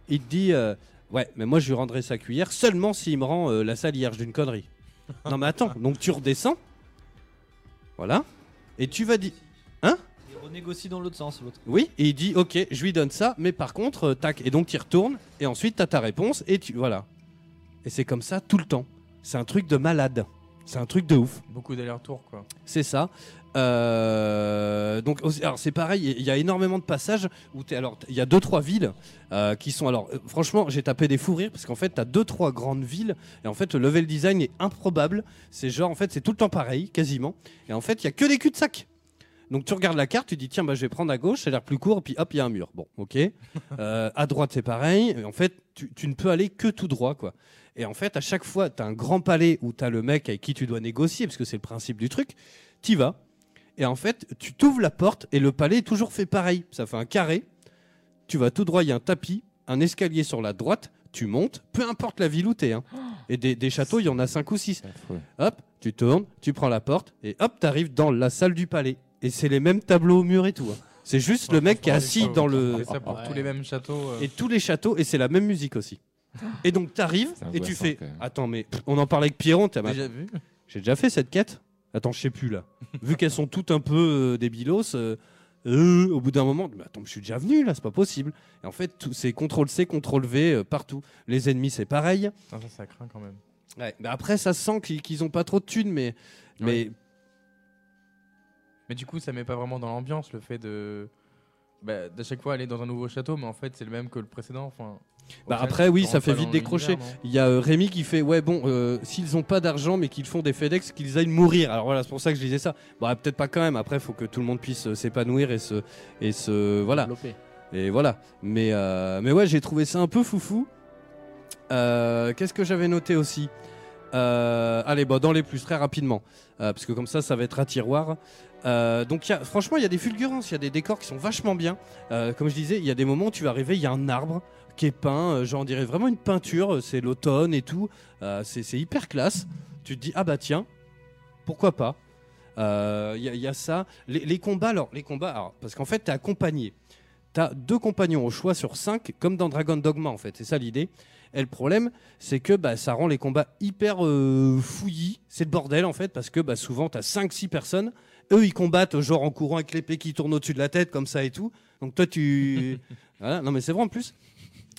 [SPEAKER 1] Il te dit euh, Ouais, mais moi, je lui rendrai sa cuillère seulement s'il me rend euh, la salle hierge d'une connerie. non, mais attends. Donc, tu redescends. Voilà. Et tu vas dire
[SPEAKER 4] Il renégocie dans l'autre sens, l'autre.
[SPEAKER 1] Oui, et il dit ok, je lui donne ça, mais par contre, euh, tac, et donc tu retournes, et ensuite t'as ta réponse, et tu. Voilà. Et c'est comme ça tout le temps. C'est un truc de malade. C'est un truc de ouf.
[SPEAKER 3] Beaucoup d'allers-retours quoi.
[SPEAKER 1] C'est ça. Euh, donc, aussi- alors c'est pareil, il y a énormément de passages où t'es- alors il y a deux trois villes euh, qui sont alors euh, franchement j'ai tapé des fous rires parce qu'en fait t'as deux trois grandes villes et en fait le level design est improbable. C'est genre en fait c'est tout le temps pareil quasiment et en fait il y a que des cul-de-sac. Donc tu regardes la carte, tu dis tiens bah je vais prendre à gauche, ça a l'air plus court, puis hop il y a un mur. Bon ok. Euh, à droite c'est pareil. Et en fait tu, tu ne peux aller que tout droit quoi. Et en fait à chaque fois t'as un grand palais où t'as le mec avec qui tu dois négocier parce que c'est le principe du truc. T'y vas. Et en fait, tu t'ouvres la porte et le palais est toujours fait pareil. Ça fait un carré. Tu vas tout droit, il y a un tapis, un escalier sur la droite, tu montes, peu importe la ville où t'es. hein. Et des, des châteaux, il y en a 5 ou 6.
[SPEAKER 2] Affreux.
[SPEAKER 1] Hop, tu tournes, tu prends la porte et hop, t'arrives dans la salle du palais. Et c'est les mêmes tableaux au mur et tout. hein. C'est juste le mec qui est assis dans le.
[SPEAKER 3] C'est ça pour tous les mêmes châteaux. euh.
[SPEAKER 1] Et tous les châteaux, et c'est la même musique aussi. Et donc t'arrives
[SPEAKER 2] C'est
[SPEAKER 1] et tu
[SPEAKER 2] angoissant,
[SPEAKER 1] fais.
[SPEAKER 2] quand même.
[SPEAKER 1] Attends, mais pff, on en parlait avec Pierron, t'as
[SPEAKER 3] Déjà vu
[SPEAKER 1] j'ai déjà fait cette quête Attends, je sais plus là. Vu qu'elles sont toutes un peu euh, débilos, euh, euh, au bout d'un moment, mais attends, mais je suis déjà venu là, c'est pas possible. Et en fait, tout- c'est CTRL C, CTRL V euh, partout. Les ennemis, c'est pareil.
[SPEAKER 3] Putain, ça, ça craint quand même.
[SPEAKER 1] Mais après, ça sent qu'ils qu'ils ont pas trop de thunes, mais. Mais
[SPEAKER 3] Mais du coup, ça met pas vraiment dans l'ambiance le fait de. Bah, d'à chaque fois aller dans un nouveau château, mais en fait, c'est le même que le précédent. Enfin, au
[SPEAKER 1] Bah,
[SPEAKER 3] final,
[SPEAKER 1] après, oui,
[SPEAKER 3] tu
[SPEAKER 1] ça
[SPEAKER 3] rentres
[SPEAKER 1] fait
[SPEAKER 3] pas
[SPEAKER 1] vite
[SPEAKER 3] dans l'univers,
[SPEAKER 1] décrocher.
[SPEAKER 3] non
[SPEAKER 1] il y a euh, Rémi qui fait Ouais, bon, euh, s'ils ont pas d'argent, mais qu'ils font des FedEx, qu'ils aillent mourir. Alors voilà, c'est pour ça que je disais ça. Bon, ouais, peut-être pas quand même. Après, faut que tout le monde puisse euh, s'épanouir et se. Et se voilà.
[SPEAKER 4] Développé.
[SPEAKER 1] Et voilà. Mais, euh, mais ouais, j'ai trouvé ça un peu foufou. Euh, Qu'est-ce que j'avais noté aussi Euh, Allez, bah, dans les plus, très rapidement. Euh, parce que comme ça, ça va être à tiroir. Euh, donc, il y a- franchement, il y a des fulgurances, il y a des décors qui sont vachement bien. Euh, comme je disais, il y a des moments où tu vas arriver, il y a un arbre qui est peint, euh, genre on dirait vraiment une peinture, euh, c'est l'automne et tout. Euh, c'est c'est hyper classe. Tu te dis, ah bah tiens, pourquoi pas Euh, Il y, a- il y a ça. Les, les combats, alors, les combats, alors, parce qu'en fait, t'es accompagné. T'as deux compagnons au choix sur cinq, comme dans Dragon Dogma en fait. C'est ça l'idée. Et le problème, c'est que bah, ça rend les combats hyper euh, fouillis. C'est le bordel en fait, parce que bah, souvent t'as 5-6 personnes. Eux ils combattent genre en courant avec l'épée qui tourne au-dessus de la tête, comme ça et tout. Donc toi tu. Voilà. Non mais c'est vrai en plus.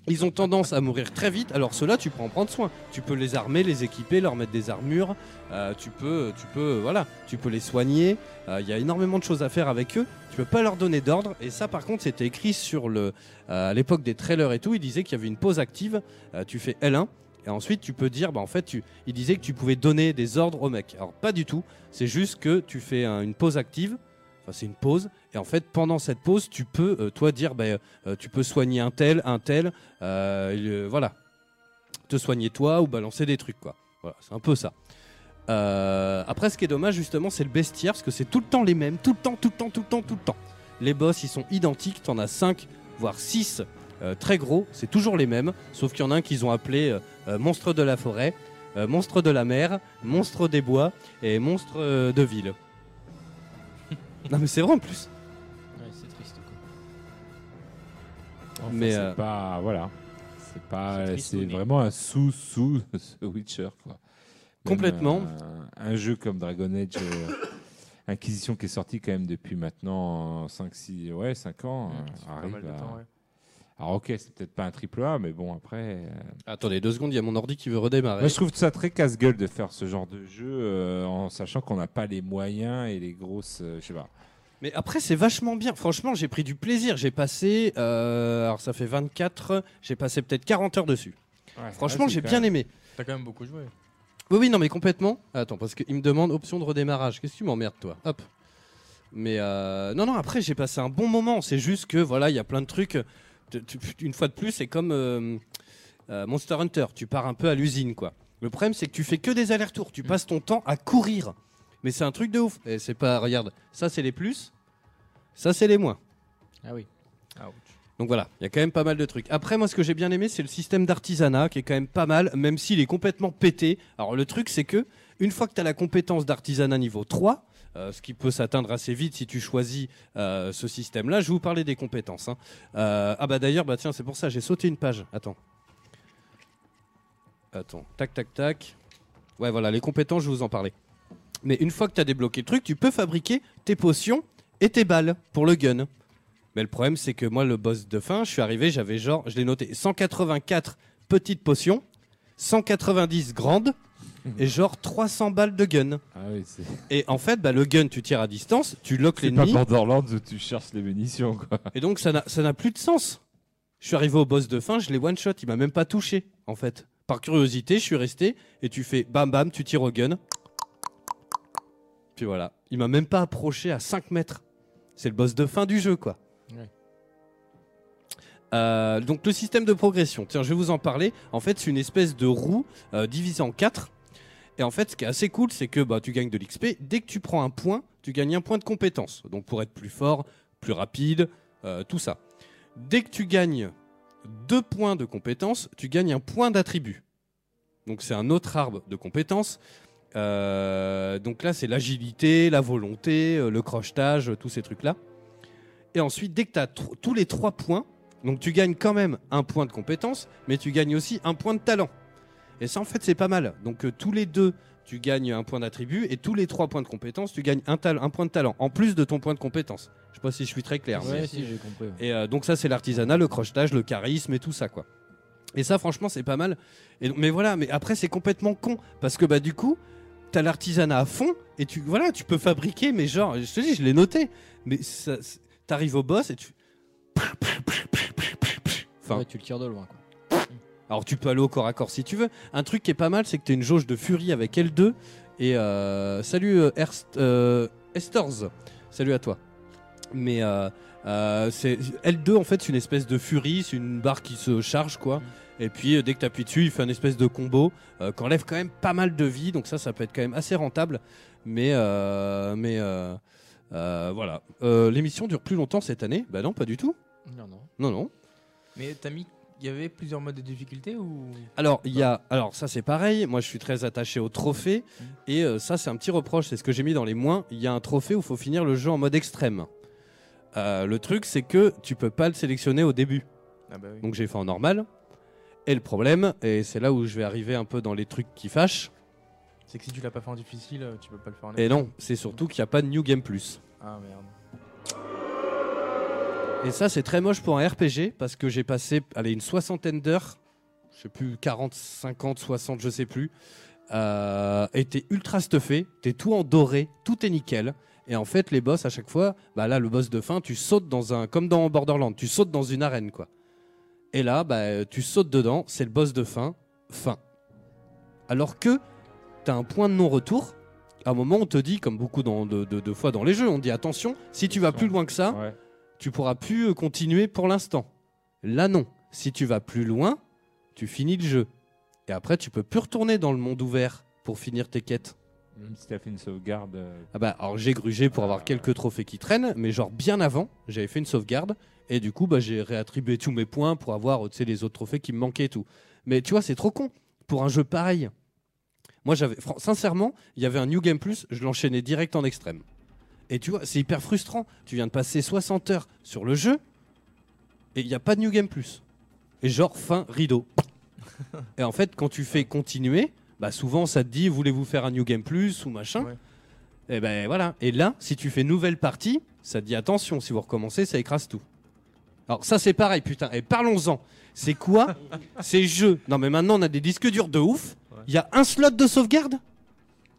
[SPEAKER 1] Ils ont tendance à mourir très vite, alors ceux-là, tu peux en prendre soin. Tu peux les armer, les équiper, leur mettre des armures. euh, tu peux, tu peux, voilà, tu peux les soigner. Euh, Il y a énormément de choses à faire avec eux. Tu peux pas leur donner d'ordre. Et ça, par contre, c'était écrit sur le, euh, à l'époque des trailers et tout. Ils disaient qu'il y avait une pause active. Euh, tu fais L1 et ensuite tu peux dire, bah en fait, tu, ils disaient que tu pouvais donner des ordres au mec. Alors pas du tout. C'est juste que tu fais un- une pause active. Enfin, c'est une pause. Et en fait, pendant cette pause, tu peux, euh, toi, dire, bah, euh, tu peux soigner un tel, un tel, euh, et, euh, voilà, te soigner toi ou balancer des trucs, quoi. Voilà, c'est un peu ça. Euh, après, ce qui est dommage, justement, c'est le bestiaire, parce que c'est tout le temps les mêmes, tout le temps, tout le temps, tout le temps, tout le temps. Les boss, ils sont identiques, t'en as 5, voire 6, très gros, c'est toujours les mêmes, sauf qu'il y en a un qu'ils ont appelé euh, euh, monstre de la forêt, euh, monstre de la mer, monstre des bois et monstre euh, de ville. non, mais c'est vrai en plus.
[SPEAKER 4] Ouais, c'est triste. Quoi.
[SPEAKER 2] Enfin,
[SPEAKER 1] Mais,
[SPEAKER 2] c'est
[SPEAKER 1] euh,
[SPEAKER 2] pas voilà, c'est
[SPEAKER 4] c'est
[SPEAKER 2] pas
[SPEAKER 4] triste,
[SPEAKER 2] c'est
[SPEAKER 4] oui.
[SPEAKER 2] vraiment un sous sous ce Witcher quoi. Même,
[SPEAKER 1] Complètement.
[SPEAKER 2] euh, un, un jeu comme Dragon Age euh, Inquisition qui est sorti quand même depuis maintenant 5 6 ouais 5 ans euh,
[SPEAKER 3] Ça fait pas
[SPEAKER 2] arrive
[SPEAKER 3] mal de
[SPEAKER 2] à-
[SPEAKER 3] temps, ouais.
[SPEAKER 2] Alors OK, c'est peut-être pas un triple A mais bon après euh,
[SPEAKER 1] Attendez deux secondes, il y a mon ordi qui veut redémarrer.
[SPEAKER 2] moi, je trouve ça très casse-gueule de faire ce genre de jeu euh, en sachant qu'on n'a pas les moyens et les grosses euh, je sais pas.
[SPEAKER 1] Mais après, c'est vachement bien. Franchement, j'ai pris du plaisir. J'ai passé, euh, alors ça fait 24, j'ai passé peut-être 40 heures dessus. Franchement, j'ai bien aimé.
[SPEAKER 3] T'as Ah, quand même beaucoup joué.
[SPEAKER 1] Oui, oui, non, mais complètement. Attends, parce qu'il me demande option de redémarrage. Qu'est-ce que tu m'emmerdes, toi Hop. Mais euh, non, non, après, j'ai passé un bon moment. C'est juste que, voilà, il y a plein de trucs. Tu- tu- Une fois de plus, c'est comme euh, euh, Monster Hunter. Tu pars un peu à l'usine, quoi. Le problème, c'est que tu fais que des allers-retours.
[SPEAKER 3] Mm.
[SPEAKER 1] Tu passes ton temps à courir. Mais c'est un truc de ouf. Et c'est pas, regarde, ça, c'est les plus. Ça, c'est les moins.
[SPEAKER 4] Ah oui.
[SPEAKER 1] Donc voilà, il y a quand même pas mal de trucs. Après, moi, ce que j'ai bien aimé, c'est le système d'artisanat qui est quand même pas mal, même s'il est complètement pété. Alors, le truc, c'est que une fois que tu as la compétence d'artisanat niveau 3, euh, ce qui peut s'atteindre assez vite si tu choisis euh, ce système-là, je vais vous parler des compétences. hein. Euh, ah, bah d'ailleurs, bah tiens, c'est pour ça, j'ai sauté une page. Attends. Attends, tac, tac, tac. Ouais, voilà, les compétences, je vous en parlais. Mais une fois que tu as débloqué le truc, tu peux fabriquer tes potions et tes balles pour le gun. Mais le problème, c'est que moi, le boss de fin, je suis arrivé, j'avais genre, je l'ai noté, 184 petites potions, 190 grandes et genre 300 balles de gun.
[SPEAKER 2] Ah oui, c'est
[SPEAKER 1] Et en fait, bah, le gun, tu tires à distance, tu loques
[SPEAKER 2] c'est pas
[SPEAKER 1] l'ennemi
[SPEAKER 2] Borderlands où tu cherches les munitions quoi.
[SPEAKER 1] et donc ça n'a- ça n'a plus de sens. Je suis arrivé au boss de fin, je l'ai one shot, il m'a même pas touché en fait. Par curiosité, je suis resté et tu fais bam bam, tu tires au gun. Puis voilà, il m'a même pas approché à 5 mètres. C'est le boss de fin du jeu, quoi.
[SPEAKER 3] Ouais.
[SPEAKER 1] Euh, donc le système de progression, tiens, je vais vous en parler. En fait, c'est une espèce de roue euh, divisée en 4. Et en fait, ce qui est assez cool, c'est que bah, tu gagnes de l'XP. Dès que tu prends un point, tu gagnes un point de compétence. Donc pour être plus fort, plus rapide, euh, tout ça. Dès que tu gagnes deux points de compétence, tu gagnes un point d'attribut. Donc c'est un autre arbre de compétences. Euh, donc là, c'est l'agilité, la volonté, euh, le crochetage, euh, tous ces trucs-là. Et ensuite, dès que tu as tous les trois points, donc tu gagnes quand même un point de compétence, mais tu gagnes aussi un point de talent. Et ça, en fait, c'est pas mal. Donc euh, tous les deux, tu gagnes un point d'attribut, et tous les trois points de compétence, tu gagnes un, tal- un point de talent, en plus de ton point de compétence. Je sais pas si je suis très clair. mais-
[SPEAKER 4] Ouais, si, j'ai compris.
[SPEAKER 1] et euh, donc ça, c'est l'artisanat, le crochetage, le charisme et tout ça, quoi. Et ça, franchement, c'est pas mal. Et, donc- mais voilà, mais après, c'est complètement con parce que bah du coup, t'as l'artisanat à fond et tu voilà, tu peux fabriquer, mais genre, je te dis, je l'ai noté, mais ça- c'est- t'arrives au boss et tu. Enfin,
[SPEAKER 4] Ouais, tu le tires de loin. Quoi.
[SPEAKER 1] alors tu peux aller au corps à corps si tu veux. Un truc qui est pas mal, c'est que tu as une jauge de furie avec L2. Et euh, salut euh, Erst- euh, Estors, salut à toi. Mais euh, euh, c'est- L2 en fait c'est une espèce de furie, c'est une barre qui se charge quoi. Et puis euh, dès que tu appuies dessus, il fait un espèce de combo euh, qui enlève quand même pas mal de vie. Donc ça, ça peut être quand même assez rentable. Mais, euh, mais euh, euh, voilà. Euh, L'émission dure plus longtemps cette année Bah non, pas du tout.
[SPEAKER 4] Non, non.
[SPEAKER 1] Non, non.
[SPEAKER 3] Mais t'as mis. Il y avait plusieurs modes de difficulté ou.
[SPEAKER 1] Alors, il y a, alors ça c'est pareil, moi je suis très attaché au trophée, et euh, ça c'est un petit reproche, c'est ce que j'ai mis dans les moins, il y a un trophée où il faut finir le jeu en mode extrême. Euh, le truc c'est que tu peux pas le sélectionner au début,
[SPEAKER 3] Ah bah oui.
[SPEAKER 1] donc j'ai fait en normal, et le problème, et c'est là où je vais arriver un peu dans les trucs qui fâchent,
[SPEAKER 3] C'est que si tu l'as pas fait en difficile, euh, tu peux pas le faire en
[SPEAKER 1] et non, c'est surtout qu'il n'y a pas de New Game Plus.
[SPEAKER 3] Ah merde.
[SPEAKER 1] Et ça, c'est très moche pour un RPG parce que j'ai passé allez, une soixantaine d'heures, je sais plus, 40, 50, 60, je sais plus. Euh, et t'es ultra stuffé, t'es tout en doré, tout est nickel. Et en fait, les boss, à chaque fois, bah là, le boss de fin, tu sautes dans un. Comme dans Borderlands, tu sautes dans une arène, quoi. Et là, bah, tu sautes dedans, c'est le boss de fin, fin. Alors que t'as un point de non-retour. À un moment, on te dit, comme beaucoup dans- de, de- de fois dans les jeux, on dit attention, si tu vas plus loin que ça,
[SPEAKER 2] Ouais.
[SPEAKER 1] tu pourras plus euh, continuer pour l'instant. Là non, si tu vas plus loin, tu finis le jeu. Et après tu peux plus retourner dans le monde ouvert pour finir tes quêtes.
[SPEAKER 2] Même si t'as fait une sauvegarde. euh,
[SPEAKER 1] Ah bah, alors j'ai grugé pour avoir quelques trophées qui traînent, mais genre bien avant, j'avais fait une sauvegarde et du coup, bah, j'ai réattribué tous mes points pour avoir euh, tu sais, les autres trophées qui me manquaient et tout. Mais tu vois, c'est trop con pour un jeu pareil. Moi, j'avais fran- sincèrement, il y avait un New Game Plus, je l'enchaînais direct en extrême. Et tu vois, c'est hyper frustrant. Tu viens de passer 60 heures sur le jeu et il n'y a pas de New Game Plus. Et genre fin rideau. et en fait, quand tu fais continuer, bah souvent ça te dit voulez-vous faire un New Game Plus ou machin.
[SPEAKER 3] Ouais.
[SPEAKER 1] Et ben voilà. Et là, si tu fais nouvelle partie, ça te dit attention, si vous recommencez, ça écrase tout. Alors ça c'est pareil, putain. Et parlons-en. C'est quoi ces jeux Non mais maintenant on a des disques durs de ouf. Il
[SPEAKER 3] Ouais.
[SPEAKER 1] y a un slot de sauvegarde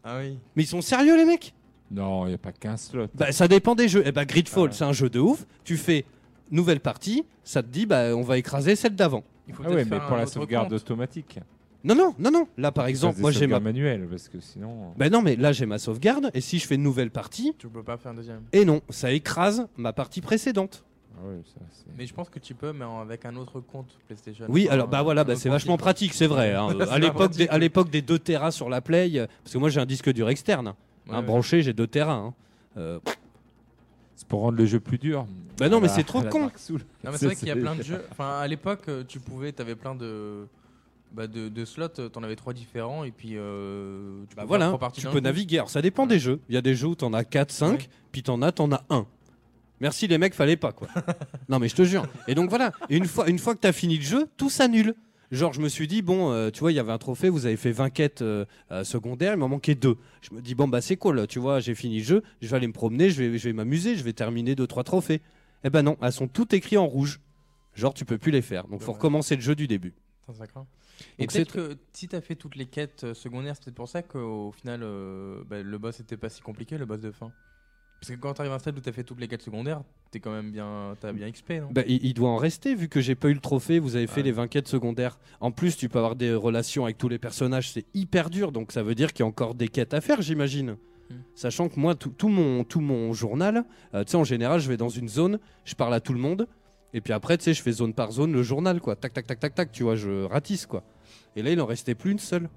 [SPEAKER 3] Ah oui.
[SPEAKER 1] Mais ils sont sérieux les mecs
[SPEAKER 2] Non, il n'y a pas qu'un slot.
[SPEAKER 1] Bah, ça dépend des jeux. Et bah, Gridfall,
[SPEAKER 2] Ah ouais.
[SPEAKER 1] c'est un jeu de ouf. Tu fais nouvelle partie, ça te dit, bah, on va écraser celle d'avant.
[SPEAKER 3] Il faut
[SPEAKER 2] Ah
[SPEAKER 3] peut-être
[SPEAKER 2] ouais, mais
[SPEAKER 3] faire
[SPEAKER 2] pour
[SPEAKER 3] un
[SPEAKER 2] la
[SPEAKER 3] autre
[SPEAKER 2] sauvegarde
[SPEAKER 3] compte.
[SPEAKER 2] automatique.
[SPEAKER 1] Non, non, non, non. Là, par exemple,
[SPEAKER 2] Fasse
[SPEAKER 1] moi,
[SPEAKER 2] des
[SPEAKER 1] j'ai ma.
[SPEAKER 2] sauvegardes manuelles, parce que sinon.
[SPEAKER 1] Bah, non, mais là, j'ai ma sauvegarde. Et si je fais une nouvelle partie,
[SPEAKER 3] Tu peux pas faire un deuxième.
[SPEAKER 1] et non, ça écrase ma partie précédente.
[SPEAKER 2] Ah ouais, ça, c'est-
[SPEAKER 3] Mais je pense que tu peux, mais en- avec un autre compte PlayStation.
[SPEAKER 1] Oui,
[SPEAKER 3] Enfin,
[SPEAKER 1] alors, bah
[SPEAKER 3] un
[SPEAKER 1] voilà, bah,
[SPEAKER 3] autre
[SPEAKER 1] c'est vachement
[SPEAKER 3] compte.
[SPEAKER 1] pratique, c'est vrai. hein.
[SPEAKER 3] C'est
[SPEAKER 1] à l'époque
[SPEAKER 3] pratique.
[SPEAKER 1] des, à l'époque des 2 Tera sur la Play, euh, parce que moi, j'ai un disque dur externe.
[SPEAKER 3] Ouais,
[SPEAKER 1] hein,
[SPEAKER 3] ouais.
[SPEAKER 1] Branché, j'ai 2 Tera. hein. Euh,
[SPEAKER 2] c'est pour rendre le jeu plus dur.
[SPEAKER 1] Bah non, mais
[SPEAKER 2] Ah,
[SPEAKER 1] c'est trop
[SPEAKER 2] la
[SPEAKER 1] con.
[SPEAKER 2] Dark Souls.
[SPEAKER 3] Non, mais c'est vrai qu'il y a plein de jeux. Enfin, à l'époque, euh, tu pouvais, t'avais plein de. Bah de, de slots, euh, t'en avais trois différents et puis euh,
[SPEAKER 1] Bah
[SPEAKER 3] tu peux faire
[SPEAKER 1] voilà,
[SPEAKER 3] trois parties
[SPEAKER 1] tu
[SPEAKER 3] d'un
[SPEAKER 1] peux
[SPEAKER 3] coup.
[SPEAKER 1] naviguer. Alors, ça dépend des jeux. Il y a des jeux où t'en as 4, 5,
[SPEAKER 3] Ouais.
[SPEAKER 1] puis t'en as, t'en as 1. Merci les mecs, fallait pas quoi. non mais je te jure. Et donc voilà, Et une fois, une fois que t'as fini le jeu, tout s'annule. Genre, je me suis dit, bon, euh, tu vois, il y avait un trophée, vous avez fait 20 quêtes euh, euh, secondaires, il m'en manquait deux. Je me dis, bon, bah c'est cool, tu vois, j'ai fini le jeu, je vais aller me promener, je vais, je vais m'amuser, je vais terminer 2-3 trophées. Eh ben non, elles sont toutes écrites en rouge. Genre, tu peux plus les faire. Donc, faut
[SPEAKER 3] Dommage.
[SPEAKER 1] recommencer le jeu du début.
[SPEAKER 3] Putain, ça craint. Et
[SPEAKER 1] Donc, c'est
[SPEAKER 3] peut-être que si t'as fait toutes les quêtes euh, secondaires, c'est peut-être pour ça qu'au final, euh, bah, le boss était pas si compliqué, le boss de fin. Parce que quand t'arrives à un stade où t'as fait toutes les quêtes secondaires, t'es quand même bien, t'as bien XP, non
[SPEAKER 1] Bah, il, il doit en rester, vu que j'ai pas eu le trophée, vous avez fait
[SPEAKER 3] Ouais.
[SPEAKER 1] les 20 quêtes secondaires. En plus, tu peux avoir des relations avec tous les personnages, c'est hyper dur, donc ça veut dire qu'il y a encore des quêtes à faire, j'imagine.
[SPEAKER 3] Hmm.
[SPEAKER 1] Sachant que moi, tout, tout mon, tout mon journal, euh, tu sais, en général, je vais dans une zone, je parle à tout le monde, et puis après, tu sais, je fais zone par zone le journal, quoi. Tac, tac, tac, tac, tac, tu vois, je ratisse, quoi. Et là, il en restait plus une seule.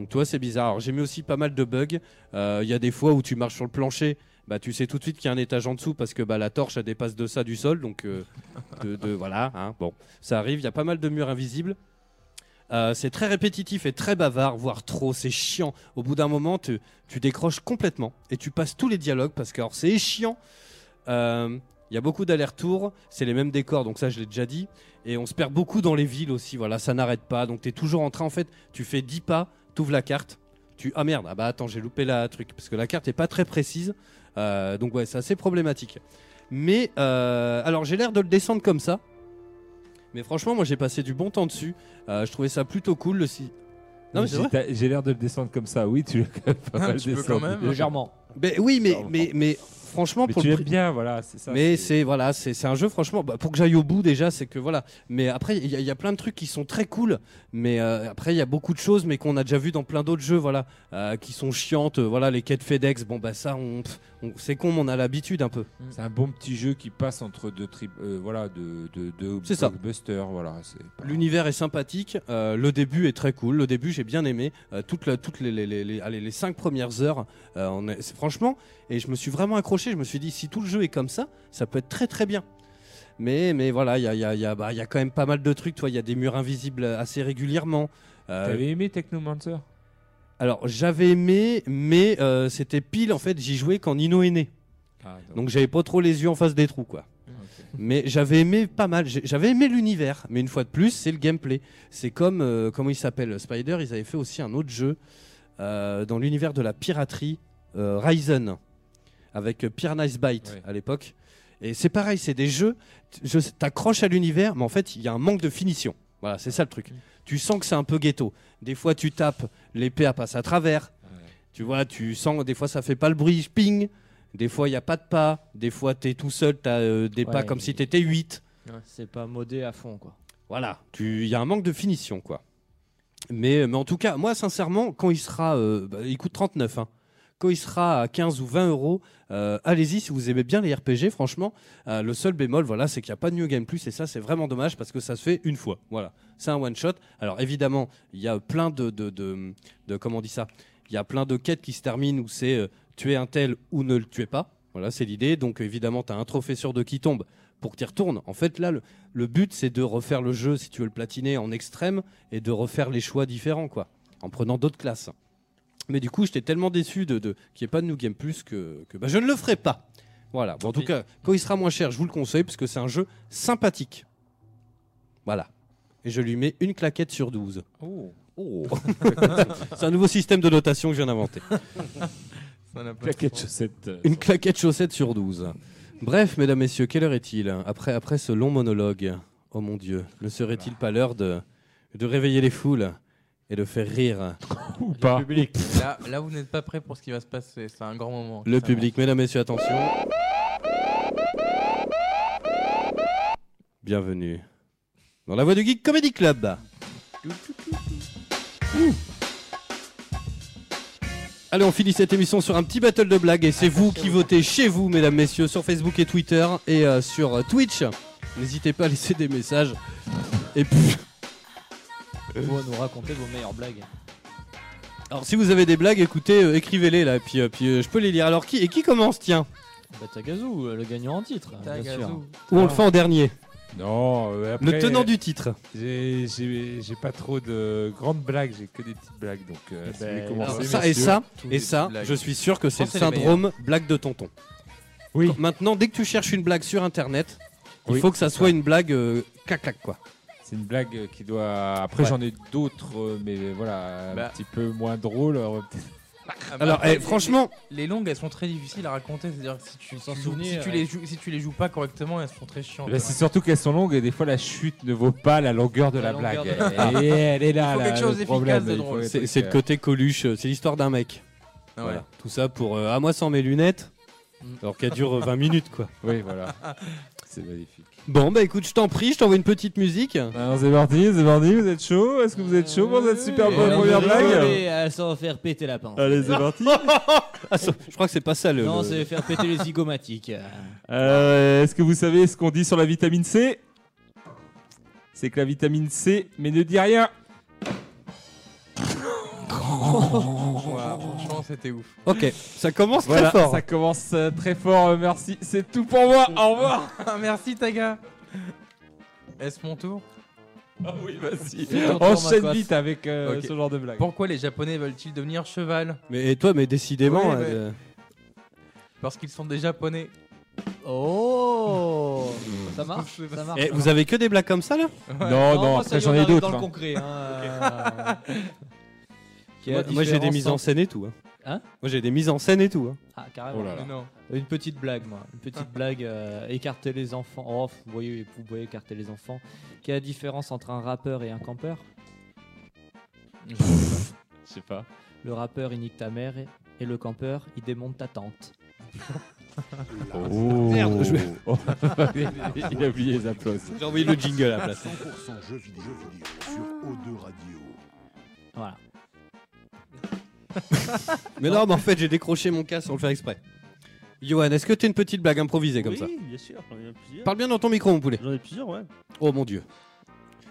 [SPEAKER 1] Donc, toi, c'est bizarre. Alors, j'ai mis aussi pas mal de bugs. Euh, Il y a des fois où tu marches sur le plancher, bah, tu sais tout de suite qu'il y a un étage en dessous parce que bah, la torche, elle dépasse de ça du sol, donc. euh, de, de- voilà, hein, bon, ça arrive. Il y a pas mal de murs invisibles. Euh, c'est très répétitif et très bavard, voire trop. C'est chiant. Au bout d'un moment, tu, tu décroches complètement et tu passes tous les dialogues parce que alors, c'est chiant. Euh, Il y a beaucoup d'allers-retours. C'est les mêmes décors, donc ça, je l'ai déjà dit. Et on se perd beaucoup dans les villes aussi. Voilà, ça n'arrête pas. Donc t'es toujours en train. En fait, tu fais 10 pas, t'ouvres la carte. Tu ah merde, ah bah attends, j'ai loupé la truc parce que la carte est pas très précise. Euh, donc ouais, c'est assez problématique. Mais euh, alors j'ai l'air de le descendre comme ça. Mais franchement, moi j'ai passé du bon temps dessus. Euh, je trouvais ça plutôt cool le si. Non mais c'est
[SPEAKER 2] J'ai-
[SPEAKER 1] vrai.
[SPEAKER 2] t'as- J'ai l'air de le descendre comme ça. Oui, tu l'as quand même.
[SPEAKER 3] Tu peux quand même.
[SPEAKER 4] Légèrement.
[SPEAKER 1] Mais Ben oui, mais
[SPEAKER 2] Pardon.
[SPEAKER 1] mais mais franchement
[SPEAKER 2] Mais
[SPEAKER 1] pour
[SPEAKER 2] tu
[SPEAKER 1] le
[SPEAKER 2] l'aimes
[SPEAKER 1] prix-
[SPEAKER 2] bien, voilà, c'est ça.
[SPEAKER 1] Mais c'est voilà, c'est c'est un jeu franchement. bah, pour que j'aille au bout déjà, c'est que voilà. Mais après, il y, a- il y a plein de trucs qui sont très cool. Mais euh, après, il y a beaucoup de choses, mais qu'on a déjà vu dans plein d'autres jeux, voilà, euh, qui sont chiantes. euh, Voilà, les quêtes FedEx. Bon bah ça, on, pff, on- c'est con, mais on a l'habitude un peu.
[SPEAKER 2] C'est un bon petit jeu qui passe entre deux tri euh, voilà, deux, deux, deux
[SPEAKER 1] C'est ça.
[SPEAKER 2] blockbusters, voilà. c'est pas-
[SPEAKER 1] L'univers est sympathique, euh, le début est très cool, le début j'ai bien aimé, euh, toute la- toutes les, les, les, les- allez, les cinq premières heures, euh, on est- c'est- franchement, et je me suis vraiment accroché, je me suis dit si tout le jeu est comme ça, ça peut être très très bien. Mais, mais voilà, il y a, il y, a, il y, a, bah, il y a quand même pas mal de trucs, toi, il y a des murs invisibles assez régulièrement. Euh,
[SPEAKER 2] T'avais aimé Technomancer
[SPEAKER 1] alors j'avais aimé, mais euh, c'était pile en fait, j'y jouais quand Nino est né.
[SPEAKER 2] ah, donc- Ah,
[SPEAKER 1] Donc j'avais pas trop les yeux en face des trous quoi. Mais j'avais aimé pas mal, J'ai- j'avais aimé l'univers, mais une fois de plus, c'est le gameplay. C'est comme, euh, comment il s'appelle, Spider, ils avaient fait aussi un autre jeu euh, dans l'univers de la piraterie, euh, Ryzen, avec euh, Pierre Nice Bite
[SPEAKER 2] Ouais.
[SPEAKER 1] à l'époque. Et c'est pareil, c'est des jeux, t- je- t'accroches à l'univers, mais en fait, il y a un manque de finition. Voilà, c'est ça le truc. Tu sens que c'est un peu ghetto. Des fois, tu tapes, l'épée elle passe à travers.
[SPEAKER 2] Ouais.
[SPEAKER 1] Tu vois, tu sens, des fois, ça fait pas le bruit, ping. Des fois, il n'y a pas de pas. Des fois, tu es tout seul, tu as des pas
[SPEAKER 4] Ouais,
[SPEAKER 1] comme
[SPEAKER 4] mais-
[SPEAKER 1] si tu étais 8.
[SPEAKER 4] C'est pas modé à fond, quoi.
[SPEAKER 1] Voilà, Tu- il y a un manque de finition, quoi. Mais, mais en tout cas, moi, sincèrement, quand il sera. euh, bah, il coûte 39, hein. Quand il sera à 15 ou 20 euros, euh, allez-y si vous aimez bien les RPG, franchement. Euh, le seul bémol, voilà, c'est qu'il n'y a pas de New Game Plus, et ça, c'est vraiment dommage parce que ça se fait une fois. Voilà, c'est un one-shot. Alors évidemment, il y a plein de. de, de, de- comment on dit ça Il y a plein de quêtes qui se terminent où c'est euh, tuer un tel ou ne le tuez pas. Voilà, c'est l'idée. Donc évidemment, tu as un trophée sur deux qui tombe pour que tu retournes. En fait, là, le, le but, c'est de refaire le jeu, si tu veux le platiner, en extrême et de refaire les choix différents, quoi, en prenant d'autres classes. Mais du coup, j'étais tellement déçu de, de qu'il n'y ait pas de New Game Plus que, que bah, je ne le ferai pas. Voilà. Bon, en tout cas, quand il sera moins cher, je vous le conseille parce que c'est un jeu sympathique. Voilà. Et je lui mets une claquette sur 12. Oh. c'est un nouveau système de notation que je viens d'inventer.
[SPEAKER 2] Claquette chaussette. euh,
[SPEAKER 1] Une claquette chaussette sur 12. Bref, mesdames, messieurs, quelle heure est-il après, après ce long monologue, oh mon Dieu, ne serait-il pas l'heure de, de réveiller les foules et de faire rire
[SPEAKER 2] Ou pas.
[SPEAKER 3] Là, là, vous n'êtes pas prêt pour ce qui va se passer. C'est un grand moment.
[SPEAKER 1] le
[SPEAKER 3] Ça
[SPEAKER 1] public Mesdames, messieurs, attention. Bienvenue dans la voix du Geek Comedy Club. Ouh. Allez, on finit cette émission sur un petit battle de blagues et c'est vous qui votez chez vous, mesdames, messieurs, sur Facebook et Twitter et euh, sur euh, Twitch. N'hésitez pas à laisser des messages. Et puis,
[SPEAKER 4] Vous nous raconter vos meilleures blagues.
[SPEAKER 1] alors si vous avez des blagues, écoutez, euh, écrivez-les là, et puis, euh, puis euh, je peux les lire. Alors qui et qui commence, tiens
[SPEAKER 4] Bah, Tagazu, euh, le gagnant en titre.
[SPEAKER 3] va.
[SPEAKER 4] bien sûr.
[SPEAKER 3] Tagazu.
[SPEAKER 1] Ou on le fait en dernier.
[SPEAKER 2] Non, euh, après,
[SPEAKER 1] Le tenant du titre.
[SPEAKER 2] J'ai- J'ai j'ai pas trop de grandes blagues, j'ai que des petites blagues. Donc, euh,
[SPEAKER 4] Eh
[SPEAKER 2] si
[SPEAKER 4] ben,
[SPEAKER 2] vous voulez
[SPEAKER 1] Alors,
[SPEAKER 3] Ah,
[SPEAKER 2] commencer,
[SPEAKER 1] ça et
[SPEAKER 2] messieurs.
[SPEAKER 1] ça,
[SPEAKER 3] Tous
[SPEAKER 1] et
[SPEAKER 3] les
[SPEAKER 1] ça,
[SPEAKER 3] blagues.
[SPEAKER 1] je suis sûr que c'est le
[SPEAKER 3] Pensez les
[SPEAKER 1] syndrome blague de tonton.
[SPEAKER 2] Oui.
[SPEAKER 1] Quand- Maintenant, dès que tu cherches une blague sur internet, il
[SPEAKER 2] Oui.
[SPEAKER 1] faut que ça soit une blague euh, clac clac quoi.
[SPEAKER 2] C'est une blague qui doit. Après,
[SPEAKER 1] Ouais.
[SPEAKER 2] j'en ai d'autres, euh, mais voilà, un
[SPEAKER 3] Bah.
[SPEAKER 2] petit peu moins drôles. euh, peut-être.
[SPEAKER 3] Ah bah,
[SPEAKER 1] Alors,
[SPEAKER 3] les-
[SPEAKER 1] eh, franchement,
[SPEAKER 3] les longues, elles sont très difficiles à raconter. C'est-à-dire que si tu,
[SPEAKER 4] Sans
[SPEAKER 3] tu joues-
[SPEAKER 4] souvenir,
[SPEAKER 3] si tu
[SPEAKER 4] ouais.
[SPEAKER 3] les joues, si tu les joues pas correctement, elles sont très chiantes.
[SPEAKER 2] Là, c'est surtout qu'elles sont longues et des fois, la chute ne vaut pas la longueur de
[SPEAKER 4] La
[SPEAKER 2] la,
[SPEAKER 4] longueur
[SPEAKER 2] blague.
[SPEAKER 4] de
[SPEAKER 2] Et elle est
[SPEAKER 3] Il
[SPEAKER 2] là,
[SPEAKER 3] faut
[SPEAKER 2] là,
[SPEAKER 3] quelque chose
[SPEAKER 2] le
[SPEAKER 3] d'efficace,
[SPEAKER 2] problème.
[SPEAKER 3] de
[SPEAKER 2] il faut
[SPEAKER 3] drôle.
[SPEAKER 2] être-
[SPEAKER 1] c'est c'est le côté Coluche, euh, c'est l'histoire d'un mec.
[SPEAKER 3] Ah ouais.
[SPEAKER 1] Voilà. Tout ça pour euh, à moi sans mes lunettes,
[SPEAKER 3] Mm.
[SPEAKER 1] alors qu'elle dure euh, 20 minutes quoi.
[SPEAKER 2] Oui, voilà. C'est magnifique.
[SPEAKER 1] Bon bah écoute, je t'en prie, je t'envoie une petite musique.
[SPEAKER 2] Alors, c'est parti, c'est parti, vous êtes chaud Est-ce que vous êtes chaud pour cette super
[SPEAKER 3] Et
[SPEAKER 2] bonne
[SPEAKER 3] on
[SPEAKER 2] première blague Euh,
[SPEAKER 4] Sans euh, faire péter la pince.
[SPEAKER 5] Allez, c'est parti.
[SPEAKER 1] Ah, ça- je crois que c'est pas ça le.
[SPEAKER 4] Non,
[SPEAKER 1] le-
[SPEAKER 4] c'est faire péter les zygomatiques. Euh,
[SPEAKER 2] Euh, Est-ce que vous savez ce qu'on dit sur la vitamine C C'est que la vitamine C, mais ne dit rien.
[SPEAKER 3] Voilà, franchement, c'était ouf.
[SPEAKER 1] Ok, ça commence
[SPEAKER 2] Voilà,
[SPEAKER 1] très fort.
[SPEAKER 2] ça commence euh, très fort, euh, merci. C'est tout pour moi, au revoir
[SPEAKER 3] Ah, Merci, Taga. Est-ce mon tour
[SPEAKER 2] Ah oui, vas-y.
[SPEAKER 4] Fais ton tour,
[SPEAKER 2] Enchaîne
[SPEAKER 4] Marcos.
[SPEAKER 2] vite avec euh,
[SPEAKER 3] Ok.
[SPEAKER 2] ce genre de blague.
[SPEAKER 3] Pourquoi les Japonais veulent-ils devenir cheval
[SPEAKER 1] Mais et toi, mais décidément.
[SPEAKER 3] Oui, mais-
[SPEAKER 1] euh,
[SPEAKER 3] Parce qu'ils sont des Japonais.
[SPEAKER 4] Oh Ça marche Ça marche.
[SPEAKER 1] eh, vous avez que des blagues comme ça là
[SPEAKER 2] Non, oh non,
[SPEAKER 4] moi, ça y
[SPEAKER 2] après
[SPEAKER 4] est,
[SPEAKER 2] j'en
[SPEAKER 4] on
[SPEAKER 2] ai
[SPEAKER 4] arrive
[SPEAKER 2] d'autres.
[SPEAKER 4] Dans le
[SPEAKER 2] hein.
[SPEAKER 4] concret. hein.
[SPEAKER 1] Moi, moi, j'ai des mises en scène et tout. Hein.
[SPEAKER 4] Hein
[SPEAKER 1] moi j'ai des mises en scène et tout. hein.
[SPEAKER 4] Ah, carrément.
[SPEAKER 2] Oh là là.
[SPEAKER 3] Non.
[SPEAKER 4] Une petite blague, moi. Une petite blague. euh, écarter les enfants. Oh, vous voyez, vous voyez écarter les enfants. Quelle est la différence entre un rappeur et un campeur
[SPEAKER 2] Je sais pas.
[SPEAKER 4] Le rappeur, il nique ta mère. Et, et le campeur, il démonte ta tante.
[SPEAKER 2] Oh.
[SPEAKER 1] Merde, je-
[SPEAKER 2] Oh. Il a oublié les applaudissements.
[SPEAKER 1] J'ai envoyé le jingle à la
[SPEAKER 9] 100% jeux vidéo, jeux vidéo sur O2 Radio.
[SPEAKER 4] Voilà.
[SPEAKER 1] Mais non, mais en fait, j'ai décroché mon casque sans le faire exprès. Johan, est-ce que t'es une petite blague improvisée comme
[SPEAKER 5] oui,
[SPEAKER 1] ça
[SPEAKER 5] bien sûr. J'en ai plusieurs.
[SPEAKER 1] Parle bien dans ton micro, mon poulet.
[SPEAKER 5] J'en ai plusieurs, ouais.
[SPEAKER 1] Oh mon dieu.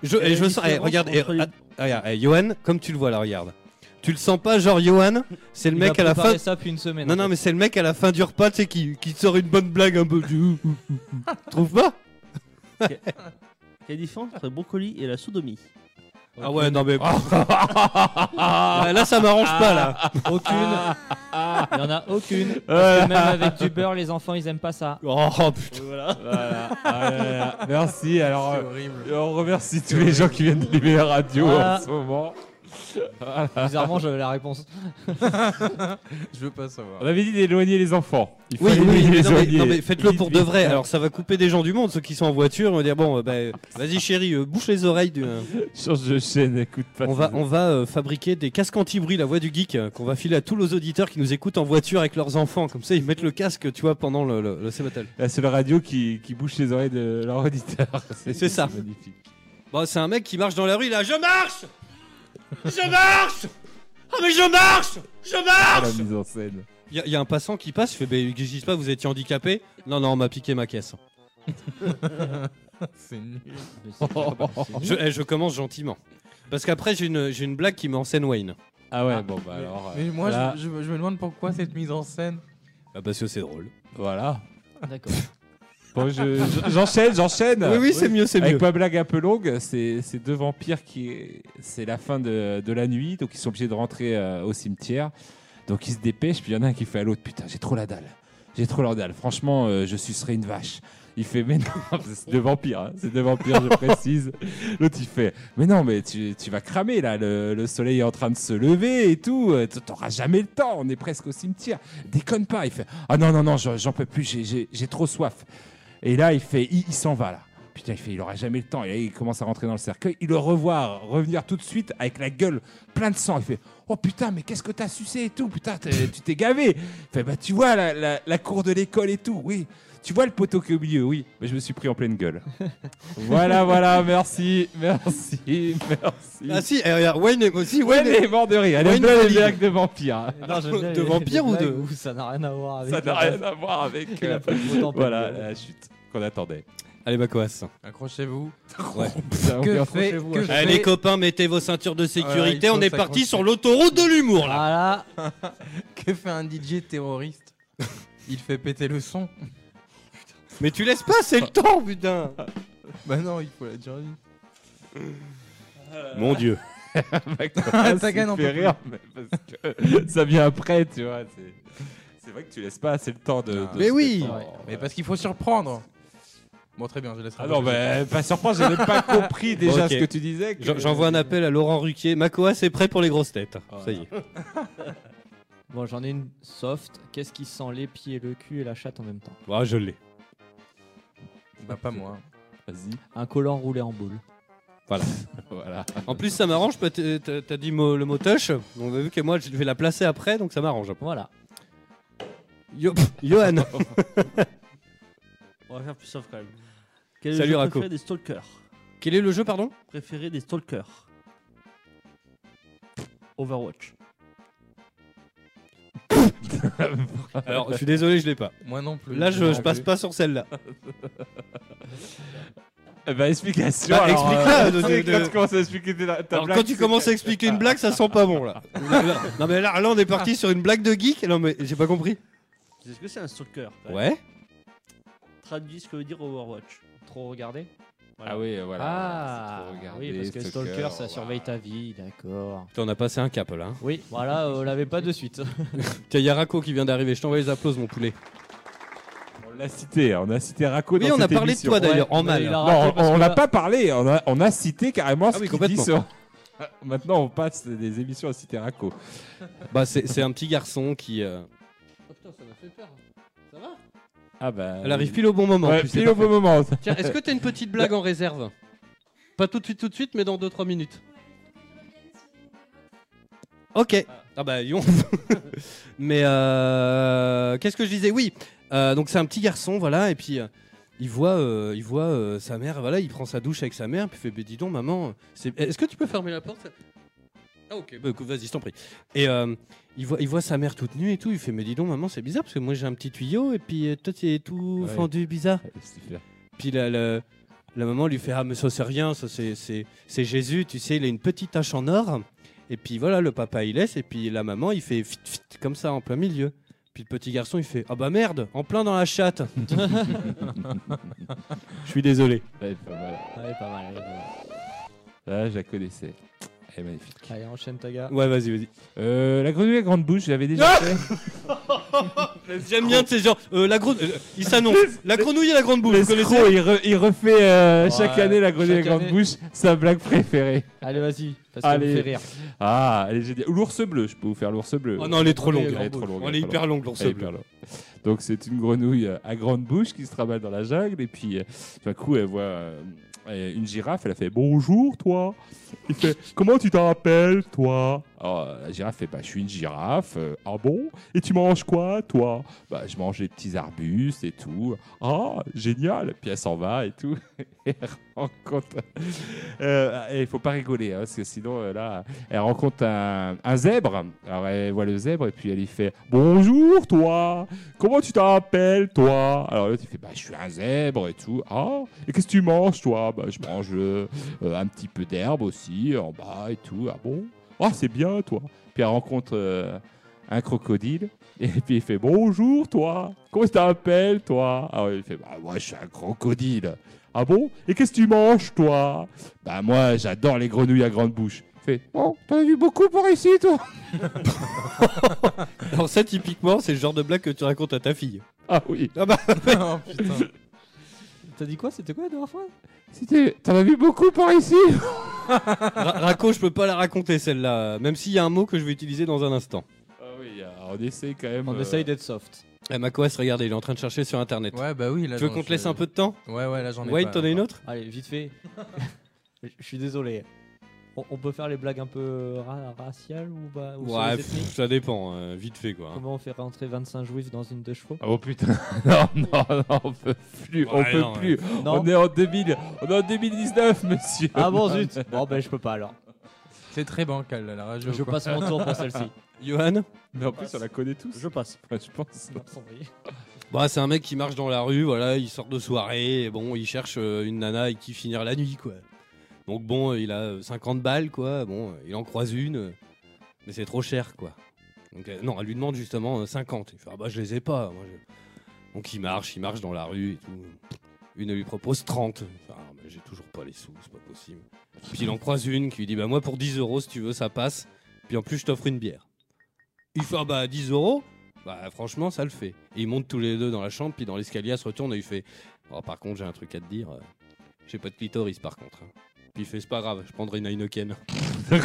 [SPEAKER 1] Je,
[SPEAKER 5] Quelle
[SPEAKER 1] et
[SPEAKER 5] est
[SPEAKER 1] je
[SPEAKER 5] la
[SPEAKER 1] sens. eh,
[SPEAKER 5] différence
[SPEAKER 1] regarde, eh,
[SPEAKER 5] entre les-
[SPEAKER 1] ah, ah, regarde, eh, Johan, comme tu le vois là, regarde. Tu le sens pas, genre Johan, c'est le
[SPEAKER 4] Il
[SPEAKER 1] mec
[SPEAKER 4] va
[SPEAKER 1] à la fin.
[SPEAKER 4] préparer ça puis une semaine.
[SPEAKER 1] Non,
[SPEAKER 4] en
[SPEAKER 1] non,
[SPEAKER 4] fait.
[SPEAKER 1] mais c'est le mec à la fin du repas, tu sais, qui, qui te sort une bonne blague un peu. Tu trouves pas
[SPEAKER 5] Quelle différence entre le brocoli et la sodomie
[SPEAKER 1] Ah ouais, non, mais. Ouais, là, ça m'arrange pas, là.
[SPEAKER 4] Aucune. Ah. Il y en a aucune. Parce que même avec du beurre, les enfants, ils aiment pas ça.
[SPEAKER 1] Oh putain.
[SPEAKER 5] Voilà.
[SPEAKER 2] Voilà. Ah là là. Merci. Alors,
[SPEAKER 3] C'est
[SPEAKER 2] euh,
[SPEAKER 3] horrible.
[SPEAKER 2] et on remercie tous les gens qui viennent de la Radio
[SPEAKER 4] Voilà.
[SPEAKER 2] en ce moment. Ah.
[SPEAKER 4] Bizarrement, j'avais la réponse.
[SPEAKER 3] Je veux pas savoir.
[SPEAKER 2] On avait dit d'éloigner les enfants. Il
[SPEAKER 1] Oui,
[SPEAKER 2] fallait
[SPEAKER 1] oui,
[SPEAKER 2] les
[SPEAKER 1] mais non, mais,
[SPEAKER 2] éloigner.
[SPEAKER 1] non, mais faites-le
[SPEAKER 2] Vite,
[SPEAKER 1] pour de
[SPEAKER 2] vite.
[SPEAKER 1] vrai. Alors ça va couper des gens du monde, ceux qui sont en voiture, on va dire bon, euh, bah, euh, vas-y chérie, euh, bouche les oreilles. du- euh,
[SPEAKER 2] Change de chaîne, écoute pas.
[SPEAKER 1] on va, on va euh, fabriquer des casques anti-bruit, la voix du geek, euh, qu'on va filer à tous nos auditeurs qui nous écoutent en voiture avec leurs enfants. Comme ça, ils mettent le casque, tu vois, pendant le, le, le C-Battle.
[SPEAKER 2] Ah, La seule radio qui, qui bouche les oreilles de leur auditeur.
[SPEAKER 1] C'est ça.
[SPEAKER 2] Magnifique.
[SPEAKER 1] Bon, c'est un mec qui marche dans la rue, là, je marche, je marche, ah mais je marche, je marche.
[SPEAKER 2] Ah, la mise en scène.
[SPEAKER 1] Il y, a- y a un passant qui passe, je fais, ben, je dis pas, vous étiez handicapé Non, non, on m'a piqué ma caisse.
[SPEAKER 3] C'est nul.
[SPEAKER 2] Ah
[SPEAKER 1] Je, eh, je commence gentiment. Parce qu'après, j'ai une, j'ai une blague qui met en scène Wayne.
[SPEAKER 2] Ah ouais, bon, bah alors.
[SPEAKER 3] Mais
[SPEAKER 2] euh,
[SPEAKER 3] moi,
[SPEAKER 2] là,
[SPEAKER 3] je, je- je me demande pourquoi cette mise en scène.
[SPEAKER 1] Bah, parce que c'est drôle.
[SPEAKER 2] Voilà.
[SPEAKER 4] D'accord.
[SPEAKER 2] Bon, je- je- j'enchaîne, j'enchaîne.
[SPEAKER 1] Oui, oui, c'est mieux, c'est
[SPEAKER 2] Avec
[SPEAKER 1] mieux.
[SPEAKER 2] ma blague un peu longue, c'est c'est deux vampires qui. C'est la fin de, de la nuit, donc ils sont obligés de rentrer euh, au cimetière. Donc ils se dépêchent, puis il y en a un qui fait à l'autre Putain, j'ai trop la dalle. J'ai trop la dalle. Franchement, euh, je sucerai une vache. Il fait Mais non, c'est deux vampires, hein, c'est deux vampires, je précise. L'autre il fait Mais non, mais tu, tu vas cramer là, le, le soleil est en train de se lever et tout. euh, T'auras jamais le temps, on est presque au cimetière. Déconne pas. Il fait Ah non, non, non, j'en j'en peux plus, j'ai- j'ai j'ai trop soif. Et là, il fait, il, il s'en va là. Putain, il fait, il aura jamais le temps. Et là, il commence à rentrer dans le cercueil. Il le revoit revenir tout de suite avec la gueule pleine de sang. Il fait, oh putain, mais qu'est-ce que t'as sucé et tout Putain, t'es- tu t'es gavé. Il fait, bah tu vois la, la- la cour de l'école et tout, oui. Tu vois le poteau qui est au milieu, oui. Mais je me suis pris en pleine gueule. voilà, voilà, merci, merci, merci.
[SPEAKER 1] Ah si, eh, regarde, Wayne est aussi. Wayne
[SPEAKER 2] Ouais,
[SPEAKER 1] est-
[SPEAKER 2] mais mort de rire. Elle
[SPEAKER 1] Ouais,
[SPEAKER 2] aime bien
[SPEAKER 1] une
[SPEAKER 2] les
[SPEAKER 1] blague.
[SPEAKER 2] blagues de vampires.
[SPEAKER 4] Non, j'aime bien
[SPEAKER 1] De
[SPEAKER 4] les-
[SPEAKER 1] vampire
[SPEAKER 4] les
[SPEAKER 1] ou de-
[SPEAKER 4] blagues où Ça n'a rien à voir avec.
[SPEAKER 2] Ça n'a
[SPEAKER 4] la-
[SPEAKER 2] rien à voir avec.
[SPEAKER 4] Il a
[SPEAKER 2] euh,
[SPEAKER 4] pas eu le temps pour
[SPEAKER 2] voilà,
[SPEAKER 4] le-
[SPEAKER 2] la chute qu'on attendait.
[SPEAKER 1] Allez, Bacoas.
[SPEAKER 3] Accrochez-vous.
[SPEAKER 2] Que
[SPEAKER 3] fait- que
[SPEAKER 1] Eh,
[SPEAKER 3] fait-
[SPEAKER 1] les copains, mettez vos ceintures de
[SPEAKER 3] Voilà, il
[SPEAKER 1] sécurité.
[SPEAKER 3] faut
[SPEAKER 1] on est
[SPEAKER 3] s'accrocher.
[SPEAKER 1] parti sur l'autoroute de l'humour là.
[SPEAKER 4] Voilà.
[SPEAKER 3] Que fait un DJ terroriste Il fait péter le son.
[SPEAKER 1] Ah, Mais tu laisses passer le temps, putain.
[SPEAKER 3] Bah non, il faut la dire. vite.
[SPEAKER 1] Mon Dieu. Ah,
[SPEAKER 2] Bacoas,
[SPEAKER 3] Ça gagne
[SPEAKER 2] il
[SPEAKER 3] un peu
[SPEAKER 2] fait
[SPEAKER 3] plus.
[SPEAKER 2] rire, mais parce que ça vient après, tu vois. c'est- C'est vrai que tu laisses pas assez le temps de. de
[SPEAKER 1] Mais
[SPEAKER 2] se
[SPEAKER 1] oui.
[SPEAKER 2] détendre.
[SPEAKER 3] Ah. Mais parce qu'il faut surprendre. Bon, très bien, je laisserai.
[SPEAKER 2] Ah non, mais pas surprenant, je n'ai pas compris déjà
[SPEAKER 1] bah, Ok.
[SPEAKER 2] ce que tu disais. que-
[SPEAKER 1] J'en- J'envoie un appel à Laurent Ruquier. Macoas est prêt pour les grosses têtes. Ça y est.
[SPEAKER 4] Bon, j'en ai une soft. Qu'est-ce qui sent les pieds, le cul et la chatte en même temps
[SPEAKER 1] Ah, je l'ai.
[SPEAKER 3] Bah pas moi.
[SPEAKER 2] Vas-y.
[SPEAKER 4] Un collant roulé en boule.
[SPEAKER 2] Voilà.
[SPEAKER 1] En plus, ça m'arrange. peut- t'as- T'as t'as dit mo- le mot touch. On a vu que moi, je vais la placer après, donc ça m'arrange.
[SPEAKER 4] Voilà.
[SPEAKER 1] Yo- Johan.
[SPEAKER 5] On va faire plus soft quand même. Quel est
[SPEAKER 1] Salut,
[SPEAKER 5] le jeu
[SPEAKER 1] Rako.
[SPEAKER 5] préféré des stalkers
[SPEAKER 1] Quel est le jeu, pardon
[SPEAKER 5] Préféré des stalkers Overwatch.
[SPEAKER 1] Alors, je suis désolé, je l'ai pas.
[SPEAKER 3] Moi non plus.
[SPEAKER 1] Là, je,
[SPEAKER 3] Non
[SPEAKER 1] je passe
[SPEAKER 3] plus.
[SPEAKER 1] pas sur celle-là.
[SPEAKER 2] Eh ben, explication.
[SPEAKER 1] Bah,
[SPEAKER 2] alors,
[SPEAKER 1] explique-la,
[SPEAKER 2] euh,
[SPEAKER 1] de-
[SPEAKER 2] tu sais,
[SPEAKER 1] de-
[SPEAKER 2] Quand tu commences à expliquer ta, ta
[SPEAKER 1] Alors,
[SPEAKER 2] blague,
[SPEAKER 1] quand tu
[SPEAKER 2] c'est-
[SPEAKER 1] commences à expliquer une blague, ça sent pas bon là. Là, là- non mais là, là, on est parti sur une blague de geek. Non mais j'ai pas compris.
[SPEAKER 5] C'est ce que c'est un stalker
[SPEAKER 1] Ouais.
[SPEAKER 5] Traduis ce que veut dire Overwatch.
[SPEAKER 4] Trop regardé
[SPEAKER 2] Ah oui, euh, voilà.
[SPEAKER 4] Ah,
[SPEAKER 2] c'est trop regardé,
[SPEAKER 4] oui, parce que Stalker, ça
[SPEAKER 2] voilà.
[SPEAKER 4] surveille ta vie, d'accord.
[SPEAKER 1] On a passé un cap là. hein.
[SPEAKER 4] Oui, voilà, on l'avait pas de suite.
[SPEAKER 1] Tiens, y a Rako qui vient d'arriver. Je t'envoie les applaudissements, mon poulet.
[SPEAKER 2] On l'a cité, on a cité Racco
[SPEAKER 1] Oui,
[SPEAKER 2] dans
[SPEAKER 1] on a
[SPEAKER 2] cette
[SPEAKER 1] parlé de
[SPEAKER 2] émission.
[SPEAKER 1] toi d'ailleurs, en
[SPEAKER 4] mais
[SPEAKER 1] mal.
[SPEAKER 4] il a-
[SPEAKER 2] Non,
[SPEAKER 4] raté parce
[SPEAKER 2] on
[SPEAKER 4] que
[SPEAKER 2] n'a
[SPEAKER 4] là-
[SPEAKER 2] pas parlé, on a, on a cité carrément ce
[SPEAKER 1] Ah oui,
[SPEAKER 2] qu'il dit
[SPEAKER 1] complètement.
[SPEAKER 2] sur... Maintenant, on passe des émissions à citer Racco.
[SPEAKER 1] Bah, c'est c'est un petit garçon qui. euh,
[SPEAKER 2] Ah bah...
[SPEAKER 1] Elle arrive pile au bon moment. en
[SPEAKER 2] ouais,
[SPEAKER 1] plus,
[SPEAKER 2] pile
[SPEAKER 1] c'est
[SPEAKER 2] au bon moment.
[SPEAKER 1] parfait. Tiens, est-ce que t'as une petite blague en réserve Pas tout de suite, tout de suite, mais dans 2-3 minutes. Ok. Ah bah yon. mais euh, qu'est-ce que je disais Oui. euh, donc c'est un petit garçon, voilà, et puis euh, il voit, euh, il voit euh, sa mère, voilà, il prend sa douche avec sa mère, puis il fait, bah, dis donc maman, c'est- est-ce que tu peux fermer la porte Ah ok, bah, écoute, vas-y, je t'en prie. Et euh, il voit, il voit sa mère toute nue et tout, il fait, mais dis donc maman, c'est bizarre parce que moi j'ai un petit tuyau et puis euh, toi t'es tout
[SPEAKER 2] Ouais.
[SPEAKER 1] fendu bizarre.
[SPEAKER 2] Super.
[SPEAKER 1] Puis la, la- la maman lui fait Ah, mais ça, c'est rien, ça, c'est- c'est c'est Jésus, tu sais, il a une petite tache en or. Et puis voilà, le papa, il laisse, et puis la maman, il fait fit, fit, comme ça, en plein milieu. Puis le petit garçon, il fait Ah bah merde, en plein dans la chatte. Je suis désolé.
[SPEAKER 2] Ouais, pas mal.
[SPEAKER 4] Ouais, pas mal. elle est pas mal.
[SPEAKER 2] Là, je la connaissais. Elle est magnifique.
[SPEAKER 4] Allez, enchaîne ta gars.
[SPEAKER 1] Ouais, vas-y, vas-y.
[SPEAKER 2] Euh, la grenouille à grande bouche, j'avais déjà
[SPEAKER 1] Ah
[SPEAKER 2] fait.
[SPEAKER 1] J'aime bien, ces gens euh, la grenouille, il s'annonce. La grenouille et la grande boule, vous
[SPEAKER 2] L'escroc,
[SPEAKER 1] connaissez
[SPEAKER 2] il, re- il refait euh, chaque
[SPEAKER 4] Ouais,
[SPEAKER 2] année la grenouille à
[SPEAKER 4] chaque
[SPEAKER 2] grande
[SPEAKER 4] année.
[SPEAKER 2] bouche, sa blague préférée.
[SPEAKER 4] Allez, vas-y, parce qu'elle
[SPEAKER 2] Allez.
[SPEAKER 4] me fait rire.
[SPEAKER 2] Ah, elle est géniale. Ou L'ours bleu, je peux vous faire l'ours bleu.
[SPEAKER 1] Oh non, elle est trop longue.
[SPEAKER 2] Elle est trop longue.
[SPEAKER 1] Elle est hyper longue, l'ours
[SPEAKER 2] Elle est
[SPEAKER 1] bleu.
[SPEAKER 2] hyper longue. Eh ben Donc c'est une grenouille euh, à grande bouche qui se travaille dans la jungle et puis euh, tout d'un coup elle voit euh, euh, une girafe, elle a fait bonjour toi. Il fait comment tu t'appelles toi Alors euh, la girafe fait bah je suis une girafe. Euh, ah bon Et tu manges quoi toi Bah je mange des petits arbustes et tout. Ah génial. Puis elle s'en va et tout. et elle rencontre. Euh, et il faut pas rigoler hein, parce que sinon euh, là elle rencontre un, un zèbre. Alors elle voit le zèbre et puis elle lui fait Bonjour toi Comment tu t'appelles toi Alors l'autre il fait Bah je suis un zèbre et tout. Ah Et qu'est-ce que tu manges toi Bah je mange euh, euh, un petit peu d'herbe aussi en bas et tout. Ah bon Ah c'est bien toi puis puis elle rencontre euh, un crocodile. Et puis il fait Bonjour, toi Comment tu t'appelles, toi Ah, il fait Bah, moi, je suis un crocodile. Ah bon Et qu'est-ce que tu manges, toi Bah, moi, j'adore les grenouilles à grande bouche. Il fait Bon, t'en as vu beaucoup pour ici, toi
[SPEAKER 1] Alors ça typiquement c'est le genre de blague que tu racontes à ta fille.
[SPEAKER 2] Ah oui.
[SPEAKER 3] Oh, putain.
[SPEAKER 4] T'as dit quoi C'était quoi la dernière fois
[SPEAKER 2] C'était- T'en as vu beaucoup par ici
[SPEAKER 1] Ra- Raco je peux pas la raconter celle-là, euh, même s'il y a un mot que je vais utiliser dans un instant.
[SPEAKER 2] Ah oui, on essaie quand même. euh,
[SPEAKER 4] On essaye d'être soft.
[SPEAKER 1] Eh, macOS regardez il est en train de chercher sur internet.
[SPEAKER 3] Ouais, bah oui. Là,
[SPEAKER 1] tu veux
[SPEAKER 3] j'en-
[SPEAKER 1] qu'on te
[SPEAKER 3] je-
[SPEAKER 1] laisse un peu de temps
[SPEAKER 3] Ouais, ouais, là j'en ai.
[SPEAKER 1] Wayne
[SPEAKER 3] pas,
[SPEAKER 1] t'en as une
[SPEAKER 3] encore.
[SPEAKER 1] autre
[SPEAKER 4] Allez, vite fait. Je je suis désolé. On, on peut faire les blagues un peu ra- raciales ou, bah, ou sur
[SPEAKER 1] Ouais,
[SPEAKER 4] les
[SPEAKER 1] pff,
[SPEAKER 4] ethnies
[SPEAKER 1] ça dépend, euh, vite fait quoi. hein.
[SPEAKER 4] Comment on fait rentrer 25 juifs dans une deux chevaux
[SPEAKER 2] Oh putain, non, non, non, on peut plus, on
[SPEAKER 1] Ouais,
[SPEAKER 2] peut
[SPEAKER 1] non,
[SPEAKER 2] plus.
[SPEAKER 4] Non
[SPEAKER 2] On est en 2000, on est en 2019, monsieur.
[SPEAKER 4] Ah bon, zut Bon, ben je peux pas alors.
[SPEAKER 3] C'est très bancal là, la radio.
[SPEAKER 4] Je
[SPEAKER 3] quoi.
[SPEAKER 4] passe mon tour pour celle-ci.
[SPEAKER 1] Johan
[SPEAKER 2] Mais en plus, on la connaît tous.
[SPEAKER 5] Je passe.
[SPEAKER 2] Ouais, je pense.
[SPEAKER 1] Bah c'est un mec qui marche dans la rue, voilà, il sort de soirée, et bon, il cherche euh, une nana avec qui finir la nuit quoi. Donc bon, euh, il a euh, 50 balles quoi, bon, euh, il en croise une, euh, mais c'est trop cher quoi. Donc euh, non, elle lui demande justement euh, 50. Il fait ah bah je les ai pas. moi, je- Donc il marche, il marche dans la rue et tout. Une elle lui propose 30. Il fait, ah mais j'ai toujours pas les sous, c'est pas possible. Puis il en croise une qui lui dit bah moi pour 10 euros si tu veux ça passe. Puis en plus je t'offre une bière. Il fait ah bah 10 euros. Bah franchement ça le fait. Et ils montent tous les deux dans la chambre, puis dans l'escalier, elle se retourne et il fait oh, par contre j'ai un truc à te dire, euh, j'ai pas de clitoris par contre. hein. Puis il fait c'est pas grave, je prendrai une Heineken.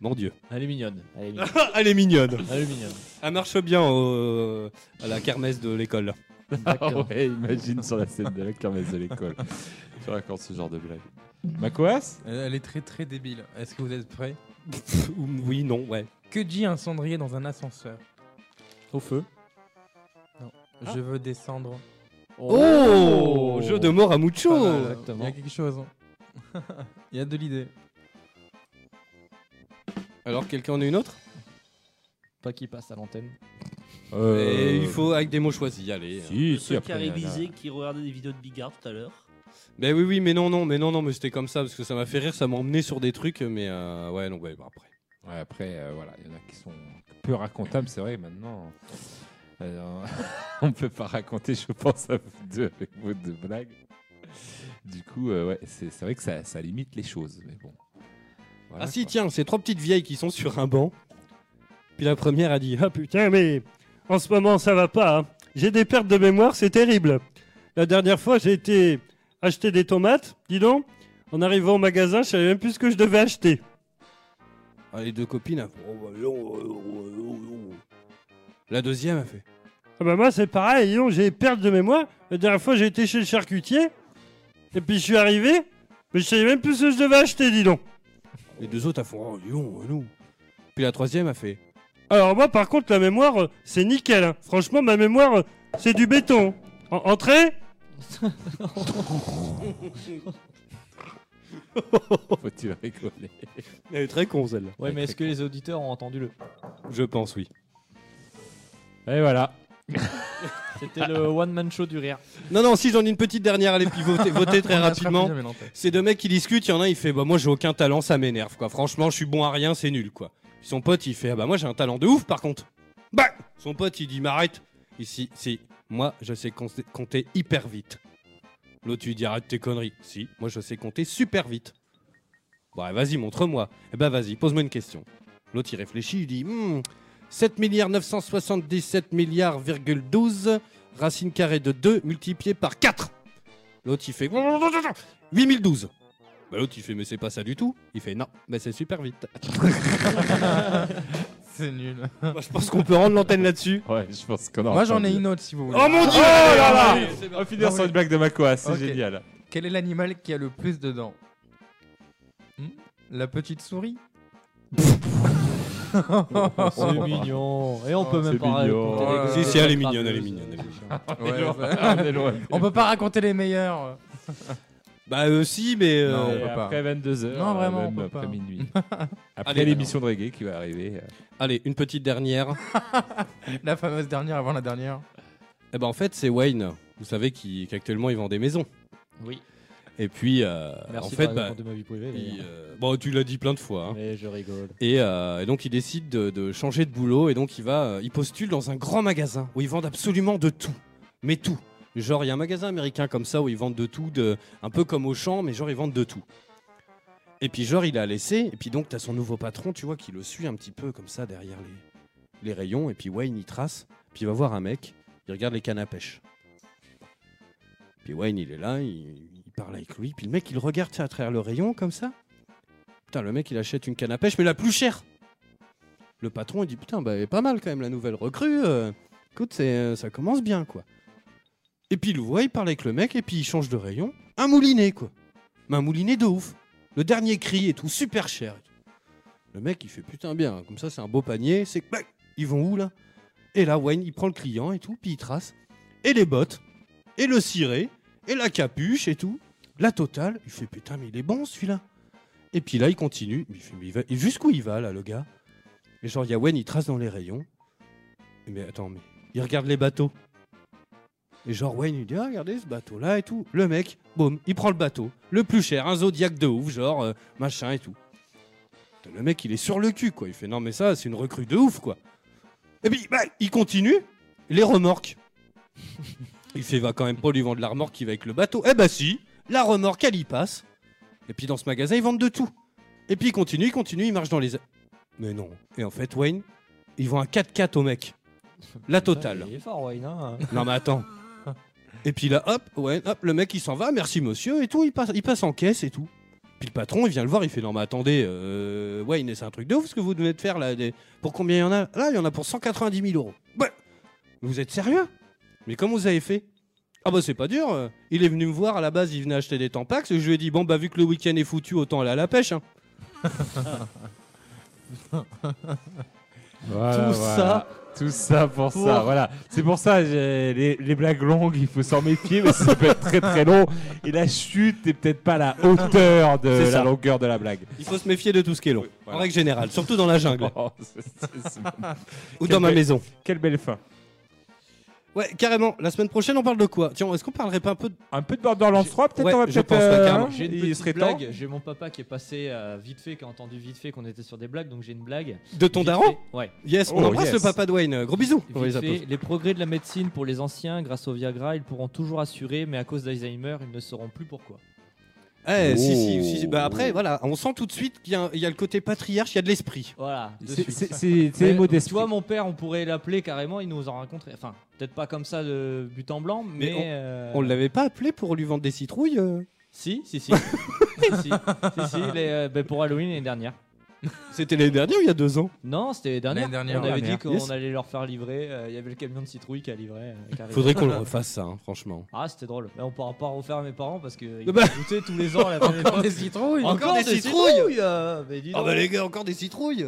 [SPEAKER 1] Mon dieu.
[SPEAKER 4] Elle est mignonne. Elle est mignonne.
[SPEAKER 1] Ah, Elle est mignonne.
[SPEAKER 4] Elle est mignonne.
[SPEAKER 1] Elle marche bien au- euh, à la kermesse de l'école.
[SPEAKER 2] Ah
[SPEAKER 4] D'accord.
[SPEAKER 2] ouais, imagine sur la scène de la kermesse de l'école. tu racontes ce genre de blague. Macoas
[SPEAKER 3] Elle- Elle est très très débile. Est-ce que vous êtes prêts
[SPEAKER 1] oui, non, ouais.
[SPEAKER 3] Que dit un cendrier dans un ascenseur
[SPEAKER 4] Au feu.
[SPEAKER 3] Je veux descendre.
[SPEAKER 1] Oh, Jeu de mort à mucho
[SPEAKER 3] Pas mal,
[SPEAKER 4] exactement.
[SPEAKER 3] Il y a quelque chose. hein. Il y a de l'idée.
[SPEAKER 1] Alors quelqu'un en a une autre
[SPEAKER 4] Pas qui passe à l'antenne.
[SPEAKER 2] Eh,
[SPEAKER 1] Et Il faut avec des mots choisis, allez.
[SPEAKER 2] Euh,
[SPEAKER 1] hein.
[SPEAKER 2] Si, si,
[SPEAKER 5] Ceux qui a
[SPEAKER 2] après. il y en a-
[SPEAKER 5] révisé, qui regardait des vidéos de Bigard tout à l'heure.
[SPEAKER 1] Mais Ben oui, oui, mais non, non, mais non, non, mais c'était comme ça parce que ça m'a fait rire, ça m'a emmené sur des trucs, mais euh, ouais, non, ouais, bah, après.
[SPEAKER 2] Ouais, après, euh, voilà, il y en a qui sont peu racontables, c'est vrai, maintenant. Euh, on ne peut pas raconter, je pense, à vous deux avec vos deux blagues. Du coup, euh, ouais, c'est c'est vrai que ça, ça limite les choses, mais bon. Voilà,
[SPEAKER 1] ah si,
[SPEAKER 2] quoi.
[SPEAKER 1] tiens, c'est trois petites vieilles qui sont sur un banc. Puis la première a dit Ah putain, mais en ce moment ça va pas. hein. J'ai des pertes de mémoire, c'est terrible. La dernière fois, j'ai été acheter des tomates, dis donc. En arrivant au magasin, je savais même plus ce que je devais acheter. Ah, les deux copines, elles font, Oh, bah, non, euh, euh, euh, euh. la deuxième a fait Ah bah moi c'est pareil, dis donc, j'ai perte de mémoire. La dernière fois, j'ai été chez le charcutier. Et puis je suis arrivé, mais je savais même plus ce que je devais acheter, dis donc. Les deux autres, elles font Oh, Lyon, non. Puis la troisième a fait Alors, moi, par contre, la mémoire, euh, c'est nickel. hein. Franchement, ma mémoire, euh, c'est du béton. En- entrée
[SPEAKER 2] Faut-il rigoler
[SPEAKER 1] Elle est très con, celle-là.
[SPEAKER 4] Ouais, mais est-ce que les auditeurs ont entendu le.
[SPEAKER 1] Je pense, oui.
[SPEAKER 2] Et voilà.
[SPEAKER 4] C'était le one-man show du rire.
[SPEAKER 1] Non, non, si j'en ai une petite dernière, allez, puis votez, votez très
[SPEAKER 3] On attrape
[SPEAKER 1] rapidement.
[SPEAKER 3] jamais l'antenne.
[SPEAKER 1] C'est deux mecs qui discutent, il y en a un, il fait Bah, moi, j'ai aucun talent, ça m'énerve, quoi. Franchement, je suis bon à rien, c'est nul, quoi. Puis son pote, il fait Ah, bah, moi, j'ai un talent de ouf, par contre. Bah Son pote, il dit M'arrête. Ici, si, moi, je sais con- compter hyper vite. L'autre, lui dit Arrête tes conneries. Si, moi, je sais compter super vite. Ouais, vas-y, montre-moi. Eh ben, vas-y, pose-moi une question. L'autre, il réfléchit, il dit Hmm, 7 milliards 977 milliards, virgule 12, racine carrée de 2 multiplié par 4. L'autre, il fait 8012. Bah, l'autre, il fait Mais c'est pas ça du tout. Il fait Non, mais c'est super vite.
[SPEAKER 3] C'est nul.
[SPEAKER 1] Moi, je pense qu'on peut rendre l'antenne là-dessus.
[SPEAKER 2] Ouais, je pense qu'on en
[SPEAKER 3] Moi j'en ai une autre si vous voulez.
[SPEAKER 1] Oh mon dieu
[SPEAKER 2] Oh là là
[SPEAKER 1] Allez, c'est
[SPEAKER 2] On va finir sur une blague de Macoas, c'est
[SPEAKER 3] Ok.
[SPEAKER 2] génial.
[SPEAKER 3] Quel est l'animal qui a le plus de dents Hmm La petite souris
[SPEAKER 4] C'est
[SPEAKER 1] Ah.
[SPEAKER 4] mignon. Et on
[SPEAKER 3] Oh,
[SPEAKER 4] peut même
[SPEAKER 2] c'est
[SPEAKER 4] pas
[SPEAKER 2] mignon.
[SPEAKER 4] raconter les-
[SPEAKER 3] Ouais.
[SPEAKER 1] Si, si, elle est mignonne, elle est
[SPEAKER 4] Crapeuses.
[SPEAKER 1] mignonne, elle est mignonne.
[SPEAKER 3] Ouais, bah.
[SPEAKER 2] Ah, On est loin.
[SPEAKER 3] On peut pas raconter les meilleurs.
[SPEAKER 1] Bah, euh, si, mais. euh,
[SPEAKER 3] Non, on
[SPEAKER 2] Et
[SPEAKER 3] peut pas.
[SPEAKER 2] après 22h,
[SPEAKER 3] Non, vraiment, on
[SPEAKER 2] même
[SPEAKER 3] peut
[SPEAKER 2] après
[SPEAKER 3] pas.
[SPEAKER 2] minuit.
[SPEAKER 1] Allez,
[SPEAKER 2] Après l'émission de reggae qui va arriver. euh.
[SPEAKER 1] Allez, une petite dernière.
[SPEAKER 3] La fameuse dernière avant la dernière.
[SPEAKER 1] Eh ben, en fait, c'est Wayne. Vous savez qui- qu'actuellement, il vend des maisons.
[SPEAKER 4] Oui.
[SPEAKER 1] Et puis, euh,
[SPEAKER 4] Merci
[SPEAKER 1] en fait,
[SPEAKER 4] de
[SPEAKER 1] bah,
[SPEAKER 4] raconter ma vie privée.
[SPEAKER 1] il,
[SPEAKER 4] d'ailleurs.
[SPEAKER 1] euh, bon, tu l'as dit plein de fois. hein.
[SPEAKER 4] Mais je rigole.
[SPEAKER 1] Et, euh, et donc il décide de, de changer de boulot et donc il va, euh, il postule dans un grand magasin où ils vendent absolument de tout, mais tout. Genre il y a un magasin américain comme ça où ils vendent de tout, de, un peu comme Auchan, mais genre ils vendent de tout. Et puis genre il a laissé et puis donc t'as son nouveau patron, tu vois, qui le suit un petit peu comme ça derrière les, les rayons et puis Wayne il trace, puis il va voir un mec, il regarde les cannes à pêche. Puis Wayne il est là, il, il parle avec lui, puis le mec il regarde tu sais, à travers le rayon comme ça. Putain, le mec, il achète une canne à pêche, mais la plus chère. Le patron, il dit Putain, bah, elle est pas mal quand même, la nouvelle recrue. euh, écoute, c'est, euh, ça commence bien, quoi. Et puis, il le voit, il parle avec le mec, et puis il change de rayon. Un moulinet, quoi. Mais un moulinet de ouf. Le dernier cri et tout, super cher. Le mec, il fait Putain, bien, comme ça, c'est un beau panier. C'est que, bah, ils vont où, là Et là, Wayne, il prend le client et tout, puis il trace. Et les bottes, et le ciré, et la capuche et tout. La totale, il fait Putain, mais il est bon, celui-là. Et puis là, il continue. Il fait, mais il va- et jusqu'où il va, là, le gars Et genre, Yawen, il trace dans les rayons. Mais attends, mais il regarde les bateaux. Et genre, Wayne, il dit, ah, regardez ce bateau-là et tout. Le mec, boum, il prend le bateau. Le plus cher, un zodiaque de ouf, genre, euh, machin et tout. Putain, Le mec, il est sur le cul, quoi. Il fait, non, mais ça, c'est une recrue de ouf, quoi. Et puis, bah, il continue. Les remorques. il fait, va quand même pas lui vendre la remorque qui va avec le bateau. Eh bah, si, la remorque, elle y passe. Et puis dans ce magasin, ils vendent de tout. Et puis il continue, il continue, il marche dans les. a- Mais non. Et en fait, Wayne, ils vend un 4x4 au mec. La totale.
[SPEAKER 4] Il est fort, Wayne. hein.
[SPEAKER 1] Non mais attends. Et puis là, hop, Wayne, hop, le mec il s'en va, merci monsieur, et tout, il passe, il passe en caisse et tout. Puis le patron il vient le voir, il fait non mais attendez, euh, Wayne, c'est un truc de ouf ce que vous devez de faire là. des- Pour combien il y en a Là, il y en a pour 190 000 euros. Ouais. Vous êtes sérieux Mais comment vous avez fait ah bah c'est pas dur, euh. il est venu me voir à la base, il venait acheter des Tampax, et je lui ai dit bon bah vu que le week-end est foutu, autant aller à la pêche. hein.
[SPEAKER 2] Voilà,
[SPEAKER 4] Tout
[SPEAKER 2] voilà.
[SPEAKER 4] ça
[SPEAKER 2] Tout ça pour ça, voilà. C'est pour ça, j'ai- les, les blagues longues, il faut s'en méfier, mais ça peut être très très long. Et la chute n'est peut-être pas la hauteur de
[SPEAKER 1] C'est
[SPEAKER 2] la
[SPEAKER 1] ça.
[SPEAKER 2] longueur de la blague.
[SPEAKER 1] Il faut se méfier de tout ce qui est long, en
[SPEAKER 2] voilà.
[SPEAKER 1] règle générale, surtout dans la jungle
[SPEAKER 2] Oh, c'est- c'est- c'est-
[SPEAKER 1] ou dans ma
[SPEAKER 2] Quel-
[SPEAKER 1] maison.
[SPEAKER 2] Quelle belle fin.
[SPEAKER 1] Ouais, carrément. La semaine prochaine, on parle de quoi Tiens, est-ce qu'on parlerait pas un peu de...
[SPEAKER 2] Un peu de Borderlands 3, peut-être
[SPEAKER 1] Ouais,
[SPEAKER 2] on va
[SPEAKER 1] je
[SPEAKER 2] peut-être.
[SPEAKER 1] pense, ouais, carrément.
[SPEAKER 2] hein,
[SPEAKER 4] J'ai une
[SPEAKER 2] il
[SPEAKER 4] petite
[SPEAKER 2] serait temps.
[SPEAKER 4] blague. J'ai mon papa qui est passé euh, vite fait, qui a entendu vite fait qu'on était sur des blagues, donc j'ai une blague.
[SPEAKER 1] de ton
[SPEAKER 4] Vite
[SPEAKER 1] daron
[SPEAKER 4] fait. Ouais.
[SPEAKER 1] Yes, on
[SPEAKER 2] Oh,
[SPEAKER 1] embrasse
[SPEAKER 2] yes.
[SPEAKER 1] le papa de Wayne. Gros bisous. On va les
[SPEAKER 4] Vite fait,
[SPEAKER 1] applaudir.
[SPEAKER 4] les progrès de la médecine pour les anciens, grâce au Viagra, ils pourront toujours assurer, mais à cause d'Alzheimer, ils ne sauront plus pourquoi.
[SPEAKER 1] Eh, si, si,
[SPEAKER 2] Oh.
[SPEAKER 1] si, si. Bah, après, voilà, on sent tout de suite qu'il y, a un- il y a le côté patriarche, il y a de l'esprit.
[SPEAKER 4] Voilà. de
[SPEAKER 2] C'est-
[SPEAKER 4] suite.
[SPEAKER 2] C'est c'est- c'est les
[SPEAKER 4] Mais,
[SPEAKER 2] mots
[SPEAKER 4] Tu
[SPEAKER 2] d'esprit.
[SPEAKER 4] vois, mon père, on pourrait l'appeler carrément, il nous en rencontrait. Enfin, peut-être pas comme ça de but en blanc, mais.
[SPEAKER 1] Mais
[SPEAKER 4] euh,
[SPEAKER 1] On l'avait pas appelé pour lui vendre des citrouilles euh
[SPEAKER 4] Si, si, si. si, si, si, si, les, euh, ben, pour Halloween l'année dernière.
[SPEAKER 1] C'était l'année dernière ou il y a deux ans
[SPEAKER 4] Non, c'était les dernières.
[SPEAKER 3] L'année dernière,
[SPEAKER 4] on avait
[SPEAKER 2] dernière.
[SPEAKER 4] dit qu'on
[SPEAKER 1] Yes.
[SPEAKER 4] allait leur faire livrer. euh, Il y avait le camion de citrouille qui a livré. euh, qui arrivait.
[SPEAKER 1] Faudrait qu'on le refasse, ça, hein, franchement.
[SPEAKER 4] Ah, c'était drôle. Mais on pourra pas refaire à mes parents parce que
[SPEAKER 1] Ah
[SPEAKER 4] ils
[SPEAKER 1] bah.
[SPEAKER 4] me foutaient tous les ans à la même époque.
[SPEAKER 3] citrouilles
[SPEAKER 1] Encore des
[SPEAKER 4] euh, mais dis
[SPEAKER 1] Oh
[SPEAKER 4] donc.
[SPEAKER 1] bah les gars, encore des citrouilles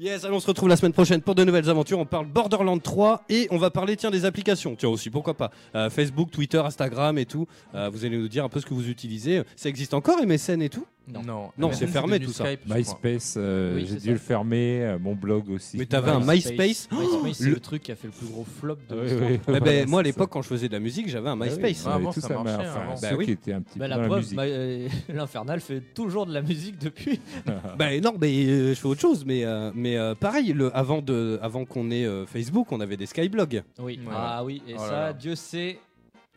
[SPEAKER 1] Yes, allez, on se retrouve la semaine prochaine pour de nouvelles aventures. On parle Borderland 3 et on va parler tiens des applications. Tiens aussi, pourquoi pas Euh, Facebook, Twitter, Instagram et tout. Euh, vous allez nous dire un peu ce que vous utilisez. Ça existe encore MSN et tout
[SPEAKER 3] Non,
[SPEAKER 1] Non,
[SPEAKER 3] Mais
[SPEAKER 1] c'est
[SPEAKER 3] maintenant,
[SPEAKER 1] fermé,
[SPEAKER 3] devenu
[SPEAKER 1] tout ça.
[SPEAKER 3] Skype, je crois.
[SPEAKER 2] MySpace, euh,
[SPEAKER 4] Oui,
[SPEAKER 2] j'ai
[SPEAKER 4] c'est
[SPEAKER 2] dû
[SPEAKER 4] ça.
[SPEAKER 2] le fermer, euh, mon blog aussi.
[SPEAKER 1] Mais t'avais un MySpace
[SPEAKER 4] MySpace, c'est
[SPEAKER 1] Le-
[SPEAKER 4] le... truc qui a fait le plus gros flop de
[SPEAKER 2] Oui,
[SPEAKER 4] l'histoire.
[SPEAKER 2] oui.
[SPEAKER 1] Eh ben,
[SPEAKER 2] Voilà,
[SPEAKER 1] moi à
[SPEAKER 2] c'est
[SPEAKER 1] l'époque quand je faisais de la musique j'avais un
[SPEAKER 2] ça.
[SPEAKER 1] MySpace.
[SPEAKER 2] Ah oui,
[SPEAKER 3] Avant,
[SPEAKER 2] tout
[SPEAKER 3] ça
[SPEAKER 2] ça, mais
[SPEAKER 3] marchait,
[SPEAKER 2] enfin,
[SPEAKER 3] avant.
[SPEAKER 2] ceux
[SPEAKER 1] Bah oui.
[SPEAKER 2] qui étaient un petit
[SPEAKER 4] Bah,
[SPEAKER 2] peu
[SPEAKER 4] la
[SPEAKER 2] dans la
[SPEAKER 4] preuve,
[SPEAKER 2] musique.
[SPEAKER 4] bah, euh, l'Infernal fait toujours de la musique depuis.
[SPEAKER 2] Ah.
[SPEAKER 1] Ben non mais euh, je fais autre chose mais euh, mais euh, pareil le, avant de avant qu'on ait euh, Facebook on avait des skyblogs.
[SPEAKER 4] Oui.
[SPEAKER 3] Ouais.
[SPEAKER 4] Ah oui, et
[SPEAKER 3] Oh là
[SPEAKER 4] ça,
[SPEAKER 3] là.
[SPEAKER 4] Dieu sait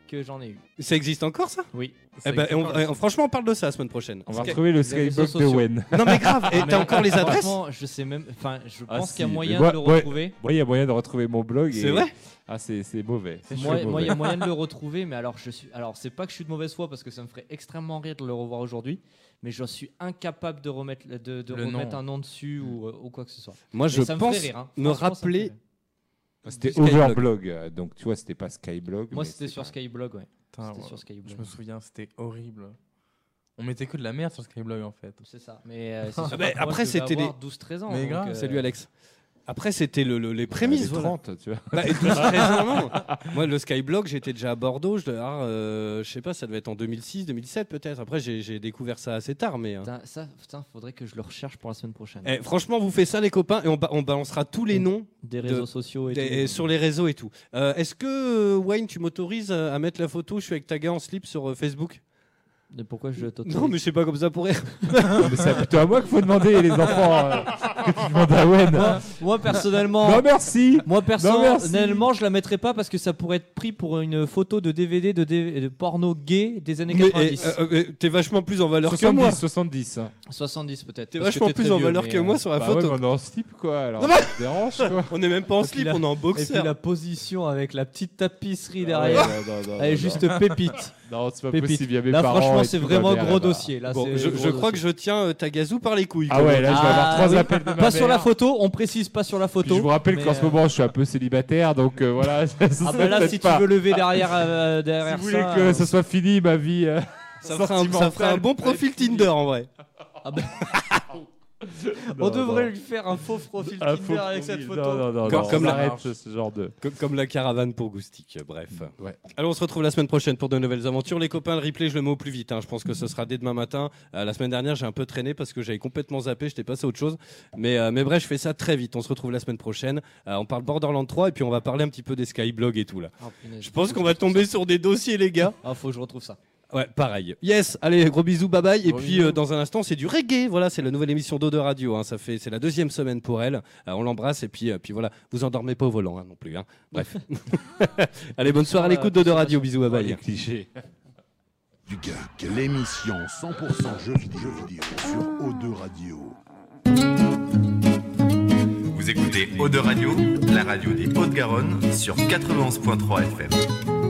[SPEAKER 4] que j'en ai eu.
[SPEAKER 1] Ça existe encore ça
[SPEAKER 4] Oui.
[SPEAKER 1] Eh ben, on- euh, Franchement on parle de ça la semaine prochaine.
[SPEAKER 2] On va
[SPEAKER 4] Sky-
[SPEAKER 2] retrouver le
[SPEAKER 4] les réseaux
[SPEAKER 2] Skybox de
[SPEAKER 4] sociaux.
[SPEAKER 2] Wen.
[SPEAKER 1] Non mais grave et
[SPEAKER 4] Mais
[SPEAKER 1] t'as encore les adresses
[SPEAKER 4] franchement, Je sais même. Enfin, je
[SPEAKER 2] Ah,
[SPEAKER 4] pense
[SPEAKER 2] si,
[SPEAKER 4] qu'il y a
[SPEAKER 2] mais
[SPEAKER 4] moyen
[SPEAKER 2] moi-
[SPEAKER 4] de le
[SPEAKER 2] ouais.
[SPEAKER 4] retrouver.
[SPEAKER 2] Moi, il y a moyen de retrouver mon blog.
[SPEAKER 1] C'est
[SPEAKER 2] et-
[SPEAKER 1] vrai
[SPEAKER 2] Ah, c'est c'est mauvais. C'est
[SPEAKER 4] Moi,
[SPEAKER 2] très
[SPEAKER 4] moi, il y
[SPEAKER 2] mauvais.
[SPEAKER 4] a moyen de le retrouver, mais alors je suis. Alors, c'est pas que je suis de mauvaise foi parce que ça me ferait extrêmement rire de le revoir aujourd'hui, mais je suis incapable de remettre, de, de
[SPEAKER 3] Le
[SPEAKER 4] remettre
[SPEAKER 3] nom.
[SPEAKER 4] un nom dessus ou, euh, ou quoi que ce soit.
[SPEAKER 1] Moi
[SPEAKER 4] Mais
[SPEAKER 1] Ah, je
[SPEAKER 4] ça me
[SPEAKER 1] pense
[SPEAKER 4] ferait rire, hein.
[SPEAKER 1] me
[SPEAKER 4] Franchement, ça me ferait
[SPEAKER 1] rappeler
[SPEAKER 4] rire.
[SPEAKER 2] C'était
[SPEAKER 1] Skyblog.
[SPEAKER 2] Overblog, euh, donc tu vois, c'était pas Skyblog.
[SPEAKER 4] Moi,
[SPEAKER 2] mais
[SPEAKER 4] c'était sur
[SPEAKER 2] pas-
[SPEAKER 4] Skyblog, ouais.
[SPEAKER 3] Putain,
[SPEAKER 4] C'était
[SPEAKER 3] Ah, ouais.
[SPEAKER 4] sur
[SPEAKER 3] Je
[SPEAKER 4] Skyblog.
[SPEAKER 3] me souviens, c'était horrible. On mettait que de la merde sur Skyblog en fait.
[SPEAKER 4] C'est ça. Mais euh, c'est
[SPEAKER 1] Ah
[SPEAKER 4] sûr
[SPEAKER 1] bah,
[SPEAKER 4] que moi,
[SPEAKER 1] après,
[SPEAKER 4] je devais
[SPEAKER 1] c'était les-
[SPEAKER 4] avoir 12-13 ans.
[SPEAKER 3] Mais
[SPEAKER 4] donc,
[SPEAKER 3] grave,
[SPEAKER 4] euh,
[SPEAKER 1] Salut Alex. Après, c'était le- le- les
[SPEAKER 2] Les
[SPEAKER 1] prémices. voilà.
[SPEAKER 2] 30, tu vois.
[SPEAKER 1] Bah, et 12, 13 ans, non. Moi, le Skyblog, j'étais déjà à Bordeaux. Je, devais avoir, euh, je sais pas, ça devait être en 2006, 2007 peut-être. Après, j'ai j'ai découvert ça assez tard. Mais, euh.
[SPEAKER 4] Putain, ça, putain, faudrait que je le recherche pour la semaine prochaine.
[SPEAKER 1] Eh, franchement, vous faites ça, les copains, et on, ba- on balancera tous
[SPEAKER 4] Mm.
[SPEAKER 1] les noms
[SPEAKER 4] Des réseaux sociaux et
[SPEAKER 1] des-
[SPEAKER 4] tout.
[SPEAKER 1] et sur les réseaux et tout. Euh, Est-ce que, euh, Wayne, tu m'autorises euh, à mettre la photo Je suis avec ta gars en slip sur euh, Facebook
[SPEAKER 4] Mais pourquoi je t'autorise
[SPEAKER 1] Non, mais je sais pas comme ça pour rire.
[SPEAKER 2] Non, mais c'est plutôt à moi qu'il faut demander, les enfants. euh, que tu demandes à Wen.
[SPEAKER 4] moi, moi, personnellement.
[SPEAKER 2] Non, merci.
[SPEAKER 4] Moi
[SPEAKER 2] merci.
[SPEAKER 4] personnellement, je la mettrais pas parce que ça pourrait être pris pour une photo de DVD de, DV de porno gay des années
[SPEAKER 1] Mais
[SPEAKER 4] 90.
[SPEAKER 1] eh, euh, euh, t'es vachement plus en valeur que
[SPEAKER 2] 70,
[SPEAKER 1] moi.
[SPEAKER 2] 70. hein.
[SPEAKER 4] 70 peut-être.
[SPEAKER 1] T'es
[SPEAKER 4] parce que
[SPEAKER 1] vachement
[SPEAKER 4] t'es
[SPEAKER 1] plus
[SPEAKER 4] très
[SPEAKER 1] en
[SPEAKER 4] vieux,
[SPEAKER 1] valeur
[SPEAKER 4] mais,
[SPEAKER 1] que
[SPEAKER 4] euh,
[SPEAKER 1] moi sur la
[SPEAKER 2] Bah ouais,
[SPEAKER 1] photo.
[SPEAKER 2] mais on est en slip, quoi. Alors,
[SPEAKER 1] Non,
[SPEAKER 2] ça te dérange, quoi.
[SPEAKER 1] On est même pas en
[SPEAKER 4] Et puis
[SPEAKER 1] slip,
[SPEAKER 4] la-
[SPEAKER 1] on est en
[SPEAKER 4] Et puis
[SPEAKER 1] boxer.
[SPEAKER 4] la position avec la petite tapisserie
[SPEAKER 2] Ah ouais,
[SPEAKER 4] derrière.
[SPEAKER 2] non, non, non,
[SPEAKER 4] Elle est
[SPEAKER 2] non,
[SPEAKER 4] juste pépite.
[SPEAKER 2] Non, Non, c'est pas
[SPEAKER 4] pépite.
[SPEAKER 2] possible. Il y a mes
[SPEAKER 4] Là,
[SPEAKER 2] parents
[SPEAKER 4] franchement,
[SPEAKER 2] et
[SPEAKER 4] c'est
[SPEAKER 2] tout va
[SPEAKER 4] vraiment
[SPEAKER 2] bien,
[SPEAKER 4] gros
[SPEAKER 2] là-bas.
[SPEAKER 4] dossier. Là,
[SPEAKER 1] Bon,
[SPEAKER 4] c'est
[SPEAKER 1] je,
[SPEAKER 4] gros
[SPEAKER 1] je crois
[SPEAKER 4] dossier.
[SPEAKER 1] que je tiens euh, Tagazu par les couilles.
[SPEAKER 2] Ah
[SPEAKER 1] quand
[SPEAKER 2] ouais,
[SPEAKER 1] même.
[SPEAKER 2] là, je vais avoir
[SPEAKER 4] Ah,
[SPEAKER 2] trois
[SPEAKER 4] oui.
[SPEAKER 2] appels de ma
[SPEAKER 4] Pas sur la
[SPEAKER 2] mère.
[SPEAKER 4] photo, on précise pas sur la
[SPEAKER 2] Puis
[SPEAKER 4] photo.
[SPEAKER 2] je vous rappelle
[SPEAKER 4] mais,
[SPEAKER 2] qu'en ce
[SPEAKER 4] euh,
[SPEAKER 2] moment, je suis un peu célibataire, donc euh, voilà. ça
[SPEAKER 4] Ah
[SPEAKER 2] serait
[SPEAKER 4] bah là,
[SPEAKER 2] peut-être
[SPEAKER 4] si tu
[SPEAKER 2] pas-
[SPEAKER 4] veux lever derrière, euh,
[SPEAKER 2] Si
[SPEAKER 4] derrière
[SPEAKER 2] vous voulez
[SPEAKER 4] ça.
[SPEAKER 2] que
[SPEAKER 4] euh,
[SPEAKER 2] ce soit fini, ma vie. euh,
[SPEAKER 1] Ça ferait un, ça ferait un bon profil
[SPEAKER 2] sentimentale,
[SPEAKER 1] Tinder en vrai.
[SPEAKER 4] on
[SPEAKER 2] non,
[SPEAKER 4] devrait
[SPEAKER 2] non.
[SPEAKER 4] lui faire un faux profil
[SPEAKER 2] Un
[SPEAKER 4] Tinder
[SPEAKER 2] faux
[SPEAKER 4] avec cette
[SPEAKER 2] profil.
[SPEAKER 4] photo.
[SPEAKER 2] Non, non, non,
[SPEAKER 1] Comme-
[SPEAKER 2] non,
[SPEAKER 1] comme
[SPEAKER 2] on
[SPEAKER 1] la-
[SPEAKER 2] arrête ce genre de.
[SPEAKER 1] Comme, comme la caravane pour Goustic, euh, bref.
[SPEAKER 2] Ouais.
[SPEAKER 1] Alors on se retrouve la semaine prochaine pour de nouvelles aventures. Les copains, le replay, je le mets au plus vite. hein. Je pense que ce sera dès demain matin. Euh, la semaine dernière, j'ai un peu traîné parce que j'avais complètement zappé, j'étais passé à autre chose. Mais, euh, mais bref, je fais ça très vite. On se retrouve la semaine prochaine. Euh, on parle Borderlands 3 et puis on va parler un petit peu des Skyblogs et tout là.
[SPEAKER 4] Ah, punaise,
[SPEAKER 1] Je pense
[SPEAKER 4] faut
[SPEAKER 1] qu'on
[SPEAKER 4] que
[SPEAKER 1] va
[SPEAKER 4] je retrouve
[SPEAKER 1] tomber sur des dossiers, les gars.
[SPEAKER 4] ça. Ah, faut que je retrouve ça.
[SPEAKER 1] Ouais, pareil. Yes, allez, gros bisous, bye bye. Et
[SPEAKER 2] Gros
[SPEAKER 1] puis
[SPEAKER 2] bisous.
[SPEAKER 1] euh, dans un instant, c'est du reggae. Voilà, c'est la nouvelle émission d'Eau de Radio. hein. Ça fait, c'est la deuxième semaine pour elle. Euh, on l'embrasse et puis, euh, puis voilà, vous endormez pas au volant hein, non plus. hein. Bref. allez, bonne soirée à l'écoute d'Eau de Radio. Bisous, bye bye.
[SPEAKER 2] clichés.
[SPEAKER 9] Du GAC, l'émission 100% jeux vidéo, jeux vidéo sur O2 Radio.
[SPEAKER 7] Vous écoutez Eau de Radio, la radio des Hautes-Garonne sur 91.3 FM.